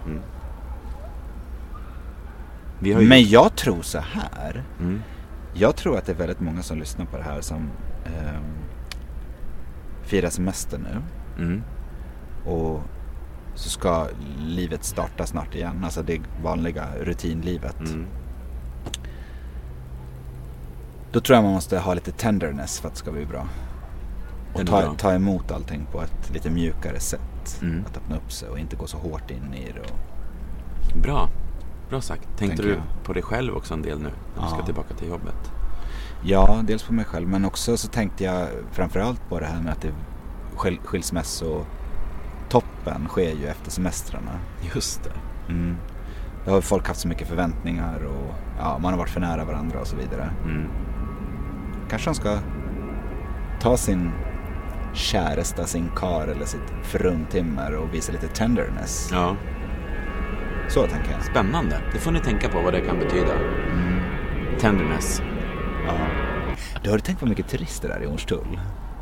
[SPEAKER 3] Vi har ju...
[SPEAKER 4] Men jag tror så här.
[SPEAKER 3] Mm.
[SPEAKER 4] Jag tror att det är väldigt många som lyssnar på det här som ehm, firar semester nu.
[SPEAKER 3] Mm.
[SPEAKER 4] Och så ska livet starta snart igen. Alltså det vanliga rutinlivet.
[SPEAKER 3] Mm.
[SPEAKER 4] Då tror jag man måste ha lite tenderness för att det ska bli bra.
[SPEAKER 3] Den
[SPEAKER 4] Och
[SPEAKER 3] är bra.
[SPEAKER 4] ta, ta emot allting på ett lite mjukare sätt.
[SPEAKER 3] Mm.
[SPEAKER 4] Att öppna upp sig och inte gå så hårt in i det. Och,
[SPEAKER 3] Bra. Bra sagt. Tänkte
[SPEAKER 4] Tänker
[SPEAKER 3] du
[SPEAKER 4] jag.
[SPEAKER 3] på dig själv också en del nu? När du ska
[SPEAKER 4] Ja.
[SPEAKER 3] tillbaka till jobbet.
[SPEAKER 4] ja, dels på mig själv men också så tänkte jag framförallt på det här med att det skil, skilsmässotoppen sker ju efter semestrarna.
[SPEAKER 3] Just det.
[SPEAKER 4] Då har folk haft så mycket förväntningar och ja, man har varit för nära varandra och så vidare.
[SPEAKER 3] Mm.
[SPEAKER 4] Kanske de ska ta sin käresta, sin kar eller sitt fruntimmer och visa lite tenderness.
[SPEAKER 3] Ja.
[SPEAKER 4] Så tänker jag.
[SPEAKER 3] Spännande. Det får ni tänka på vad det kan betyda.
[SPEAKER 4] Mm.
[SPEAKER 3] Tenderness.
[SPEAKER 4] Du har du tänkt på hur mycket turister det är i Hornstull?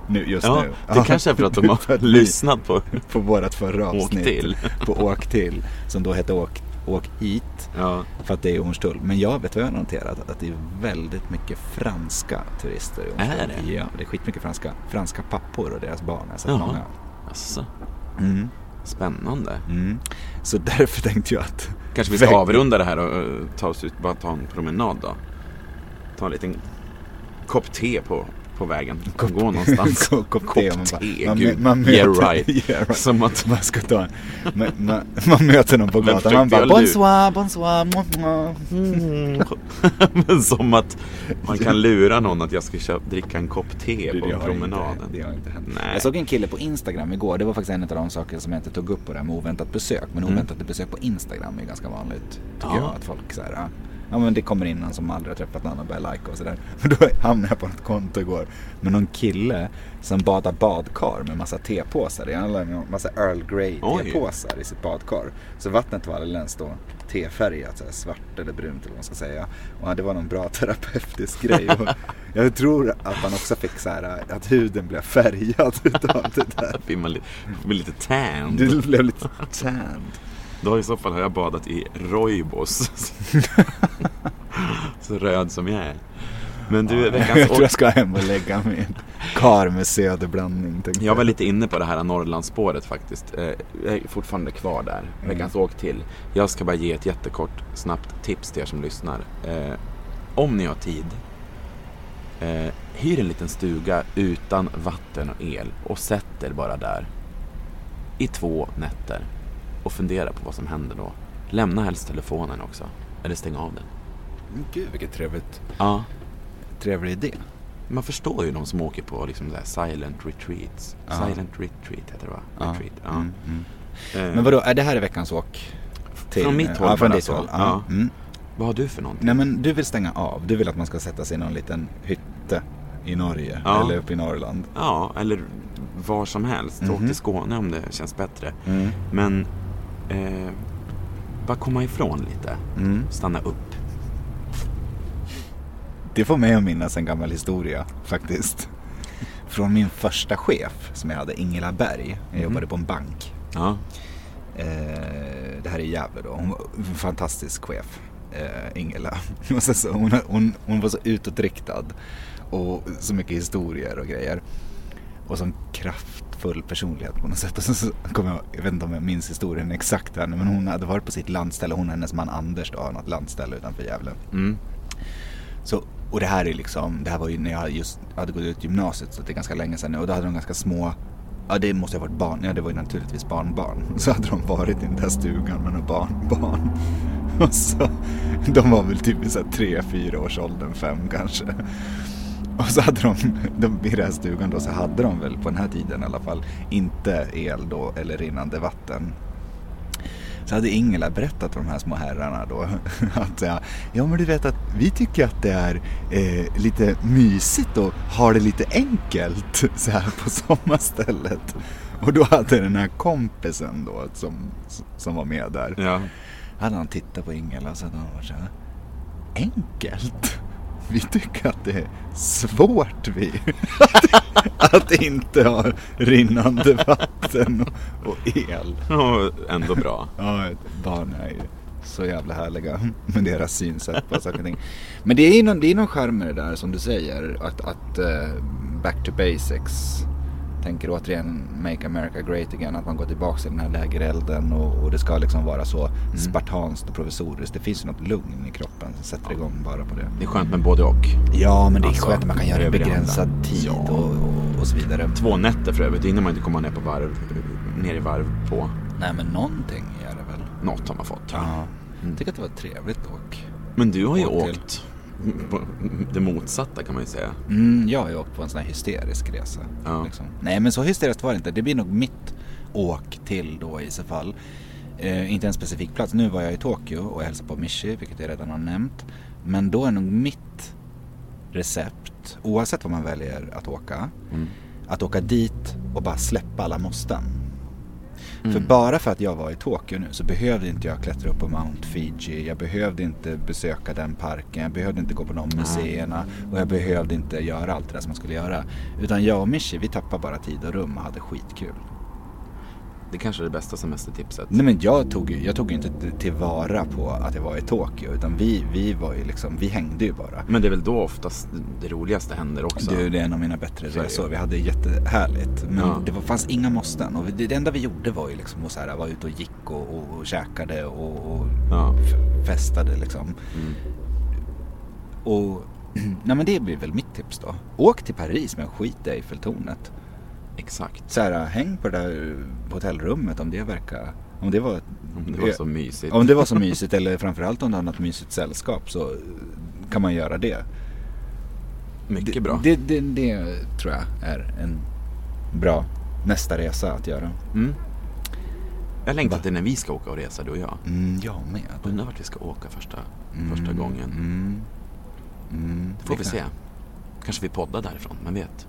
[SPEAKER 4] Nu, just
[SPEAKER 3] Ja,
[SPEAKER 4] nu.
[SPEAKER 3] det kanske är för att de
[SPEAKER 4] *laughs*
[SPEAKER 3] har
[SPEAKER 4] ni-
[SPEAKER 3] lyssnat på...
[SPEAKER 4] På vårat förra
[SPEAKER 3] Åk
[SPEAKER 4] avsnitt.
[SPEAKER 3] till.
[SPEAKER 4] på Åk till. Som då hette Åk, åk hit.
[SPEAKER 3] Ja.
[SPEAKER 4] För att det är i Hornstull. Men jag vet vad jag har noterat? Att det är väldigt mycket franska turister i Hornstull.
[SPEAKER 3] Är det?
[SPEAKER 4] Ja, det är skitmycket franska, franska pappor och deras barn. Jag har sett
[SPEAKER 3] Jaha.
[SPEAKER 4] många. Mm.
[SPEAKER 3] Asså. Alltså, Spännande.
[SPEAKER 4] Så därför tänkte jag att... *laughs*
[SPEAKER 3] Kanske vi ska
[SPEAKER 4] Väg-
[SPEAKER 3] avrunda det här och eh, ta oss ut, bara ta en promenad då. Ta en liten kopp te på, på vägen. Gå någonstans.
[SPEAKER 4] *laughs* Kopp, kopp te. Man, bara,
[SPEAKER 3] te,
[SPEAKER 4] man,
[SPEAKER 3] gud.
[SPEAKER 4] mö- man möter,
[SPEAKER 3] yeah, right.
[SPEAKER 4] *laughs* Yeah, right.
[SPEAKER 3] Som att...
[SPEAKER 4] Man ska ta en, man, man, man möter någon på gatan. Man
[SPEAKER 3] försökte
[SPEAKER 4] bara
[SPEAKER 3] jag lura?
[SPEAKER 4] bonsoir, bonsoir. Mwah, mwah.
[SPEAKER 3] Men *laughs* som att man
[SPEAKER 4] *laughs*
[SPEAKER 3] kan lura någon att jag ska köpa, dricka en kopp te
[SPEAKER 4] Det- det
[SPEAKER 3] på
[SPEAKER 4] har
[SPEAKER 3] promenaden.
[SPEAKER 4] Inte, det har inte hänt. Alltså-
[SPEAKER 3] Nej.
[SPEAKER 4] Jag såg en kille på Instagram igår. Det var faktiskt en av de saker som jag inte tog upp på det här med oväntat besök. Men oväntat besök på Instagram är ju ganska vanligt. Tycker
[SPEAKER 3] Mm. Ja.
[SPEAKER 4] jag att folk så här, ja, ja men det kommer in någon som aldrig har träffat någon och börjar likea och sådär. *laughs* Men då hamnade jag på något konto igår. Med någon kille som badar badkar med massa tepåsar. i. Han hade en massa Earl Grey
[SPEAKER 3] Oj.
[SPEAKER 4] tepåsar i sitt badkar. Så vattnet var alldeles då tefärgat, så här svart eller brunt eller vad man ska säga. Och det var någon
[SPEAKER 3] *laughs*
[SPEAKER 4] bra terapeutisk grej. Och jag tror att han också fick så här äh, att huden blev färgad *laughs* utav det där.
[SPEAKER 3] Blir man li- blir lite tanned.
[SPEAKER 4] Du blev lite tanned.
[SPEAKER 3] Då i så fall har jag badat i
[SPEAKER 4] *laughs*
[SPEAKER 3] Roibos. så röd som jag är. Men du,
[SPEAKER 4] Jag
[SPEAKER 3] veckans
[SPEAKER 4] tror jag ska hem och lägga mig. Kar med söderblandning. tänkte
[SPEAKER 3] Jag var lite inne på det här Norrlandsspåret faktiskt. Eh, Jag är fortfarande kvar där. Veckans åk till. Jag ska bara ge ett jättekort, snabbt tips till er som lyssnar. Eh, Om ni har tid, eh, hyr en liten stuga utan vatten och el och sätt er bara där i två nätter och fundera på vad som händer då. Lämna helst telefonen också, eller stäng av den.
[SPEAKER 4] Gud vilket trevligt.
[SPEAKER 3] Ja,
[SPEAKER 4] Trevlig idé.
[SPEAKER 3] man förstår ju de som åker på liksom så här silent retreats. Silent retreat heter det va? Retreat. Ja. Mm. Eh,
[SPEAKER 4] Mm, Men vadå, är det här är veckans åk? Till,
[SPEAKER 3] Från mitt håll
[SPEAKER 4] ja, från
[SPEAKER 3] bara
[SPEAKER 4] ditt
[SPEAKER 3] så.
[SPEAKER 4] håll.
[SPEAKER 3] Ja.
[SPEAKER 4] Ja. Mm.
[SPEAKER 3] Vad har du för någonting?
[SPEAKER 4] Nej men du vill stänga av. Du vill att man ska sätta sig i någon liten hytte i Norge
[SPEAKER 3] Ja.
[SPEAKER 4] eller uppe i Norrland.
[SPEAKER 3] Ja, eller var som helst. Åk
[SPEAKER 4] Mhm.
[SPEAKER 3] till Skåne om det känns bättre. Men eh, bara komma ifrån lite.
[SPEAKER 4] Mm.
[SPEAKER 3] Stanna upp.
[SPEAKER 4] Det får mig att minnas en gammal historia faktiskt. Från min första chef som jag hade, Ingela Berg. Jag jobbade på en bank.
[SPEAKER 3] Ja.
[SPEAKER 4] Eh, det här är Gävle då. Hon var en fantastisk chef. eh, Ingela. *laughs* Och sen så, hon, hon, hon var så utåtriktad och så mycket historier och grejer. Och sån kraftfull personlighet på något sätt. Och sen så kommer jag, jag vet inte om jag minns historien exakt här nu, men hon hade varit på sitt landställe, hon och hennes man Anders då, har något landställe utanför Gävle. Så, och det här är liksom, det här var ju när jag just hade gått ut gymnasiet så det är ganska länge sedan nu och då hade de ganska små, ja det måste ha varit barn, ja det var ju naturligtvis barnbarn. *laughs* Så hade de varit i den där stugan med några barnbarn. *laughs* Och så, de var väl typ i så här tre, fyra års åldern, fem kanske. Och så hade de, de, i den här stugan då så hade de väl på den här tiden i alla fall inte el då eller rinnande vatten. Så hade Ingela berättat för de här små herrarna då *laughs* att ja, ja men du vet att vi tycker att det är eh, lite mysigt och har det lite enkelt *laughs* så här på sommarstället. Och då hade den här kompisen då som, som var med där,
[SPEAKER 3] Ja.
[SPEAKER 4] hade han tittat på Ingela och så hade han varit så här, enkelt? *laughs* Vi tycker att det är svårt vi. *laughs* att inte ha rinnande vatten och, och el.
[SPEAKER 3] Ja, ändå bra.
[SPEAKER 4] Ja, barn är ju så jävla härliga *laughs* med deras synsätt på saker och ting. Men det är ju någon, det är någon charm med det där som du säger. Att, att eh, back to basics. Tänker återigen make America great again. Att man går tillbaka till den här lägerelden och, och det ska liksom vara så spartanskt och provisoriskt. Det finns ju något lugn i kroppen som sätter igång bara på det.
[SPEAKER 3] Det är skönt med både och.
[SPEAKER 4] Ja, men det är
[SPEAKER 3] Alltså,
[SPEAKER 4] skönt att man kan göra det i
[SPEAKER 3] överallt.
[SPEAKER 4] begränsad tid
[SPEAKER 3] Ja.
[SPEAKER 4] och, och, och så vidare.
[SPEAKER 3] Två nätter för övrigt, det hinner man inte komma ner, på varv, ner i varv på.
[SPEAKER 4] Nej, men någonting är det väl.
[SPEAKER 3] Något har man fått.
[SPEAKER 4] Ja. Jag tycker att det var ett trevligt åk.
[SPEAKER 3] Men du har ju
[SPEAKER 4] Åk till.
[SPEAKER 3] åkt på det motsatta kan man ju säga.
[SPEAKER 4] Mm, jag har ju åkt på en sån här hysterisk resa.
[SPEAKER 3] Ja.
[SPEAKER 4] Liksom. Nej men så hysteriskt var det inte. Det blir nog mitt åk till då i så fall. Eh, inte en specifik plats. Nu var jag i Tokyo och hälsade på Mishi, vilket jag redan har nämnt. Men då är nog mitt recept, oavsett vad man väljer att åka, att åka dit och bara släppa alla måsten.
[SPEAKER 3] Mm.
[SPEAKER 4] För bara för att jag var i Tokyo nu så behövde inte jag klättra upp på Mount Fiji, jag behövde inte besöka den parken, jag behövde inte gå på de museerna och jag behövde inte göra allt det där som man skulle göra. Utan jag och Mishi, vi tappade bara tid och rum och hade skitkul.
[SPEAKER 3] Det kanske är det bästa semestertipset.
[SPEAKER 4] Nej men jag tog ju, jag tog ju inte t- tillvara på att jag var i Tokyo utan vi, vi var ju liksom, vi hängde ju bara.
[SPEAKER 3] Men det är väl då oftast det roligaste händer också.
[SPEAKER 4] Du, det är en av mina bättre
[SPEAKER 3] Så är det
[SPEAKER 4] resor.
[SPEAKER 3] ju.
[SPEAKER 4] Vi hade jättehärligt. Men
[SPEAKER 3] Ja.
[SPEAKER 4] det var, fanns inga måsten. Och vi- det enda vi gjorde var ju liksom att så här, vara ute och gick och, och, och käkade och, och
[SPEAKER 3] Ja.
[SPEAKER 4] f- festade liksom. Och *clears throat* nej men det blir väl mitt tips då. Åk till Paris men skit i Eiffeltornet.
[SPEAKER 3] Exakt.
[SPEAKER 4] Så här, häng på det där eh, hotellrummet om det verkar... Om det var,
[SPEAKER 3] Om det var så mysigt.
[SPEAKER 4] Om det var så mysigt eller framförallt om du har något mysigt sällskap så eh, kan man göra det.
[SPEAKER 3] Mycket
[SPEAKER 4] Det-
[SPEAKER 3] bra.
[SPEAKER 4] Det, det, det tror jag är en bra nästa resa att göra.
[SPEAKER 3] Mm. jag längtar till när vi ska åka och resa, du och jag.
[SPEAKER 4] Mm, jag med.
[SPEAKER 3] Undrar vart vi ska åka första, första gången. Mm,
[SPEAKER 4] Mm.
[SPEAKER 3] det får vi se. Kanske vi poddar därifrån, man vet.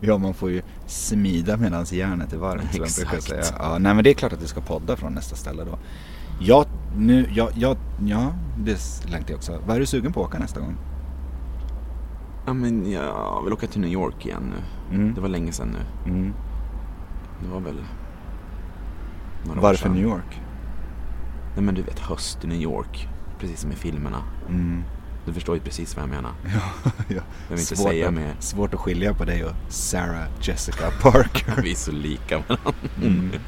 [SPEAKER 4] Ja, man får ju smida medan järnet är varmt. som jag brukar
[SPEAKER 3] Exakt.
[SPEAKER 4] säga. Ja, nej, men det är klart att du ska podda från nästa ställe då. Jag, nu, jag, jag, ja, det längtar jag också. Vad är du sugen på att åka nästa gång?
[SPEAKER 3] Ja, men jag vill åka till New York igen nu. Det var länge sedan nu. Det var väl några år
[SPEAKER 4] Varför
[SPEAKER 3] sedan.
[SPEAKER 4] New York?
[SPEAKER 3] Nej men du vet, höst i New York. Precis som i filmerna.
[SPEAKER 4] Mm.
[SPEAKER 3] Du förstår ju precis vad jag *laughs* menar.
[SPEAKER 4] Ja,
[SPEAKER 3] vill inte säga
[SPEAKER 4] att,
[SPEAKER 3] mer.
[SPEAKER 4] Svårt att skilja på dig och Sarah Jessica Parker.
[SPEAKER 3] Vi är så lika varandra.
[SPEAKER 4] Det-